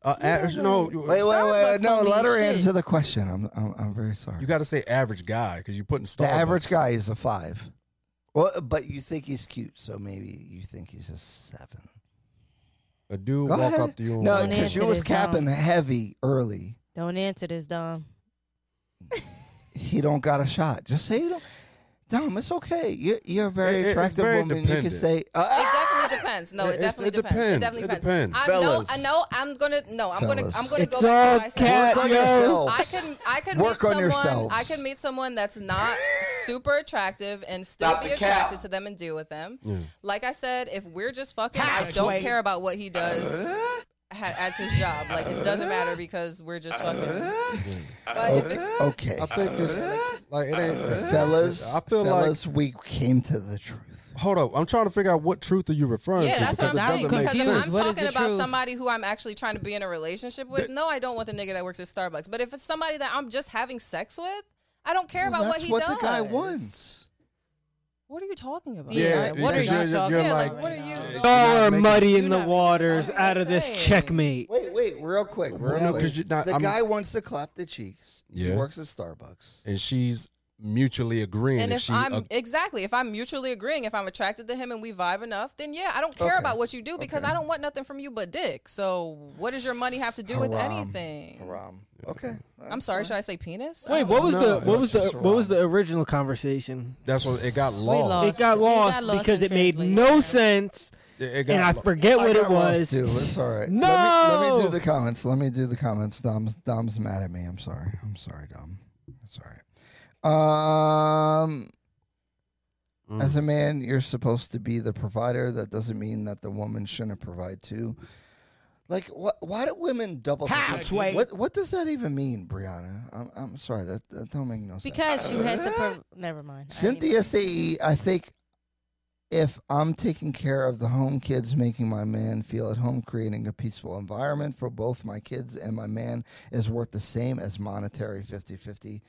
Uh, average, no,
Wait, wait, wait, wait.
Starbucks
No,
don't
let
mean
her
shit.
answer the question. I'm I'm, I'm very sorry.
you got to say average guy because you're putting Starbucks.
the average guy is a five. Well, but you think he's cute, so maybe you think he's a seven.
A dude
Go
walk
ahead.
up to you. and
No,
walk-
Don't
because
answer
you was
this, Dom.
um,
capping heavy early.
Don't answer this, Dom.
He don't got a shot. Just say you don't. Dom, it's okay. You're, you're a very
It- it- it's
attractive
very
woman. You
dependent.
can say, uh,
It definitely depends. No,
It-
it,
it's-
definitely
it
depends.
depends.
It definitely
It
depends.
depends.
I know.
Fellas.
I know. I'm gonna. No, I'm
Fellas.
gonna. I'm gonna
It's
go back
all
to what I said.
cat,
Work on
yo.
yourself.
I can. I can
Work
meet
on
someone.
yourselves.
I can meet someone that's not super attractive and still
Stop
be
the cap.
attracted to them and deal with them. Like I said, if we're just fucking, I don't
Halfway.
care about what he does. ha- As his job, like it doesn't matter because we're just fucking. But if
okay. Oh,
it's,
okay.
I
Uh,
think it's like it ain't
Uh, fellas,
I feel
fellas, we came to the truth.
like hold up. I'm trying to figure out what truth are you referring
Yeah,
to
that's
because
what I'm
it
saying.
doesn't make
Because if
sense.
I'm
What is
talking
the
about
truth?
somebody who I'm actually trying to be in a relationship with, no, I don't want the nigga that works at Starbucks. But if it's somebody that I'm just having sex with, I don't care
Well,
about what
that's
he
what
does.
the guy wants.
What are you talking about?
Yeah,
what are
because
you
you're-
talking
you're
Yeah,
about?
like,
like-
what are you?
Y'all are
making-
muddying the
not-
waters
I'm
out of this
saying.
checkmate.
Wait, wait, real quick, real
No,
quick.
'cause you're not-
the
I'm-
guy wants to clap the cheeks.
Yeah.
He works at Starbucks.
And she's mutually agreeing.
And
if,
if
she uh,
I'm
ag-
exactly, if I'm mutually agreeing, if I'm attracted to him and we vibe enough, then yeah, I don't care
Okay.
about what you do because I don't want nothing from you but dick. So what does your money have to do with
Haram.
anything?
Haram. Okay.
I'm sorry, should I say penis? I
Wait,
don't-
what was
No,
the what was the
it's just
what was the original conversation?
that's what it got
lost.
lost.
It
It got
got
lost,
lost
because
in
it made
translation.
no sense,
It- it got
and I
lo-
forget
I
what
got
it
lost,
was.
too. It's all right.
No!
Let me, let me do the comments. Let me do the comments. Dom's Dom's mad at me. I'm sorry. I'm sorry, Dom. That's all right. Um,
Mm.
as a man, you're supposed to be the provider. That doesn't mean that the woman shouldn't provide too. Like, what? Why do women double?
Halfway.
What? What does that even mean, Brianna? I'm, I'm sorry. That, that don't make no sense.
Because she has to. Prov- Never mind. I ain't-
Cynthia said, I think if I'm taking care of the home kids, making my man feel at home, creating a peaceful environment for both my kids and my man is worth the same as monetary 50 50.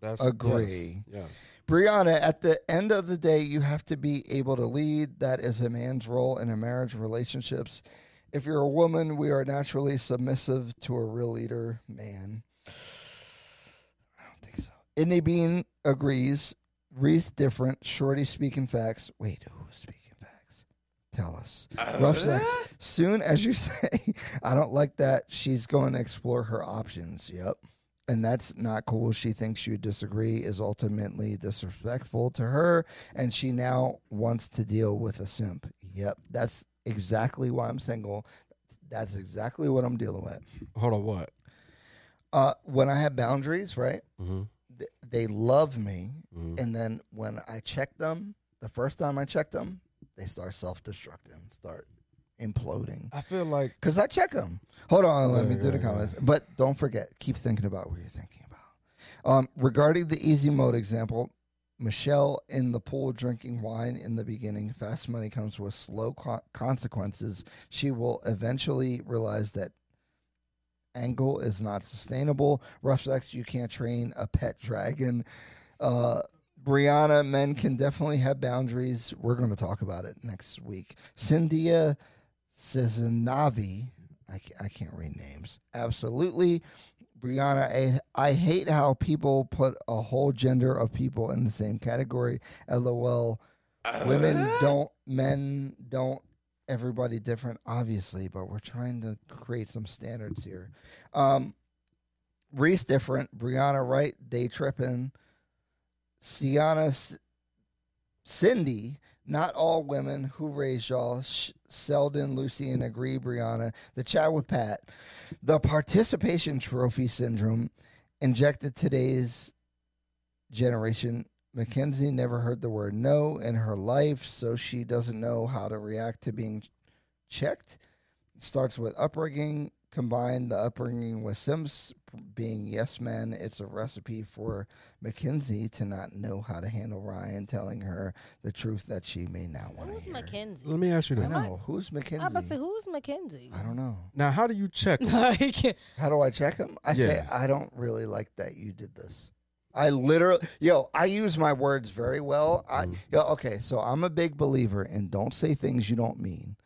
That's
Agree.
Yes.
Brianna, at the end of the day, you have to be able to lead. That is a man's role in a marriage relationships. If you're a woman, we are naturally submissive to a real leader man. I don't think so. Indy Bean agrees. Reese different. Shorty speaking facts. Wait, who is speaking facts? Tell us. Rough sex. Soon as you say, I don't like that, she's going to explore her options. Yep and that's not cool. She thinks you disagree is ultimately disrespectful to her, and she now wants to deal with a simp. Yep, that's exactly why I'm single. That's exactly what I'm dealing with.
Hold on. What?
Uh, when I have boundaries, right?
Mm-hmm.
th- They love me,
Mhm.
and then when I check them, the first time I check them, they start self-destructing, start imploding.
I feel like
Cause I check them. Hold on, let
Yeah,
me do
yeah,
the
yeah.
comments. But don't forget, keep thinking about what you're thinking about. Um, regarding the easy mode example, Michelle in the pool drinking wine in the beginning. Fast money comes with slow co- consequences. She will eventually realize that angle is not sustainable. Rough sex, you can't train a pet dragon. Uh, Brianna, men can definitely have boundaries. We're going to talk about it next week. Cynthia Cizanavi, I, ca- I can't read names. Absolutely. Brianna, I, I hate how people put a whole gender of people in the same category. LOL. Women don't, men don't, everybody different, obviously, but we're trying to create some standards here. Um, Reese different. Brianna Wright, day tripping. Sienna S- Cindy, not all women who raised y'all. Sh- Selden, Lucy, and agree, Brianna. The chat with Pat. The participation trophy syndrome injected today's generation. Mackenzie never heard the word no in her life, so she doesn't know how to react to being checked. Starts with upbringing. Combine the upbringing with Sims being yes men. It's a recipe for Mackenzie to not know how to handle Ryan telling her the truth that she may not want to
Who's
hear.
Mackenzie?
Let me ask you
I
this.
know. Who's
I'm about to
Mackenzie?
say, who's Mackenzie?
I don't know.
Now, how do you check?
Like,
How do I check him? I say,
Yeah.
I don't really like that you did this. I literally, yo, I use my words very well. I,
Mm-hmm.
yo, okay, so I'm a big believer in don't say things you don't mean.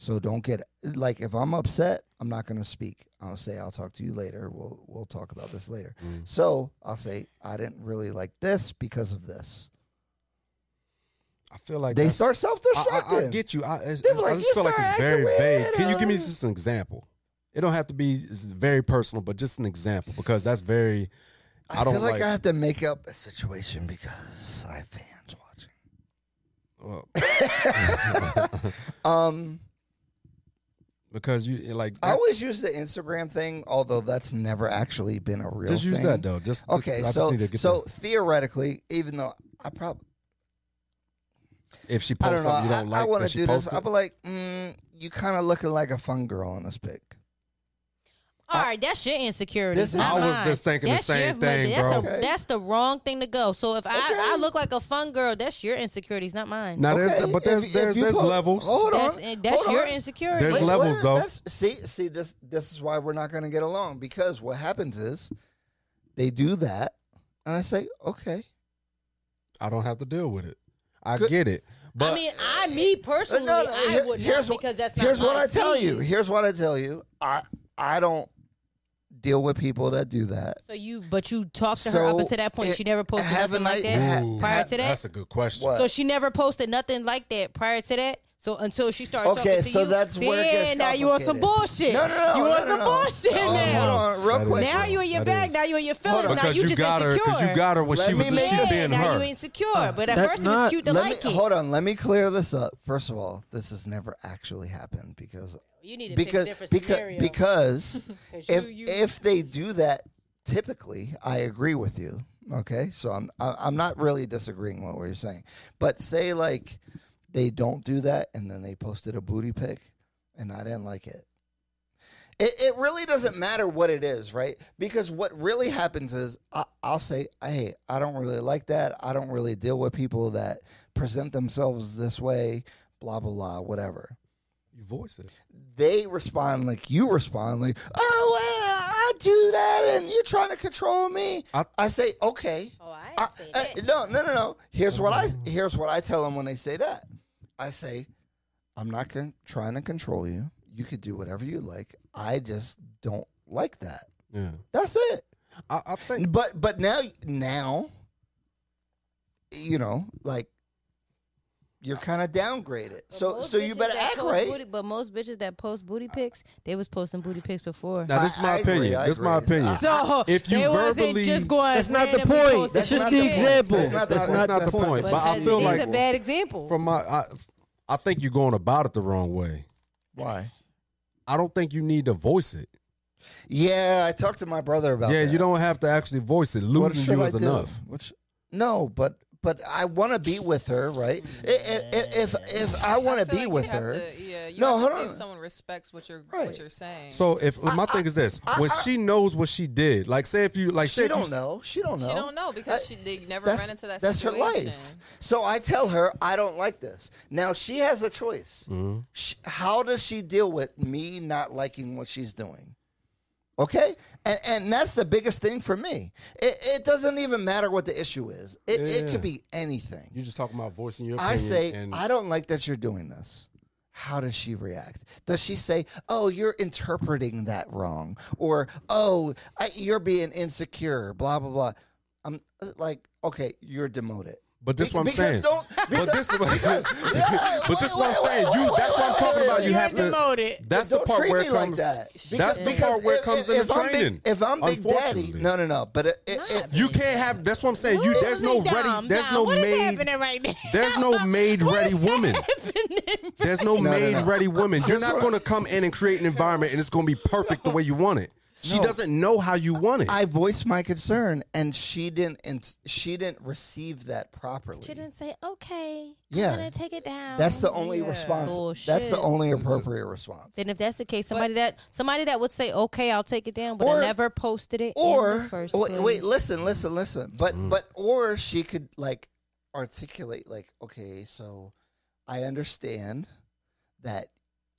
So don't get like if I'm upset, I'm not gonna speak. I'll say I'll talk to you later. We'll we'll talk about this later.
Mm.
So I'll say I didn't really like this because of this.
I feel like
they
that's-
start self
I, I, I
destructing.
get you. I, I, I
They be like,
just
"You
feel like
start
it's very
acting
vague.
weird,
Can you give me
uh,
just an example? It don't have to be it's very personal, but just an example because that's very. I, don't
feel like,
like.
I have to make up a situation because I have fans watching.
well,
Um.
because you like.
I always use the Instagram thing, although that's never actually been a real.
just use
thing.
that though. Just
Okay,
I just
so
need to get
so theoretically, even though I probably
the- if she
I
posts
don't know,
something you
I,
don't like,
I
want to
do this. I'll be like, mm, you kind of looking like a fun girl on this pic.
all right, that's your insecurity.
This is-
not
I
was
mine.
just thinking the
That's
same
your-
thing,
that's
bro.
the-
Okay.
that's the wrong thing to go. So if I, I
Okay.
look like a fun girl, that's your insecurities, not mine.
Now
Okay,
there's, but
if-
there's
if
there's
you
there's
po-
levels.
Hold on,
that's that's
hold
your
on.
insecurity.
There's
Wait,
levels,
wait,
though.
that's- See, see, this this is why we're not going to get along because what happens is they do that, and I say, okay,
I don't have to deal with it. I
Good-
get it. But
I mean, I me personally,
No, no,
I
here-
would
here's
not
what-
because that's not
here's
my
what I tell
speed.
you. Here's what I tell you. I I don't deal with people that do that.
So you, but you talked to her up
So
until that point.
it-
She never posted
have a
nothing like
night- ha-
that
Ooh,
prior to that.
That's a good question.
What?
So she never posted nothing like that prior to that. So until she started
Okay,
talking to
so
you,
that's where it
yeah,
gets
now you on some bullshit.
No, no, no.
you
no,
on
no,
some
no.
bullshit
Oh,
now.
Hold on, real
That is
quick.
Now you in your
That
bag.
is.
Now you in your feelings. Now
Because
you just
got her.
insecure.
Because you got her when
Let
she was
me
when
make-
she's being
now
her.
you insecure. But at
that
first it was
not-
cute to
Let
like
me,
it.
hold on. Let me clear this up. First of all, this has never actually happened because
You need to
because
pick a different
because
scenario.
because
'Cause
if
you- you-
if they do that, typically I agree with you. Okay, so I'm I- I'm not really disagreeing with what you're saying, but say like they don't do that and then they posted a booty pic, and I didn't like it. It, it really doesn't matter what it is, right? Because what really happens is I, I'll say, hey, I don't really like that. I don't really deal with people that present themselves this way, blah, blah, blah, whatever
You voice it.
they respond like you respond like oh well, i do that and you're trying to control me i,
I-
say okay
oh, I
I-
didn't say
uh,
that.
no no no no here's what i here's what i tell them when they say that i say i'm not con- trying to control you you could do whatever you like i just don't like that
Yeah.
that's it
I, I think
but but now now you know like you're kind of downgraded
But
so
most
so you
bitches
better
that
act
post
right
booty- but most bitches that post booty pics, they was posting booty pics before.
now this is my
I- I agree,
opinion.
I
This is my
agree.
opinion.
So
If you
they wasn't
verbally-
just going.
That's not the
randomly
point.
posting
That's
booty
just
not
the
point.
pics.
example.
That's not,
That's not the
that's not
point.
But
But I
that-
feel
it's
like-
a bad example.
From my, I, I think you're going about it the wrong way.
Why?
I don't think you need to voice it.
Yeah, I talked to my brother about.
yeah,
that.
you don't have to actually voice it.
What
Losing
should
you
I
is
do?
enough.
What sh- no, but but I want to be with her, right? I- I- I- If if, I want to
feel
be
like you
with
have
her,
to- yeah, you
No,
have to
hold
see
on.
if someone respects what you're
Right.
what you're saying.
So if my thing is this, when she knows what she did, like say if you like say
she
if you,
don't know. She don't know.
she don't know because
I-
she they never
That's
ran into that
that's her
situation.
life. So I tell her I don't like this. Now she has a choice.
Mm-hmm.
Sh how does she deal with me not liking what she's doing? Okay, and and that's the biggest thing for me. It, it doesn't even matter what the issue is. It it
Yeah.
could be anything.
you just talking about voicing your
I
opinion.
say,
and
I don't like that you're doing this. How does she react? Does she say, "Oh, you're interpreting that wrong," or "Oh, I, you're being insecure"? Blah blah blah. I'm uh, like, okay, you're demoted.
But this
Be-
what I'm
because
saying.
Don't, because,
But this is what,
because- yeah,
but this is what I'm
wait,
saying.
wait,
You
wait,
that's what I'm
wait,
talking
wait,
about.
wait,
You
wait,
have to. That's the
don't
part
treat
where it
me
comes.
like that.
That's the part where it comes in the
I'm big-
training.
if I'm Big Daddy,
Unfortunately.
no, no, no. But it, it, it,
You can't have. That's what I'm saying. You there's no
Dom,
ready. There's
Dom,
no
what is
made.
happening right now?
There's no made
What
ready
is
woman.
happening?
There's no
no,
made
no.
ready woman. You're not going to come in and create an environment and it's going to be perfect the way you want it. She
No.
doesn't know how you want it.
I voiced my concern, and she didn't. And she didn't receive that properly.
She didn't say okay.
Yeah.
I'm gonna take it down.
That's the only
Yeah.
response. That's
Bullshit.
the only appropriate response.
Then if that's the case, somebody that somebody that would say okay, I'll take it down, but
Or-
I never posted it. in
Or
the first
wait,
place.
wait, listen, listen, listen. But but or she could like articulate like, okay, so I understand that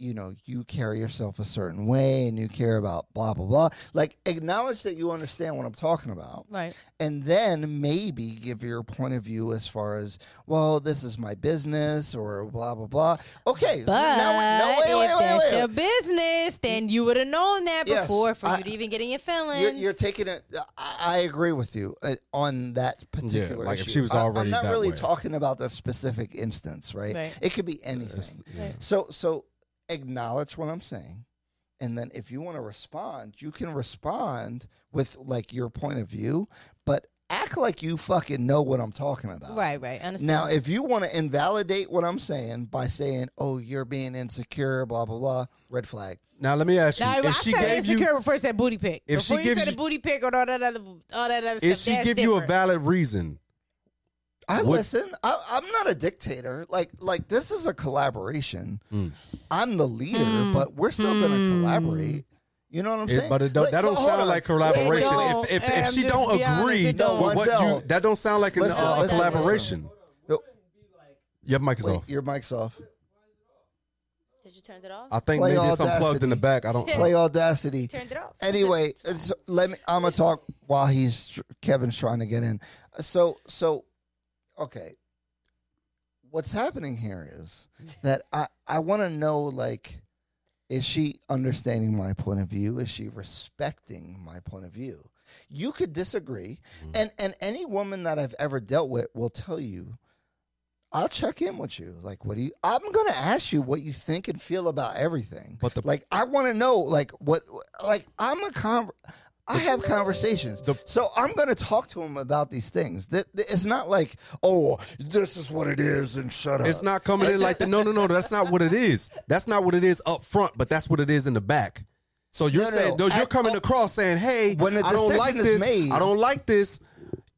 you know you carry yourself a certain way and you care about blah blah blah. Like acknowledge that you understand what I'm talking about.
right?
and then maybe give your point of view as far as well this is my business or blah blah blah okay so
But
now we- no, wait,
if
wait,
that's
wait, wait.
your business, then you would have known that
Yes,
before for
I-
you to even get in your feelings.
You're, you're taking it. I, I agree with you uh, on that particular.
like if
issue.
she was
I, am
already
not
that
really
way. Uh,
talking about the specific instance, right?
Right.
It could be anything. So so acknowledge what I'm saying, and then if you want to respond, you can respond with like your point of view, but act like you fucking know what I'm talking about.
right, right. Understand.
Now, if you want to invalidate what I'm saying by saying, "Oh, you're being insecure," blah blah blah, red flag.
Now let me ask you:
Now,
If
I
she
said
gave
insecure
you,
before I said booty pic.
If she
before you
gives
said
you-
a booty pic or all that other, all that other
if
stuff,
she
that's
give you
different.
a valid reason,
I
Would-
listen. I, I'm not a dictator. Like like this is a collaboration.
Hmm.
I'm the leader, but we're still going to collaborate. You know what I'm
it-
saying?
but it don't,
Like,
that don't
hold
sound
on.
like collaboration.
don't.
If if,
And
if she
just
don't
be honest,
agree
it don't.
with what you,
Listen.
that don't sound like an,
Listen,
uh, a
listen,
collaboration.
No,
Your mic is
wait,
off.
your mic's off.
Did you turn it off?
I think
Play
maybe it's unplugged in
Audacity.
the back. I don't.
Play audacity.
Turned it off.
Anyway, it's, let me. I'm gonna talk while he's tr- Kevin's trying to get in. Uh, So so, okay. What's happening here is that I I want to know like Is she understanding my point of view? Is she respecting my point of view? You could disagree, and and any woman that I've ever dealt with will tell you. I'll check in with you. Like, what do you? I'm gonna ask you what you think and feel about everything.
But the-
like, I want to know. Like, what? Like, I'm a con. I have conversations. so I'm going to talk to him about these things. Th- th- It's not like, oh, this is what it is and shut up.
It's not coming in like the no, no, no. That's not what it is. That's not what it is up front, but that's what it is in the back. So you're
No, no,
saying
no.
though you're
At-
coming across saying, "Hey,
When the
I don't
decision
like
is
this.
made-
I don't like this.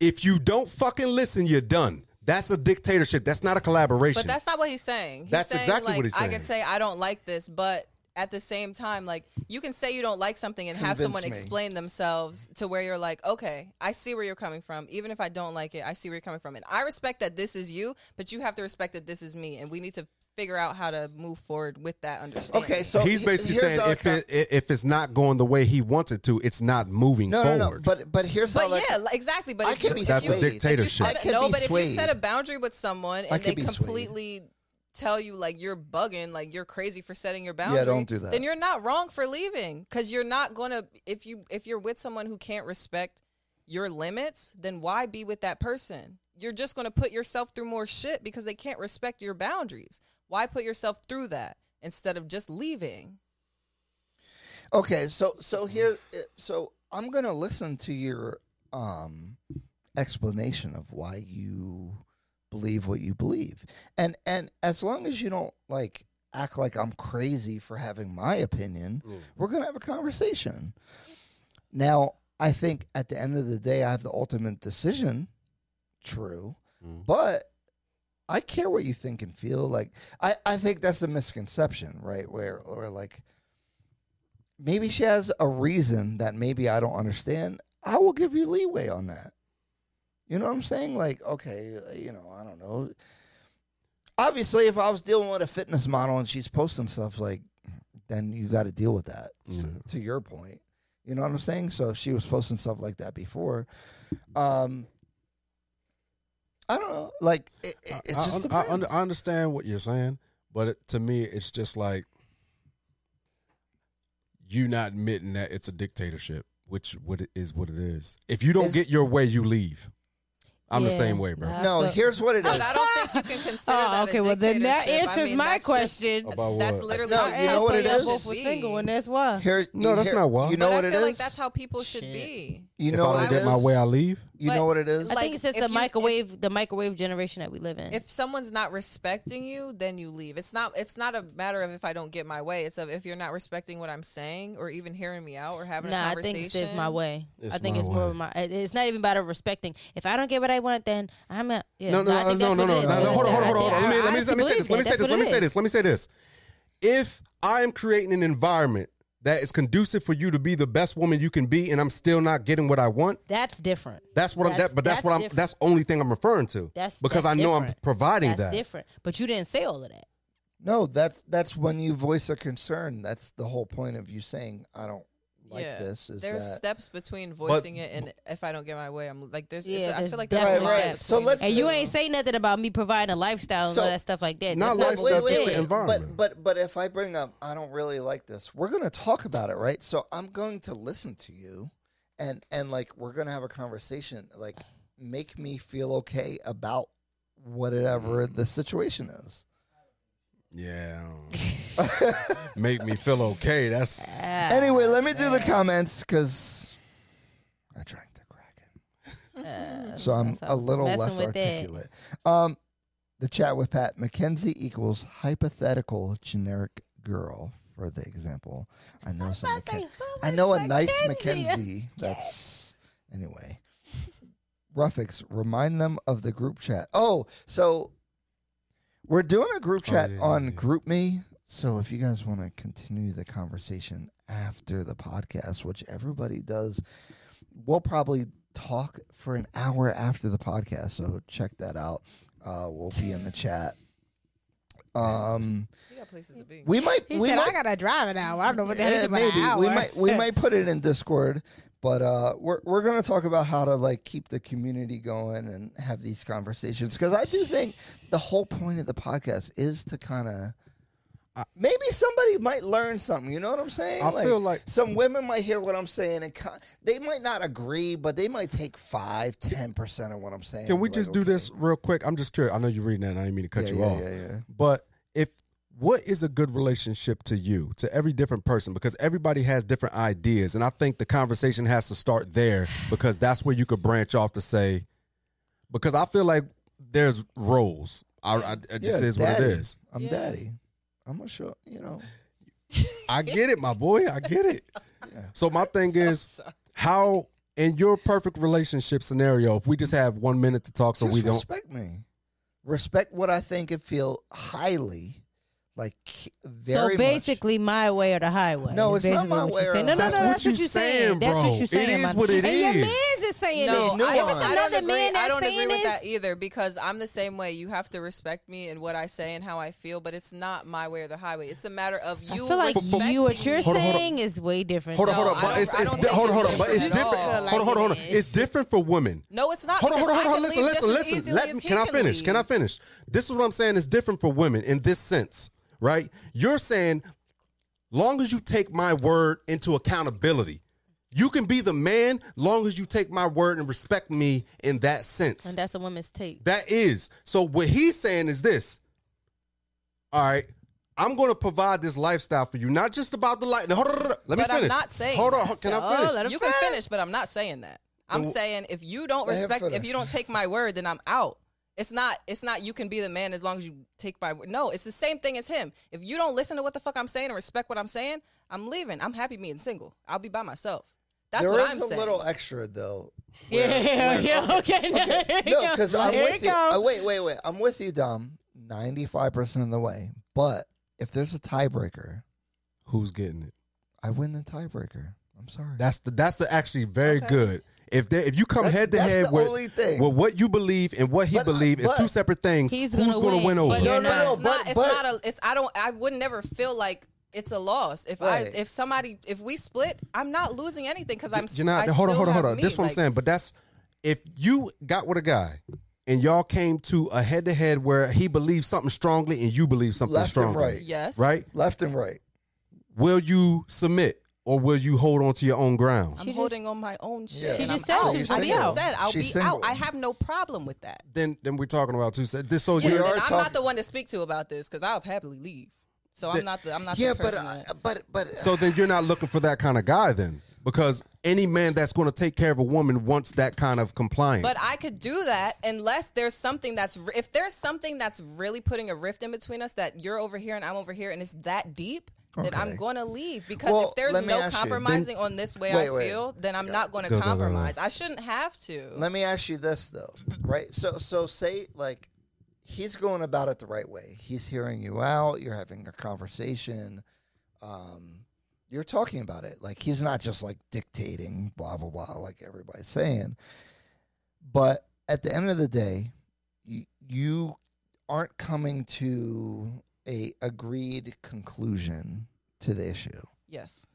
If you don't fucking listen, you're done. That's a dictatorship. That's not a collaboration.
But that's not what he's saying. He's
That's
saying,
exactly
like,
what he's
I can say
saying.
I don't like this, but at the same time, like you can say you don't like something and have
Convince
someone
me.
explain themselves to where you're like, okay, I see where you're coming from. Even if I don't like it, I see where you're coming from, and I respect that this is you, but you have to respect that this is me, and we need to figure out how to move forward with that understanding.
Okay, so
He's
he-
basically
here's
saying
how
if
com-
it, i- if it's not going the way he wants it to, it's not moving
no, no,
forward.
no, but but here's
But
how that
yeah, li- exactly. But
I
if
can
you-
be
if
that's
you-
a
swayed.
if you
dictatorship.
I
set a-
could
no,
be
but if
swayed.
you set a boundary with someone
I
and
could
they
be swayed.
completely tell you like you're bugging, like you're crazy for setting your boundary,
don't do that.
Then you're not wrong for leaving because you're not gonna if you if you're with someone who can't respect your limits, then why be with that person? You're just gonna put yourself through more shit because they can't respect your boundaries. Why put yourself through that instead of just leaving?
Okay, so so here, uh, so I'm gonna listen to your um explanation of why you believe what you believe, and and as long as you don't like act like I'm crazy for having my opinion, we're gonna have a conversation. Now, I think at the end of the day, I have the ultimate decision. True, but I care what you think and feel. Like I, I think that's a misconception, right? Where where like maybe she has a reason that maybe I don't understand. I will give you leeway on that. You know what I'm saying? Like, okay, uh, you know, I don't know. Obviously, if I was dealing with a fitness model and she's posting stuff, like, then you got to deal with that. s-
Yeah.
to your point, you know what I'm saying? So if she was posting stuff like that before, um, I don't know. Like, it, it, it
I- I
just
un- I, under-
depends.
I understand what you're saying, but it, to me, it's just like you not admitting that it's a dictatorship, which what it is what it is. If you don't
It's-
get your way, you leave. I'm the
Yeah.
same way, bro.
Nah.
no,
But-
here's what it
But
is.
I don't think you can consider
Oh,
that. a
okay, well, then that
dictatorship. I
answers
mean,
my
that's just-
question.
About
That's
what?
literally
No,
what
you know what it
Y'all
is?
both were
Be.
single, and that's why.
Here,
No, that's
here-
not why.
You know
but
what
I
it
feel
is.
like that's how people should
Shit.
be.
you
if
know
I
what
don't
it
get my
is?
way, I leave.
You
But
know what it is?
I
Like,
think it's just
if
the
you-
microwave, the microwave generation that we live in.
If someone's not respecting you, then you leave. It's not. It's not a matter of if I don't get my way. It's of if you're not respecting what I'm saying or even hearing me out or having
Nah,
a
I think
conversation.
it's the- my way.
It's
I think
my
it's more
way.
of my. it- It's not even about a respecting. If I don't get what I want, then I'm not. Yeah,
no, no,
I
no, no,
think that's
no,
what it
no,
is.
no, no. Hold
That's
on,
it.
hold
I
on, hold on.
think- I
Let me, let me,
honestly
let me say
believe
this. Let me
that.
say this.
That's
Let me
what
say
it
this. Let me say this. If I'm creating an environment that is conducive for you to be the best woman you can be, and I'm still not getting what I want,
is. That's different.
that's what I'm.
That's-
That, but that's,
that's
what I'm.
different.
That's the only thing I'm referring to.
That's
because
that's
I know I'm
different.
providing
that's
that.
different. But you didn't say all of that.
No, that's that's when you voice a concern. That's the whole point of you saying I don't like
Yeah.
this. Is
there's
that
steps between voicing it and if I don't get my way, I'm like there's. it's-
Yeah,
I
there's
feel like
definitely
there's a
Right,
step
right.
So
between
let's-
the
And you
two.
ain't say nothing about me providing a lifestyle and
So-
all that stuff like that.
Not
That's not
lifestyle,
what
that's
it
just
is.
the environment.
But but but if I bring up I don't really like this, we're gonna talk about it, right? So I'm going to listen to you, and and like we're gonna have a conversation. Like make me feel okay about whatever
Mm-hmm.
the situation is.
Yeah. I don't- Make me feel okay. That's
anyway, let me do the comments because I drank the Kraken. so I'm
that's how
a little
messing
less
with it.
articulate. Um, the chat with Pat McKenzie equals hypothetical generic girl for the example. I know some.
about to
McKen-
say, who
I
was
know a nice
Mackenzie?
McKenzie. That's anyway. Ruffix, remind them of the group chat. Oh, so we're doing a group
Oh,
chat
yeah, yeah,
on
yeah.
GroupMe. So if you guys want to continue the conversation after the podcast, which everybody does, we'll probably talk for an hour after the podcast. So check that out. Uh, we'll be in the chat. Um,
You got places to be.
we might.
He
we
said,
might,
I gotta drive an hour. I don't know what the hell
yeah,
is about an hour.
Eh, maybe we might we might put it in Discord, but uh, we're we're gonna talk about how to like keep the community going and have these conversations because I do think the whole point of the podcast is to kind of uh, Maybe somebody might learn something. You know what I'm saying?
I feel like-
some women might hear what I'm saying and co- they might not agree, but they might take five, ten percent of what I'm saying.
Can we
Like,
just do
okay.
this real quick? I'm just curious. I know you're reading that. And I didn't mean to cut
Yeah,
you
yeah,
off.
yeah, yeah.
But if what is a good relationship to you, to every different person, because everybody has different ideas, and I think the conversation has to start there because that's where you could branch off to say, because I feel like there's roles. I, I it just
Yeah,
is
daddy.
what it is.
I'm
Yeah.
daddy. I'm a sure. You know.
I get it, my boy. I get it. So my thing is,
sorry.
how in your perfect relationship scenario, if we just have one minute to talk, so
Just
we don't.
respect me. Respect what I think and feel highly, like c- very
so
much.
basically, my way or the highway.
No,
is
it's not
basically
my
what
way
you're
or
saying.
the
No, no, no,
highway.
that's what you're saying. That's
bro.
what you're saying.
it is
man.
what it
and your
is.
man's is saying
No,
this. No,
I,
if it's
I don't
another
agree.
man
I
that's
don't agree
saying
with
this,
that either because I'm the same way. You have to respect me and what I say and how I feel, but it's not my way or the highway. It's a matter of
I
you.
feel like
respecting
you what you're
me.
Hold on, hold on.
saying is way different.
Hold on,
No,
hold on.
I
But
don't-
it's,
I
it's
don't
di-
think
hold on,
it's
hold on. But it's
different at
different.
all.
Hold on, hold on, hold on.
It is.
It's different for women.
No, it's not.
Hold on,
because
hold on,
I
hold on. Listen,
can leave
listen,
just as
listen.
easily
Let,
as he
can I finish? Can I
leave.
finish? This is what I'm saying. It's different for women in this sense, right? You're saying, long as you take my word into accountability, you can be the man. Long as you take my word and respect me in that sense.
And that's a woman's take.
That is. So what he's saying is this. All right. I'm going to provide this lifestyle for you, not just about the light. no, hold on, hold on, let me
But I'm
finish.
not saying
Hold on,
that.
hold- can
Oh,
I finish?
let him
You can
finish.
finish, but I'm not saying that. I'm
Then wh-
saying if you don't
Let him
respect, if
finish.
you don't take my word, then I'm out. It's not. It's not. You can be the man as long as you take my word. No, it's the same thing as him. If you don't listen to what the fuck I'm saying and respect what I'm saying, I'm leaving. I'm happy being single. I'll be by myself. That's
There
what
is
I'm
a
saying.
little extra though. where-
Yeah,
where-
yeah, okay. there you
No,
go.
because I'm
There
with
it
you.
goes.
Uh, wait, wait, wait. I'm with you, Dom. Ninety-five percent of the way. But if there's a tiebreaker,
Who's getting it?
I win the tiebreaker. I'm sorry.
That's the that's the actually very good. If they, if you come
That-
head to
that's
head
the
with,
only thing.
with what you believe and what he
But I-
believe is two
but-
separate things,
He's
who's
gonna
going to
win,
win
but
over?
no,
you're
no,
not.
no.
it's
but
not. It's
but
not a. It's. I don't. I would never feel like it's a loss. If
Right.
I. If somebody. If we split, I'm not losing anything because I'm. s-
You're not.
I
hold on,
still
hold on, hold
have
on.
me.
This is what I'm
Like,
saying, but that's if you got with a guy and y'all came to a head to head where he believes something strongly and you believe something
Left and
strongly,
right.
Yes.
right?
left and right.
Will you submit or will you hold on to your own ground?
I'm
She just-
holding on my own shit.
She
and
just
I'm
said
out.
she's
I
single.
just said I'll
She's
be
single.
out. I have no problem with that.
then then we're talking about two. se- This so
Yeah,
We
then
you're
are
I'm
talking-
not the one to speak to about this because I'll happily leave. So I'm not the. I'm not.
Yeah, but
the person
uh,
that-
but but
so then you're not looking for that kind of guy then because any man that's going to take care of a woman wants that kind of compliance.
But I could do that unless there's something that's r- if there's something that's really putting a rift in between us that you're over here and I'm over here and it's that deep. Then I'm
Okay.
going to leave because
Well,
if there's
let me ask
no
you. Then-
compromising on this way
Wait,
I
wait.
feel, then I'm not going
Go,
to
go, go, go.
compromise. I shouldn't have to.
Let me ask you this though, right? So so say like he's going about it the right way. He's hearing you out. You're having a conversation. Um, you're talking about it. Like he's not just like dictating blah blah blah like everybody's saying. But at the end of the day, you, you aren't coming to a agreed conclusion to the issue.
yes,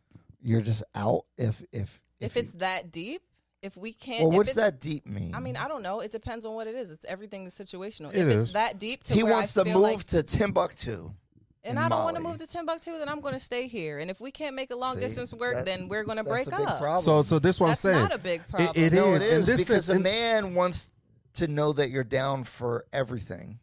You're just out if if
if,
you-
it's that deep, if we can't.
well,
if
what's
it's-
that deep mean?
I mean, I don't know. It depends on what it is. It's everything is situational.
It
if
is.
it's that deep to
he
where I
wants to
feel
move
like
to Timbuktu.
and
in
I don't want to
Mali.
move to Timbuktu, then I'm going to stay here. And if we can't make a long
See,
distance Oh, work,
that-
then we're going to
that's
break
a big
up.
problem.
so so this what
That's
I'm saying.
not a big
It-
problem.
it
no,
is.
it
in
is
this
because
sense,
a
in-
man wants to know that you're down for everything.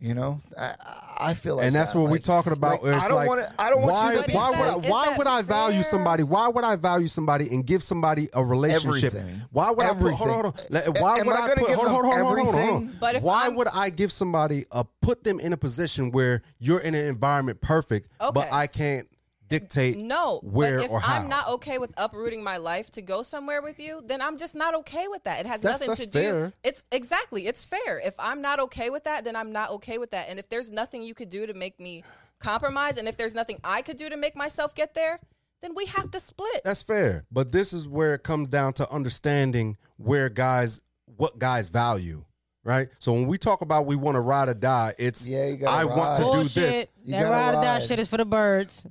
You know, I I- I feel like,
and that's
that,
what we're
like-
talking about.
like,
where it's
I don't
like,
want to. I don't want
why,
you to be.
why
But is
would I,
that-
why
is
would
that
I value
fair?
somebody? Why would I value somebody and give somebody a relationship?
Everything.
Why would I put,
Everything.
hold on, hold on. Like,
A-
Why
am
would
I
I,
gonna
put
give
hold on, hold
them
on, hold on, hold on, hold on.
everything?
But if
why
I'm-
would I give somebody a put them in a position where you're in an environment perfect, but
Okay.
I can't dictate
No,
where
but if
or how?
I'm not okay with uprooting my life to go somewhere with you, then I'm just not okay with that. It has
That's-
nothing
that's
to
fair.
do. It's exactly it's fair. If I'm not okay with that, then I'm not okay with that. And if there's nothing you could do to make me compromise, and if there's nothing I could do to make myself get there, then we have to split.
That's fair, but this is where it comes down to understanding where guys, what guys value, right? So when we talk about we want to ride or die, it's
Yeah, you gotta
I want to
ride.
do this.
Bullshit.
You
That
gotta
ride or die
ride.
shit is for the birds.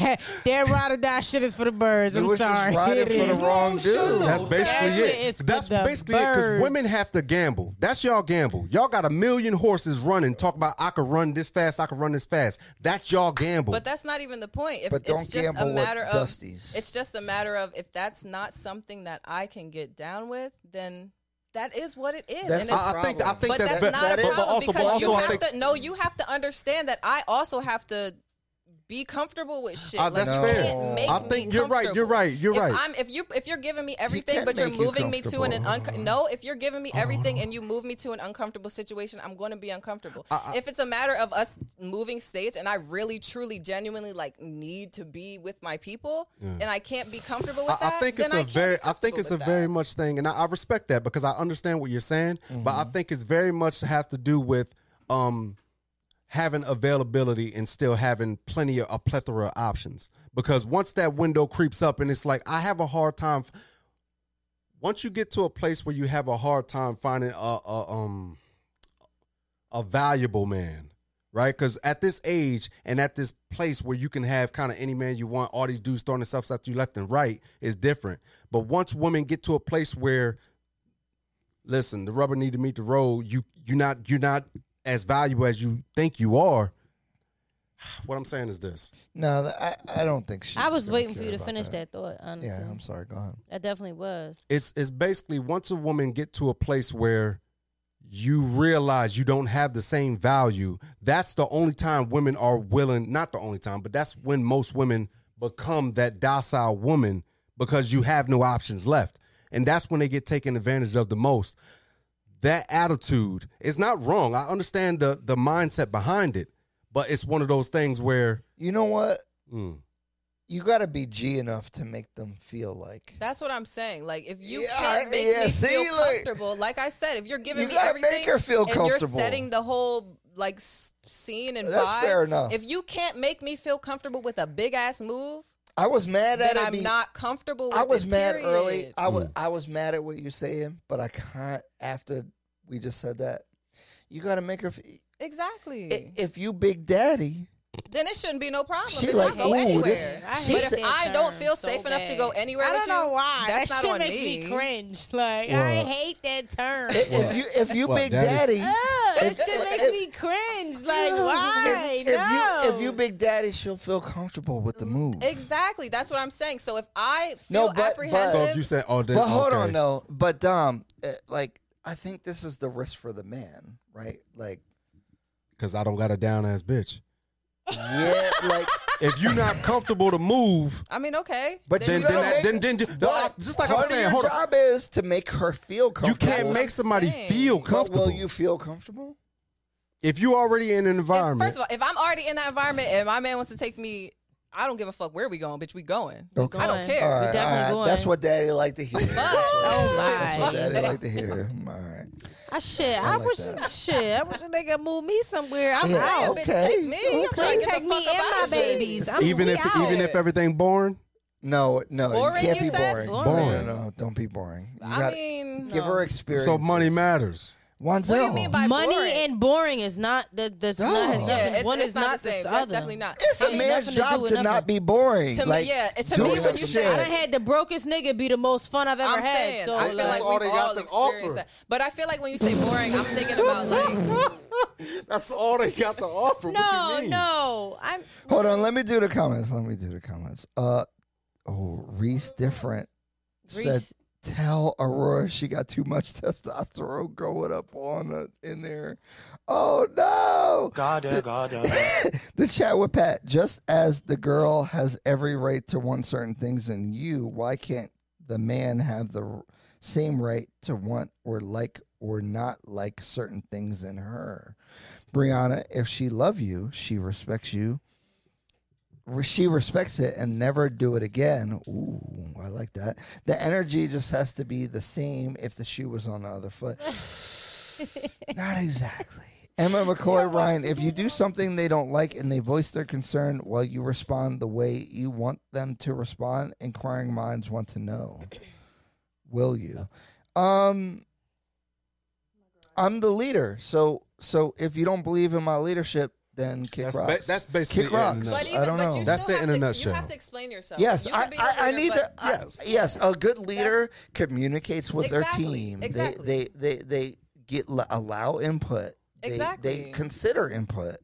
That, that ride or die shit is for the birds.
You
I'm
was just
sorry.
riding
It
for the
is.
wrong dude.
That's basically
That shit is
it.
for
That's
the
basically it. Because
birds.
women have to gamble. That's y'all gamble. Y'all got a million horses running. Talk about I could run this fast. I could run this fast. That's y'all gamble.
But that's not even the point. If
But don't
it's just
gamble
a
with
matter of
Dusties.
it's just a matter of if that's not something that I can get down with, then that is what it is.
That's
and
a
it's,
I, I think I think
but
that's,
that's,
fair.
not
But-
a
but
problem
also- but
because
also
you
I
have
think-
to no, you have to understand that I also have to be comfortable with shit.
Ah,
like,
that's
you
fair.
Can't make
I
me
think you're right, you're
comfortable.
right, you're
if
right.
I'm, if you if you're giving me everything,
can't
but you're
make you
moving me to an, an
comfortable.
unco- no, if you're giving
Uh-huh.
me everything and you move me to an uncomfortable situation, I'm going to be uncomfortable.
Uh,
if it's a matter of us moving states and I really, truly, genuinely like need to be with my people, and I can't be comfortable with
I, I
that,
think
then
it's
I
a
can't be
very I think
comfortable
it's a
with that.
very much thing, and I, I respect that because I understand what you're saying, but I think it's very much have to do with um having availability and still having plenty of a plethora of options. Because once that window creeps up and it's like I have a hard time f- once you get to a place where you have a hard time finding a, a um a valuable man, right? Because at this age and at this place where you can have kind of any man you want, all these dudes throwing themselves at you left and right is different. But once women get to a place where, listen, the rubber need to meet the road. You you're not you're not as valuable as you think you are. What I'm saying is this.
No, th- I, I don't think she's.
I was
gonna
waiting for
care
you to
about
finish that, thought, honestly.
Yeah, I'm sorry. Go ahead.
I definitely was.
it's it's basically once a woman get to a place where you realize you don't have the same value that's the only time women are willing not the only time but that's when most women become that docile woman because you have no options left and that's when they get taken advantage of the most that attitude is not wrong i understand the the mindset behind it but it's one of those things where
You know what?
mm,
You got to be G enough to make them feel like.
That's what I'm saying. Like if you
Yeah,
can't make
yeah,
me
see,
feel
like-
comfortable, like I said, if you're giving
You
me
gotta
everything,
make her feel
and
comfortable.
you're setting the whole like s- scene and
That's
vibe.
fair enough.
If you can't make me feel comfortable with a big ass move,
I was mad at
then
it.
I'm
be-
not comfortable. with
I was
it,
mad
period.
early. I
Mm.
was I was mad at what you're saying, but I can't after we just said that. You got to make her. F-
Exactly.
i- if you Big Daddy,
then it shouldn't be no problem.
She
It
like,
don't go
ooh,
anywhere.
this-
I
but
hate
if
that
I don't
term
feel
so
safe enough to
bad.
go anywhere,
I
with
don't
you,
know why.
That's
that
not
shit
on
makes
me.
me cringe. Like I
Well-
hate that term.
i- if you if you
Well,
Big
Daddy-
Daddy,
Ugh, that
If-
shit
if-
makes me cringe. Like why?
if, if you
No.
if you Big Daddy, she'll feel comfortable with the move.
Exactly. That's what I'm saying. So if I
No,
feel
but- but-
apprehensive,
so if you said oh then
But hold
okay.
on though. But Dom, uh, like I think this is the risk for the man, right? Like
because i don't got a down ass bitch
yeah, like
if you're not comfortable to move
I mean, okay.
But
then
you
then,
gotta
that,
make-
then then then
but
just like I'm
part of
saying,
your
hold on.
job is to make her feel
You
comfortable.
can't make somebody
saying.
feel
But
comfortable.
Will you feel comfortable?
if you already in an
If-
environment,
first of all, if I'm already in that environment and my man wants to take me, I don't give a fuck where we going, bitch. We going.
Okay.
I
Going.
don't care.
All right,
definitely
all right.
going.
That's what daddy like to hear. That's what-
Oh,
That's what
my.
daddy like to hear. All right.
I shit.
I
I,
like
wish
that.
shit. I wish a nigga move me somewhere. I'm
Yeah,
out.
Damn, bitch, take me. I'm trying
Please
to get
take
the
me and
fuck up out
my
of here.
babies. I'm
even
we
if
out.
even if everything born,
No, no,
Boring,
you can't
you
be
said?
boring.
Boring.
No, no, no, don't be boring. You
I
gotta
mean,
give
no.
her experience.
so money matters.
What
What do you mean by
money
boring?
and boring is not the the
No.
not has
Yeah,
nothing.
it's,
One
it's
is
not,
not
the same.
other.
That's definitely not.
It's a
Has
man's
nothing to do
job
with
to, not
nothing.
be boring.
To me,
like,
yeah, to
do
me, when
some
you
shit.
say-
I done had the brokest nigga be the most fun I've ever
I'm
had.
saying,
so like,
I feel like
all they
we've
got
all
to offer.
experienced that. But I feel like when you say boring, I'm thinking about like
That's all they got to offer.
no, no, I'm
Hold on, let me do the comments. Let me do the comments. Uh, oh, Reese different said,
Reese.
"Tell Aurora she got too much testosterone growing up on her in there." Oh no!
God, God,
the chat with Pat. Just as the girl has every right to want certain things in you, why can't the man have the r- same right to want or like or not like certain things in her? Brianna, if she love you, she respects you. Re- She respects it and never do it again. Ooh, I like that. The energy just has to be the same if the shoe was on the other foot. Not exactly. Emma McCoy Ryan, if you do something they don't like and they voice their concern while you respond the way you want them to respond, inquiring minds want to know. Will you? Um I'm the leader. So so if you don't believe in my leadership, then kick
That's ba-
rocks.
that's basically
kick
it in a
rocks.
nutshell.
even,
I don't
but
know.
You
That's
still
it
have
in a
to, You have
nutshell.
to explain yourself.
Yes,
you
I,
can be the
I, I
leader,
need
but
to. Yes, yes, a good leader communicates with
Exactly,
their team.
exactly.
They, they, they, they get l- allow input. They, They
Exactly.
consider input.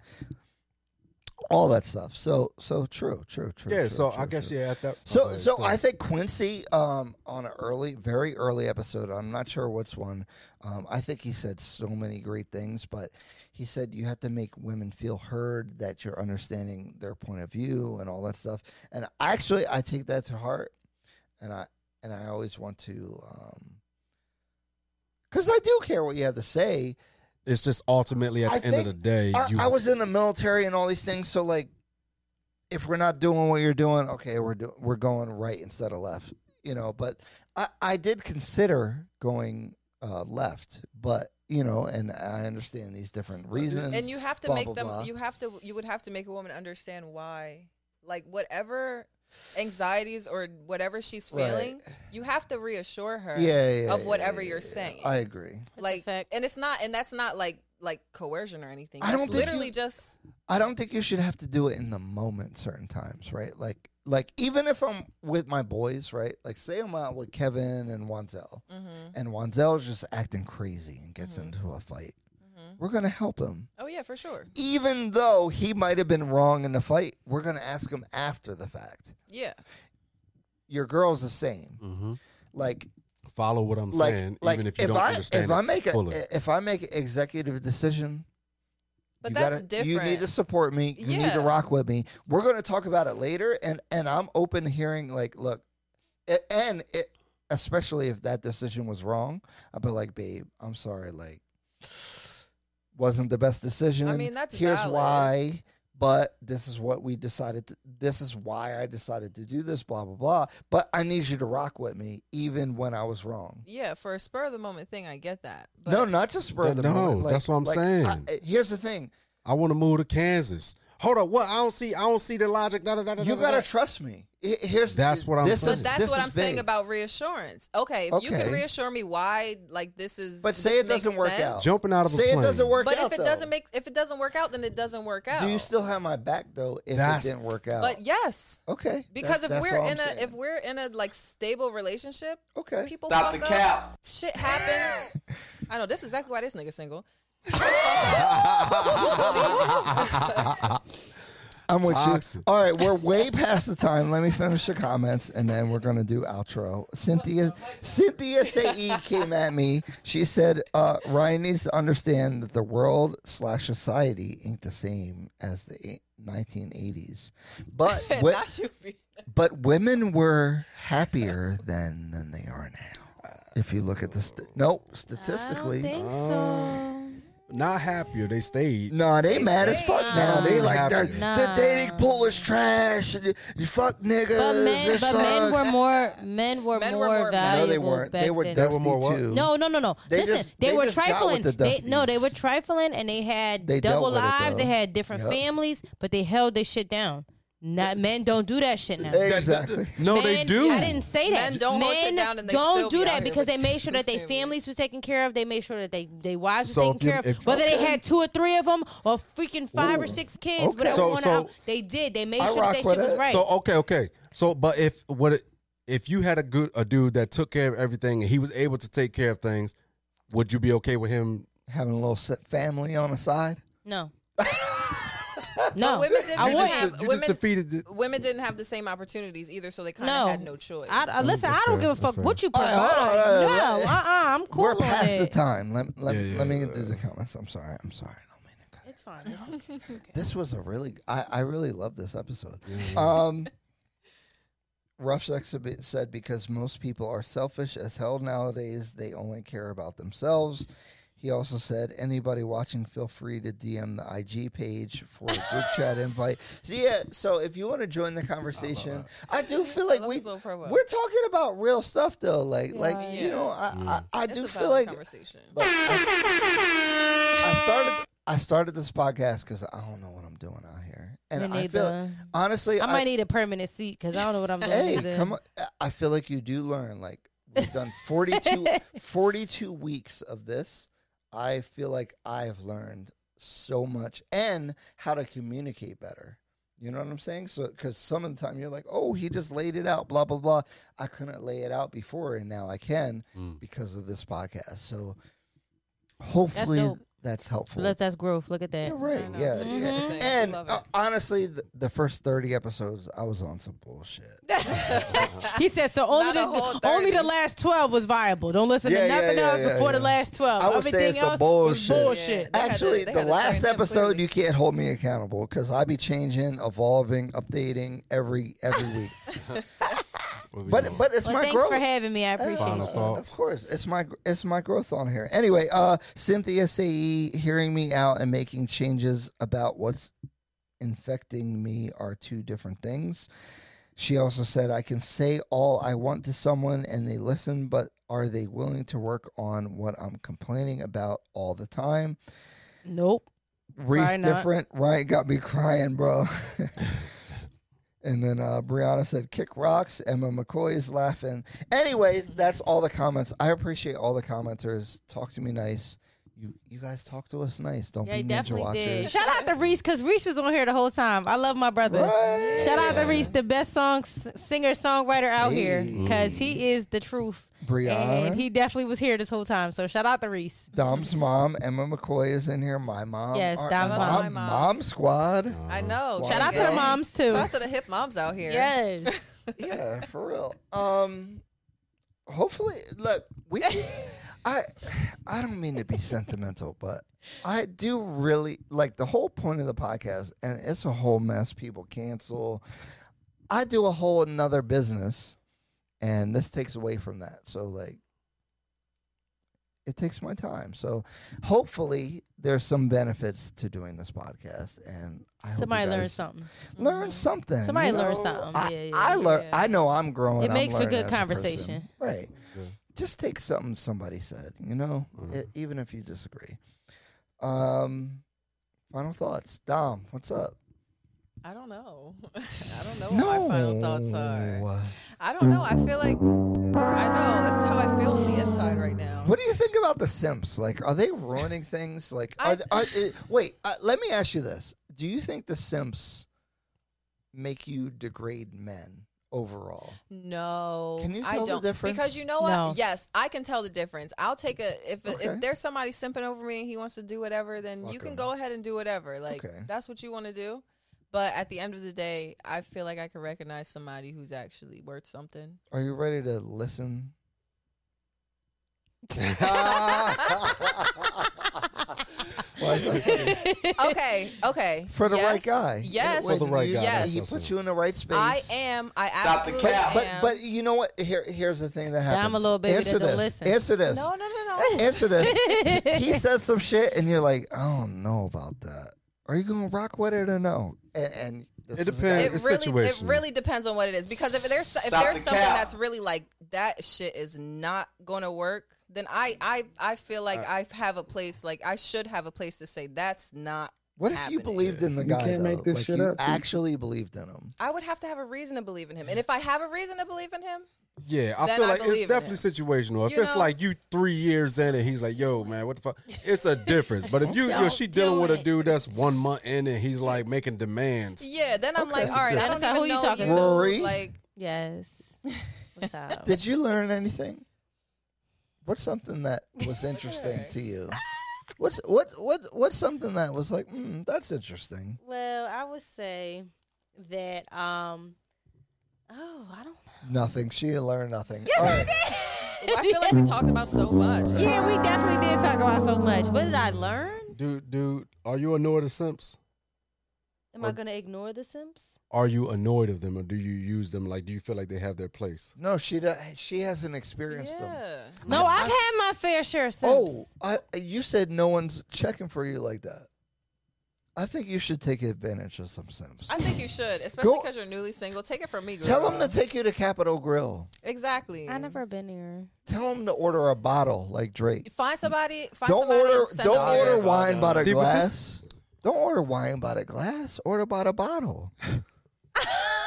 All that stuff. So, so true, true, true.
Yeah,
true,
so
true,
I guess
true.
yeah. At that,
So,
okay,
so
so-
I think Quincy um, on an early, very early episode. I'm not sure which one. Um, I think he said so many great things, but he said you have to make women feel heard, that you're understanding their point of view, and all that stuff. And actually, I take that to heart, and I and I always want to, because I do care what you have to say.
it's just ultimately at
I
the end of
think-
the day,
I,
you
I was in the military and all these things, so like, if we're not doing what you're doing, okay, we're do- we're going right instead of left, you know. But I, I did consider going uh, left, but you know, and I understand these different reasons.
and you have to
blah,
make
blah,
them.
blah.
You have to. You would have to make a woman understand why, like whatever anxieties or whatever she's
Right.
feeling, you have to reassure her.
yeah, yeah,
of
yeah,
whatever
yeah,
you're
yeah.
saying.
I agree.
a
like,
fact.
and it's not, and that's not like like coercion or anything.
I
That's
don't think
literally
you-
just
I don't think you should have to do it in the moment certain times, right? Like like even if I'm with my boys, right? Like say I'm out with Kevin and Wanzel
mm-hmm,
and Wanzel's just acting crazy and gets into a fight. We're gonna help him.
mm-hmm. oh yeah, for sure.
Even though he might have been wrong in the fight, we're gonna ask him after the fact.
Yeah,
Your girl's the same. Like
Mm-hmm. follow what I'm
like
saying,
like
even if you don't
I,
understand
if
it
I make
fully.
a, if I make an executive decision
but
you
that's
gotta-
different.
You need to support me. You need to
Yeah.
rock with me. We're going to talk about it later, and and I'm open to hearing. Like, look, a- and it, especially if that decision was wrong, I'd be like, babe, I'm sorry. Like, wasn't the best decision.
mean, that's
here's
valid.
why. But this is what we decided. To, this is why I decided to do this. Blah blah blah. But I need you to rock with me, even when I was wrong.
yeah, for a spur of the moment thing, I get that. But
no, not just spur of the
Th- no,
moment. like-
that's what I'm
like,
saying.
I- here's the thing.
I want to move to Kansas. Hold up, what? I don't see. I don't see the logic. Da, da, da, da,
You
da, da.
gotta trust me. H- Here's
That's what I'm
this
saying.
But
is-
that's
this
what
is
I'm saying
big.
about reassurance. Okay, if you
Okay.
can reassure me why, like this is.
But
this
say it
makes
doesn't work
sense,
out.
Jumping out of a
say
plane.
it doesn't work
But
out.
if it
though.
doesn't make, if it doesn't work out, then it doesn't work out.
do you still have my back though? If
That's-
it didn't work out,
But yes,
okay.
because
that's-
if
that's
we're
all
in
I'm
a
saying.
if we're in a like stable relationship,
okay,
people
Stop
fuck
the
up.
cap.
Shit happens. I know this is exactly why this nigga single.
I'm with
Toxic.
you. All right, we're way past the time. Let me finish the comments, and then we're gonna do outro. Cynthia, Cynthia Sae came at me. She said, uh, "Ryan needs to understand that the world slash society ain't the same as the eight- 1980s, but wi-
That should be.
But women were happier then than they are now. If you look at the st- no statistically,
Not happier. They stayed.
no, they, mad as fuck now. They
Nah.
like the,
Nah.
the dating pool is trash. And you, you fuck niggas.
But men,
this
but men
sucks."
were more men were
Men
more
were more-
no,
valuable.
they weren't.
Back
They were
then.
dusty
more what?
too.
No, no, no, no.
They
Listen,
just-
they,
they
were
just got
trifling.
with the
they, no, they
dusties.
were trifling, and they had
They dealt
double
with it,
lives. they
though.
had different
Yep.
families, but they held their shit down. Not men don't do that shit now.
exactly.
No, they
Men-
do.
I didn't say that.
Men don't hold shit down and they
don't
still
do
be out
that
here
because
with
they made sure
two
that their
families.
families was taken care of. They made sure that they they wives was
So
taken
if you-
care of.
if-
Whether they had two or three of them or freaking five or six kids,
Okay.
whatever
So-
one
so-
out, they did. They made
I
sure
rock
that that
with
shit was
it.
right.
So okay, okay. So but if what it, if you had a good a dude that took care of everything and he was able to take care of things, would you be okay with him?
Having a little s- family on the side.
no. no.
Women didn't
I wouldn't.
just have
You
women.
just defeated. The,
Women didn't have the same opportunities either, so they kind of
No.
had no choice.
I, I- listen, I don't give a fuck what you
All right,
provide.
hold on, all right,
no,
let-
uh, uh-uh, I'm cool.
we're past
on
the
it.
time. Let let,
Yeah, yeah,
let me
yeah.
do the comments. I'm sorry. I'm sorry. I don't mean to cut.
It's fine. It's okay.
This was a really I, I really love this episode. Um Rough Sex a bit said because most people are selfish as hell nowadays, they only care about themselves. He also said, anybody watching, feel free to DM the IG page for a group chat invite. So yeah, so if you want to join the conversation, I, do feel like
love
we
this little profile.
we're talking about real stuff though. Like like you
Yeah.
know, I I, I
It's
do
a
feel
valid
like
conversation.
Look, I, I started. I started this podcast because I don't know what I'm doing out here, and
Me
I feel
neither.
honestly.
I might need a permanent seat because I don't know what I'm doing
hey,
either.
come on. I feel like you do learn. Like we've done 42, 42 weeks of this. I feel like I've learned so much and how to communicate better. You know what I'm saying? So, because some of the time you're like, oh, he just laid it out, blah, blah, blah. I couldn't lay it out before, and now I can
Mm.
because of this podcast. So, hopefully, that's,
dope.
helpful.
Let's that's growth. Look at that.
You're right.
I know,
Yeah.
it's a
yeah.
beautiful thing. I
And
love
uh,
it.
honestly, the, the first 30 episodes, I was on some bullshit.
He said so. Only
Not a
the
whole
only the
30.
last twelve was viable. Don't listen
Yeah,
to
yeah,
nothing
yeah,
else
yeah,
before the
yeah.
last twelve.
I was saying
Everything
some
else
bullshit.
was
Yeah,
bullshit.
they had to-
Actually,
they
the
had to
last
train him
episode
completely.
you can't hold me accountable because I be changing, evolving, updating every every week.
What we
but
doing?
but it's
Well,
my
thanks
growth.
for having me. I appreciate
Final
it.
Uh,
thoughts.
Of course, it's my it's my growth on here. Anyway, uh, Cynthia Sae, hearing me out and making changes about what's infecting me are two different things. She also said, "I can say all I want to someone and they listen, but are they willing to work on what I'm complaining about all the time?"
Nope.
Reese
Why not?
different. Ryan got me crying, bro. and then uh, Brianna said, "Kick rocks." Emma McCoy is laughing. Anyways, that's all the comments. I appreciate all the commenters. Talk to me nice. You you guys talk to us nice. Don't
Yeah, he
be ninja
definitely did.
watchers.
Shout out to Reese because Reese was on here the whole time. I love my brother.
Right?
Shout out to Reese, the best song s- singer songwriter out here because
Mm.
he is the truth.
Brianna,
And he definitely was here this whole time. So shout out to Reese.
Dom's mom, Emma McCoy is in here. My mom.
Yes,
our
Dom's
mom,
mom.
mom squad.
I know.
Wow.
Shout out to
Yeah.
the moms
Shout
too.
out to the hip moms out here.
Yes.
yeah, for real. Um, hopefully, look, we. I, I don't mean to be sentimental, but I do really like the whole point of the podcast, and it's a whole mess. People cancel. I do a whole another business, and this takes away from that. So like, it takes my time. So hopefully, there's some benefits to doing this podcast, and I hope you
Somebody learned
guys
something.
Learn something.
Mm-hmm. Somebody
you
learned
know?
something.
I,
Yeah, yeah,
I learn.
yeah.
I know I'm growing.
It
I'm
makes for
learning
good
as a person.
conversation.
right?
Yeah.
Just take something somebody said. You know,
Mhm.
E- even if you disagree. Um, final thoughts, Dom. What's up?
I don't know. I don't know what my final thoughts are.
No.
I don't know. I feel like I know. That's how I feel on the inside right now.
What do you think about the Simps? Like, are they ruining things? Like, are,
I-
th- are eh, wait? Uh, let me ask you this: Do you think the Simps make you degrade men overall?
No,
Can you
I
tell
don't.
the difference?
Because you know what?
No.
Yes, I can tell the difference. I'll take a if
Okay.
if there's somebody simping over me and he wants to do whatever, then
Fuck
you can
him.
go ahead and do whatever. Like
Okay.
that's what you want to do. But at the end of the day, I feel like I can recognize somebody who's actually worth something.
Are you ready to listen? Why is that?
okay, okay.
For the right
Yes,
guy.
Yes.
For the right
you-
guy,
that's
He
what I'm
put
saying.
you in the right space.
I am. I
Stop the
absolutely
cap.
But
am.
but you know what? Here here's the thing that happens.
a little baby that
Answer
don't
this.
listen.
Answer this.
no, no, no, no.
Answer this. he says some shit, and you're like, I don't know about that. Are you gonna rock with it or no? And, and this
It
is a guy-
depends.
it
It's
really
situational.
it really depends on what it is because if there's if
Stop
there's
the
something
cap.
that's really like that shit is not going to work then I I I feel
Uh.
like I have a place like I should have a place to say that's not
What if you
happening.
believed in the
You
guy?
can't make
though?
this
Like,
shit
you
up, dude.
Actually believed in him.
I would have to have a reason to believe in him and if I have a reason to believe in him
Yeah, I
Then
feel
I
like
believe
it's
in
definitely situational. If
You
it's
know-
like you three years in and he's like, "Yo, man, what the fuck?" It's a difference. But if you, you know, she dealing with a dude that's one month in and he's like making demands,
yeah then I'm like
That's
all right I
different.
don't
That's
even
who you
know
talking
to.
you
Rory?
like
yes. What's up?
Did you learn anything? What's something that was interesting to you? What's what what what's something that was like? Mm, that's interesting.
Well, I would say that um oh, I don't
Nothing. She didn't learn nothing. All right.
I feel like we talked about so much
Yeah, we definitely did talk about so much. What did I learn?
dude, dude, are you annoyed of simps?
Am I gonna ignore the Sims?
Are you annoyed of them, or do you use them? Like, do you feel like they have their place?
No, she do, she hasn't experienced them.
yeah
No, I've had my fair share of Sims.
Oh, I, you said no one's checking for you like that. I think you should take advantage of some Sims.
I think you should especially
Go-
because you're newly single take it from me girl.
Tell them to take you to Capitol Grill.
exactly
I never been here.
Tell them to order a bottle like Drake.
Find somebody. Find
don't
somebody
order
and send
don't
them there.
order
bottle.
wine by the
See, but this-
glass. Don't order wine by the glass. Order by the bottle.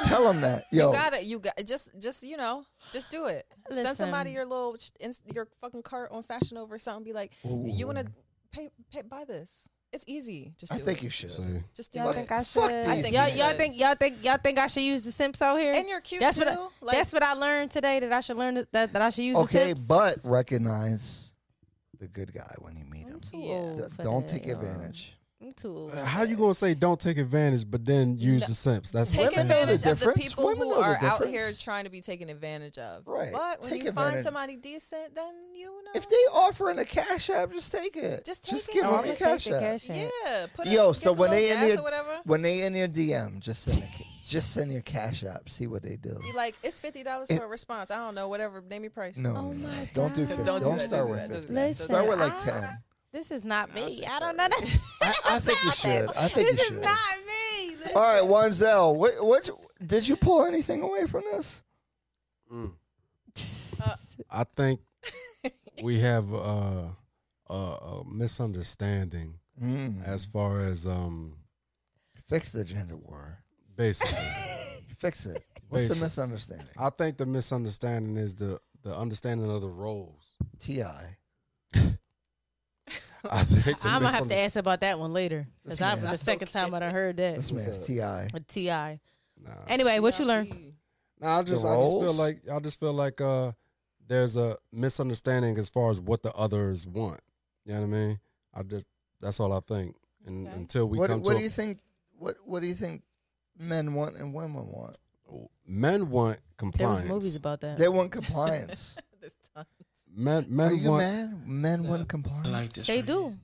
Tell them that, yo.
You gotta. You got just just you know just do it. Send somebody
Listen.
your little sh- ins- your fucking cart on Fashion Over or something. Be like, you wanna pay, pay buy this. It's easy. Just
I
do
think
it.
you should.
See,
Just do
Y'all
it.
think I should?
Fuck these
think
Y'all,
you
y'all
should.
think y'all think y'all think I should use the simps out here?
and you're cute
That's
too.
what I-
like,
That's what I learned today that I should learn th- that that I should use
Okay,
the simps.
but recognize the good guy when you meet him.
I'm too
Yeah.
old.
D-
for
don't
that,
take
y'all.
advantage.
I'm too Oh, old.
Uh,
for
Uh, how you
that.
gonna say don't take advantage, but then use the simps? That's
Women
take
know the
advantage of the
difference.
people
Women
who
know the
are out here
difference.
trying to be taken advantage of.
Right.
But when
Take
you
advantage.
find somebody decent, then you know.
If they offering a cash app, just take it.
Just take it.
give
Oh,
them
I'm
a
gonna
cash app.
yeah, put
Yo,
a,
so
give a
when
little
they in
gas
there-
or whatever,
When they in your DM, just send a, ca- just send your cash app. See what they do.
be like, it's fifty dollars
It-
for a response. I don't know, whatever. Name your price.
No,
Oh
no, no.
my
don't do
God.
50.
Don't
Don't,
do that,
start
do
with
that, do
50.
that.
Listen,
start with like
I-
10.
This is not
No,
me.
it's
I don't know
not
that.
I, I think you should. I think
this
you should.
is not me. Listen.
All right, Wanzel, what, what did you pull anything away from this?
Uh,
I think we have uh, a, a misunderstanding
Mm.
as far as um,
Fix the gender war.
basically.
Fix it. What's the
Basically.
misunderstanding?
I think the misunderstanding is the the understanding of the roles.
Ti.
I think the
I'm gonna have to
misunder-
ask about that one later
This
because that
man-
was the second time I done heard that.
This man's Ti.
With Ti.
Nah.
Anyway, what you learn?
Nah, I just
The
I just feel
roles?
like I just feel like uh there's a misunderstanding as far as what the others want. You know what I mean? I just that's all I think. And
Okay.
until we
What,
come
what
to
do
a-
you think? What What do you think men want and women want?
men want
There was
compliance.
movies about that.
They want compliance.
This time.
men
Are
men
you
want
mad? Men want compliance.
They do.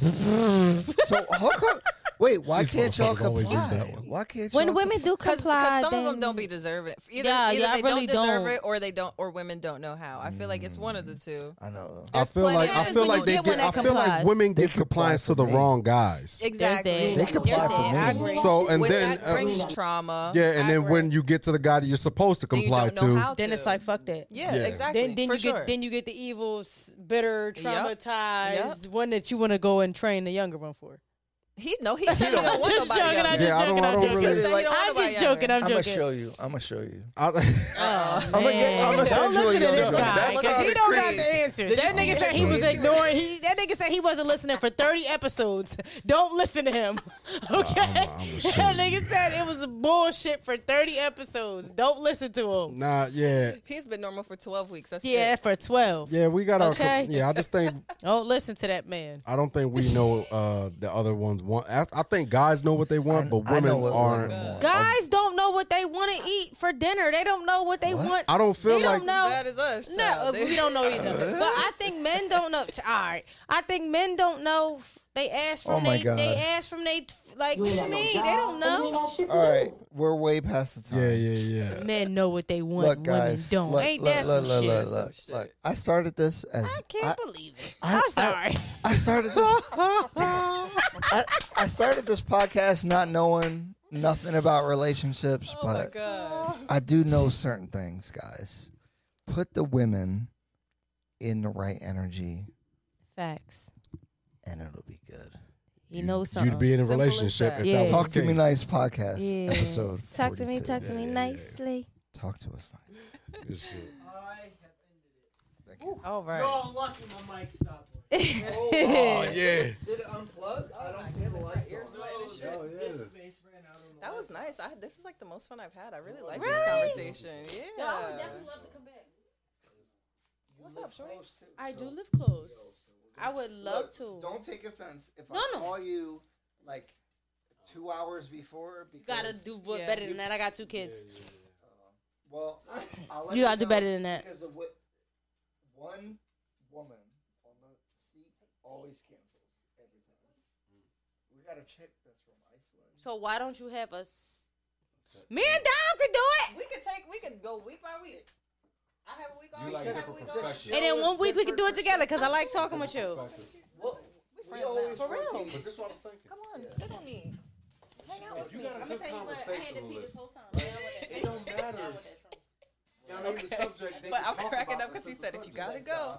So how come? Wait, why
These
can't y'all
motherfuckers always use that
comply?
one.
Why can't
When
y'all
women do
Because
comply,
some of them
they-
don't be deserving. Either,
Yeah,
either
yeah, I
they
really
don't deserve
don't.
it, or they don't, or women don't know how. I feel like it's one of the two.
I know.
I
There's
feel
plenty
like
of
I
men
feel
who
like
don't
they
get
get
one
I
that
feel like
complies.
women
They
get compliance to the
comply for me.
wrong guys.
There's
Exactly.
that.
They comply
There's
for
that.
me.
I agree.
So and
Which
then
that
uh,
brings trauma.
yeah, and then when you get to the guy that you're supposed to
then you
comply
don't know
to,
how
Then it's
to.
like fuck that.
yeah,
Yeah.
exactly.
Then, then
for
you
sure.
get then you get the evil, s- bitter,
Yup.
traumatized one that you want to go and train the younger one for.
he no, he said he don't want
just
nobody.
joking.
younger.
I'm
Yeah,
just
I don't-
joking.
I
I'm
don't
just
really-
joking.
He said he don't want
I'm
nobody
just joking. I'm
younger.
I'm gonna
joking.
show you. I'm gonna show you.
I-
Uh-uh.
Oh,
I'ma get-
man.
I'ma
don't
send you a
listen to this
younger
one.
guy
That's
because
not
he
a
don't got
creed.
the answers.
Did
That
you see
nigga
it?
said he was
Did you see it?
ignoring. He that nigga said he wasn't listening for thirty episodes. Don't listen to him. Okay,
I'ma show
that
you.
nigga said it was bullshit for thirty episodes. Don't listen to him.
nah, yeah.
He's been normal for twelve weeks. That's
Yeah,
it.
for twelve.
Yeah, we got our com-
Okay.
yeah, I just think
Don't listen to that man.
I don't think we know uh, the other ones want. I, I think guys know what they want,
I-
but
I know
women
what
aren't.
women want.
Guys don't know what they want to eat for dinner. They don't know what they
What?
want.
I don't feel
They
like
don't know.
that is us.
Oh. No, uh,
child.
we don't know either. But I think men don't know. All right, I think men don't know. They ask
Oh
from
my
they,
God.
they ask from they like what do you mean? They don't know.
All right, we're way past the time.
yeah, yeah, yeah.
Men know what they want.
Look, guys.
Women don't.
Look,
Ain't
look,
that
look,
some
look,
shit?
Look, look,
Some
look.
shit.
I started this as
I can't believe it.
I-
I'm
I-
sorry.
I started this. I, I started this podcast not knowing nothing about relationships,
Oh my
but
god.
I do know certain things, guys. Put the women in the right energy,
Facts.
and it'll be good.
You, know something.
You'd be in a
Simple as
relationship
that.
if
Yeah.
that was
Talk
the
to me
case.
nice podcast
Yeah.
episode.
talk to me.
42.
Talk to
Yeah,
me
yeah, yeah.
nicely.
Talk to us nice.
Good shit.
All right.
Oh, lucky my mic stopped.
Oh yeah.
Did it unplug? I don't see the lights. No, Oh, this space ran out on the
That was nice. I, this is like the most fun I've had. I really like this conversation. Yeah.
love to come back. What's up, Shorty? I do live close. I would love to.
Don't take offense if
No,
I
no.
call you like two hours before. Because,
gotta do what
Yeah.
better than that. I got two kids.
Well, I'll let
You gotta do
know
better than that.
Because of what one woman on the seat always cancels everything. We gotta check this from Iceland.
So why don't you have us? Me and Dom could do
We could take. We could go week by week. I have a week off.
You
You
like
have a
different
week off.
it, and then one week we could do it together because I like talking with you.
Well, we
friends now.
always
For real.
rotate.
this is what I was thinking.
Come on, sit on me. Hang out with me. I'm gonna tell you what.
It don't matter. Y'all know the subject.
But I'm cracking up because he said, "If you gotta
uh,
go,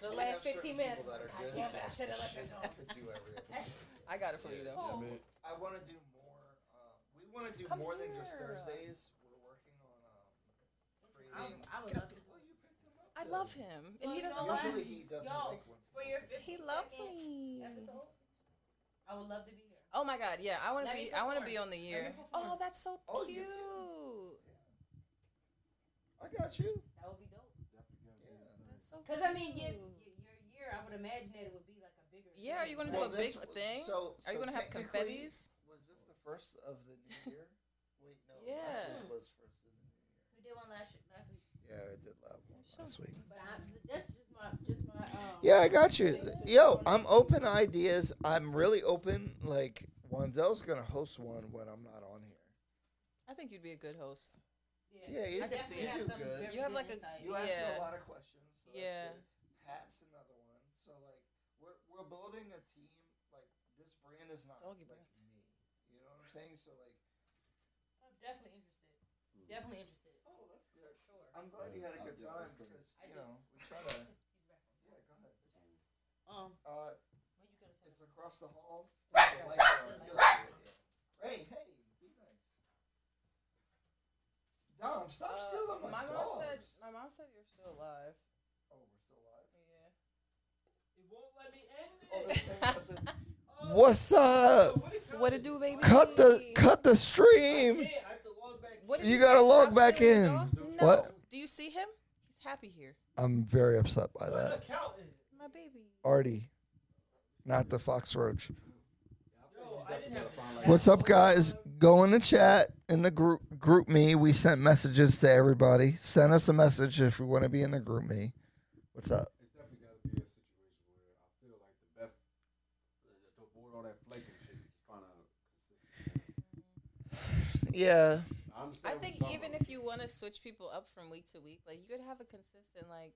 The last 15 minutes.
Could do every episode.
I got it for you though."
I want to do more. Uh, we want to do
Come
more than just
here.
Thursdays. We're working on. Um, creating-
I love him, and he
you know
doesn't
what?
love
Usually
me.
he doesn't
Yo,
make one.
For your
He loves me.
episode, I would love to be here.
Oh my God, yeah, I want to
Let me
be. I want to
perform.
be on the year. Oh, that's so
Oh,
cute.
you- I got you.
That would be dope.
That's so.
Because I mean,
cute.
your, your year, I would imagine that it would be like a bigger.
Yeah, are you gonna do
Well,
a big
this w-
thing?
so-
are you
so
gonna have
technically-
confetti's?
Was this the first of the new year? Wait, no.
Yeah.
Last week was first of the
We did one last last week,
new year. Yeah, I did last one last week.
but I, that's just my just my. Um,
Yeah, I got you. Yo, I'm open to ideas. I'm really open. Like Wanzel's gonna host one when I'm not on here.
I think you'd be a good host.
Yeah, you,
I can see
you do
it.
some
good.
very
You have
good
like a-
insight.
You asked me a
Yeah.
lot of questions. So that's
Yeah.
good. Pat's another one. So like we're we're building a team. Like this brand is not
Doggy
like
breath.
me. You know what I'm saying? So like
I'm definitely interested. Definitely interested.
oh, that's good.
Sure.
I'm glad you had a
Oh,
Yeah,
good
yeah,
time
that's good.
because
I
you
did.
know we try to.
Use the bathroom.
Yeah, go ahead.
Um,
Uh,
what you gonna say?
it's across the hall.
Right.
The lights are on. You'll see it, yeah. Hey, hey, be nice. Dom, stop
Uh,
stealing Oh my,
my mom
dogs.
said. My mom said you're still alive.
Oh, we're still alive.
Yeah.
It won't let me
Oh,
end
they're saying that the-
What's up?
What it do, baby?
Cut the cut the stream.
I have to log back.
What did
You
you
gotta
say?
log
Stop
back
stealing
in.
dogs? No.
What?
Do you see him? He's happy here.
I'm very upset by that.
account is it?
My baby.
Artie, not the Fox Roach.
Yo, I didn't have
What's up, guys? Go in the chat in the group group me. We sent messages to everybody. Send us a message if we want to be in the group me. What's up?
It's definitely got to be a situation where I feel like the best to avoid all that flaking shit. Just trying to consistent.
Yeah,
I understand.
I think even if you want to switch people up from week to week, like you could have a consistent like.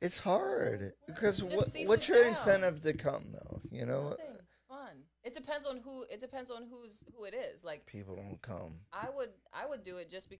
it's hard because
Just
what,
see
what's
who's
your
down.
incentive to come though? You know,
thing. Fun. It depends on who. It depends on who's who it is. Like
people don't come.
I would. I would do it just because.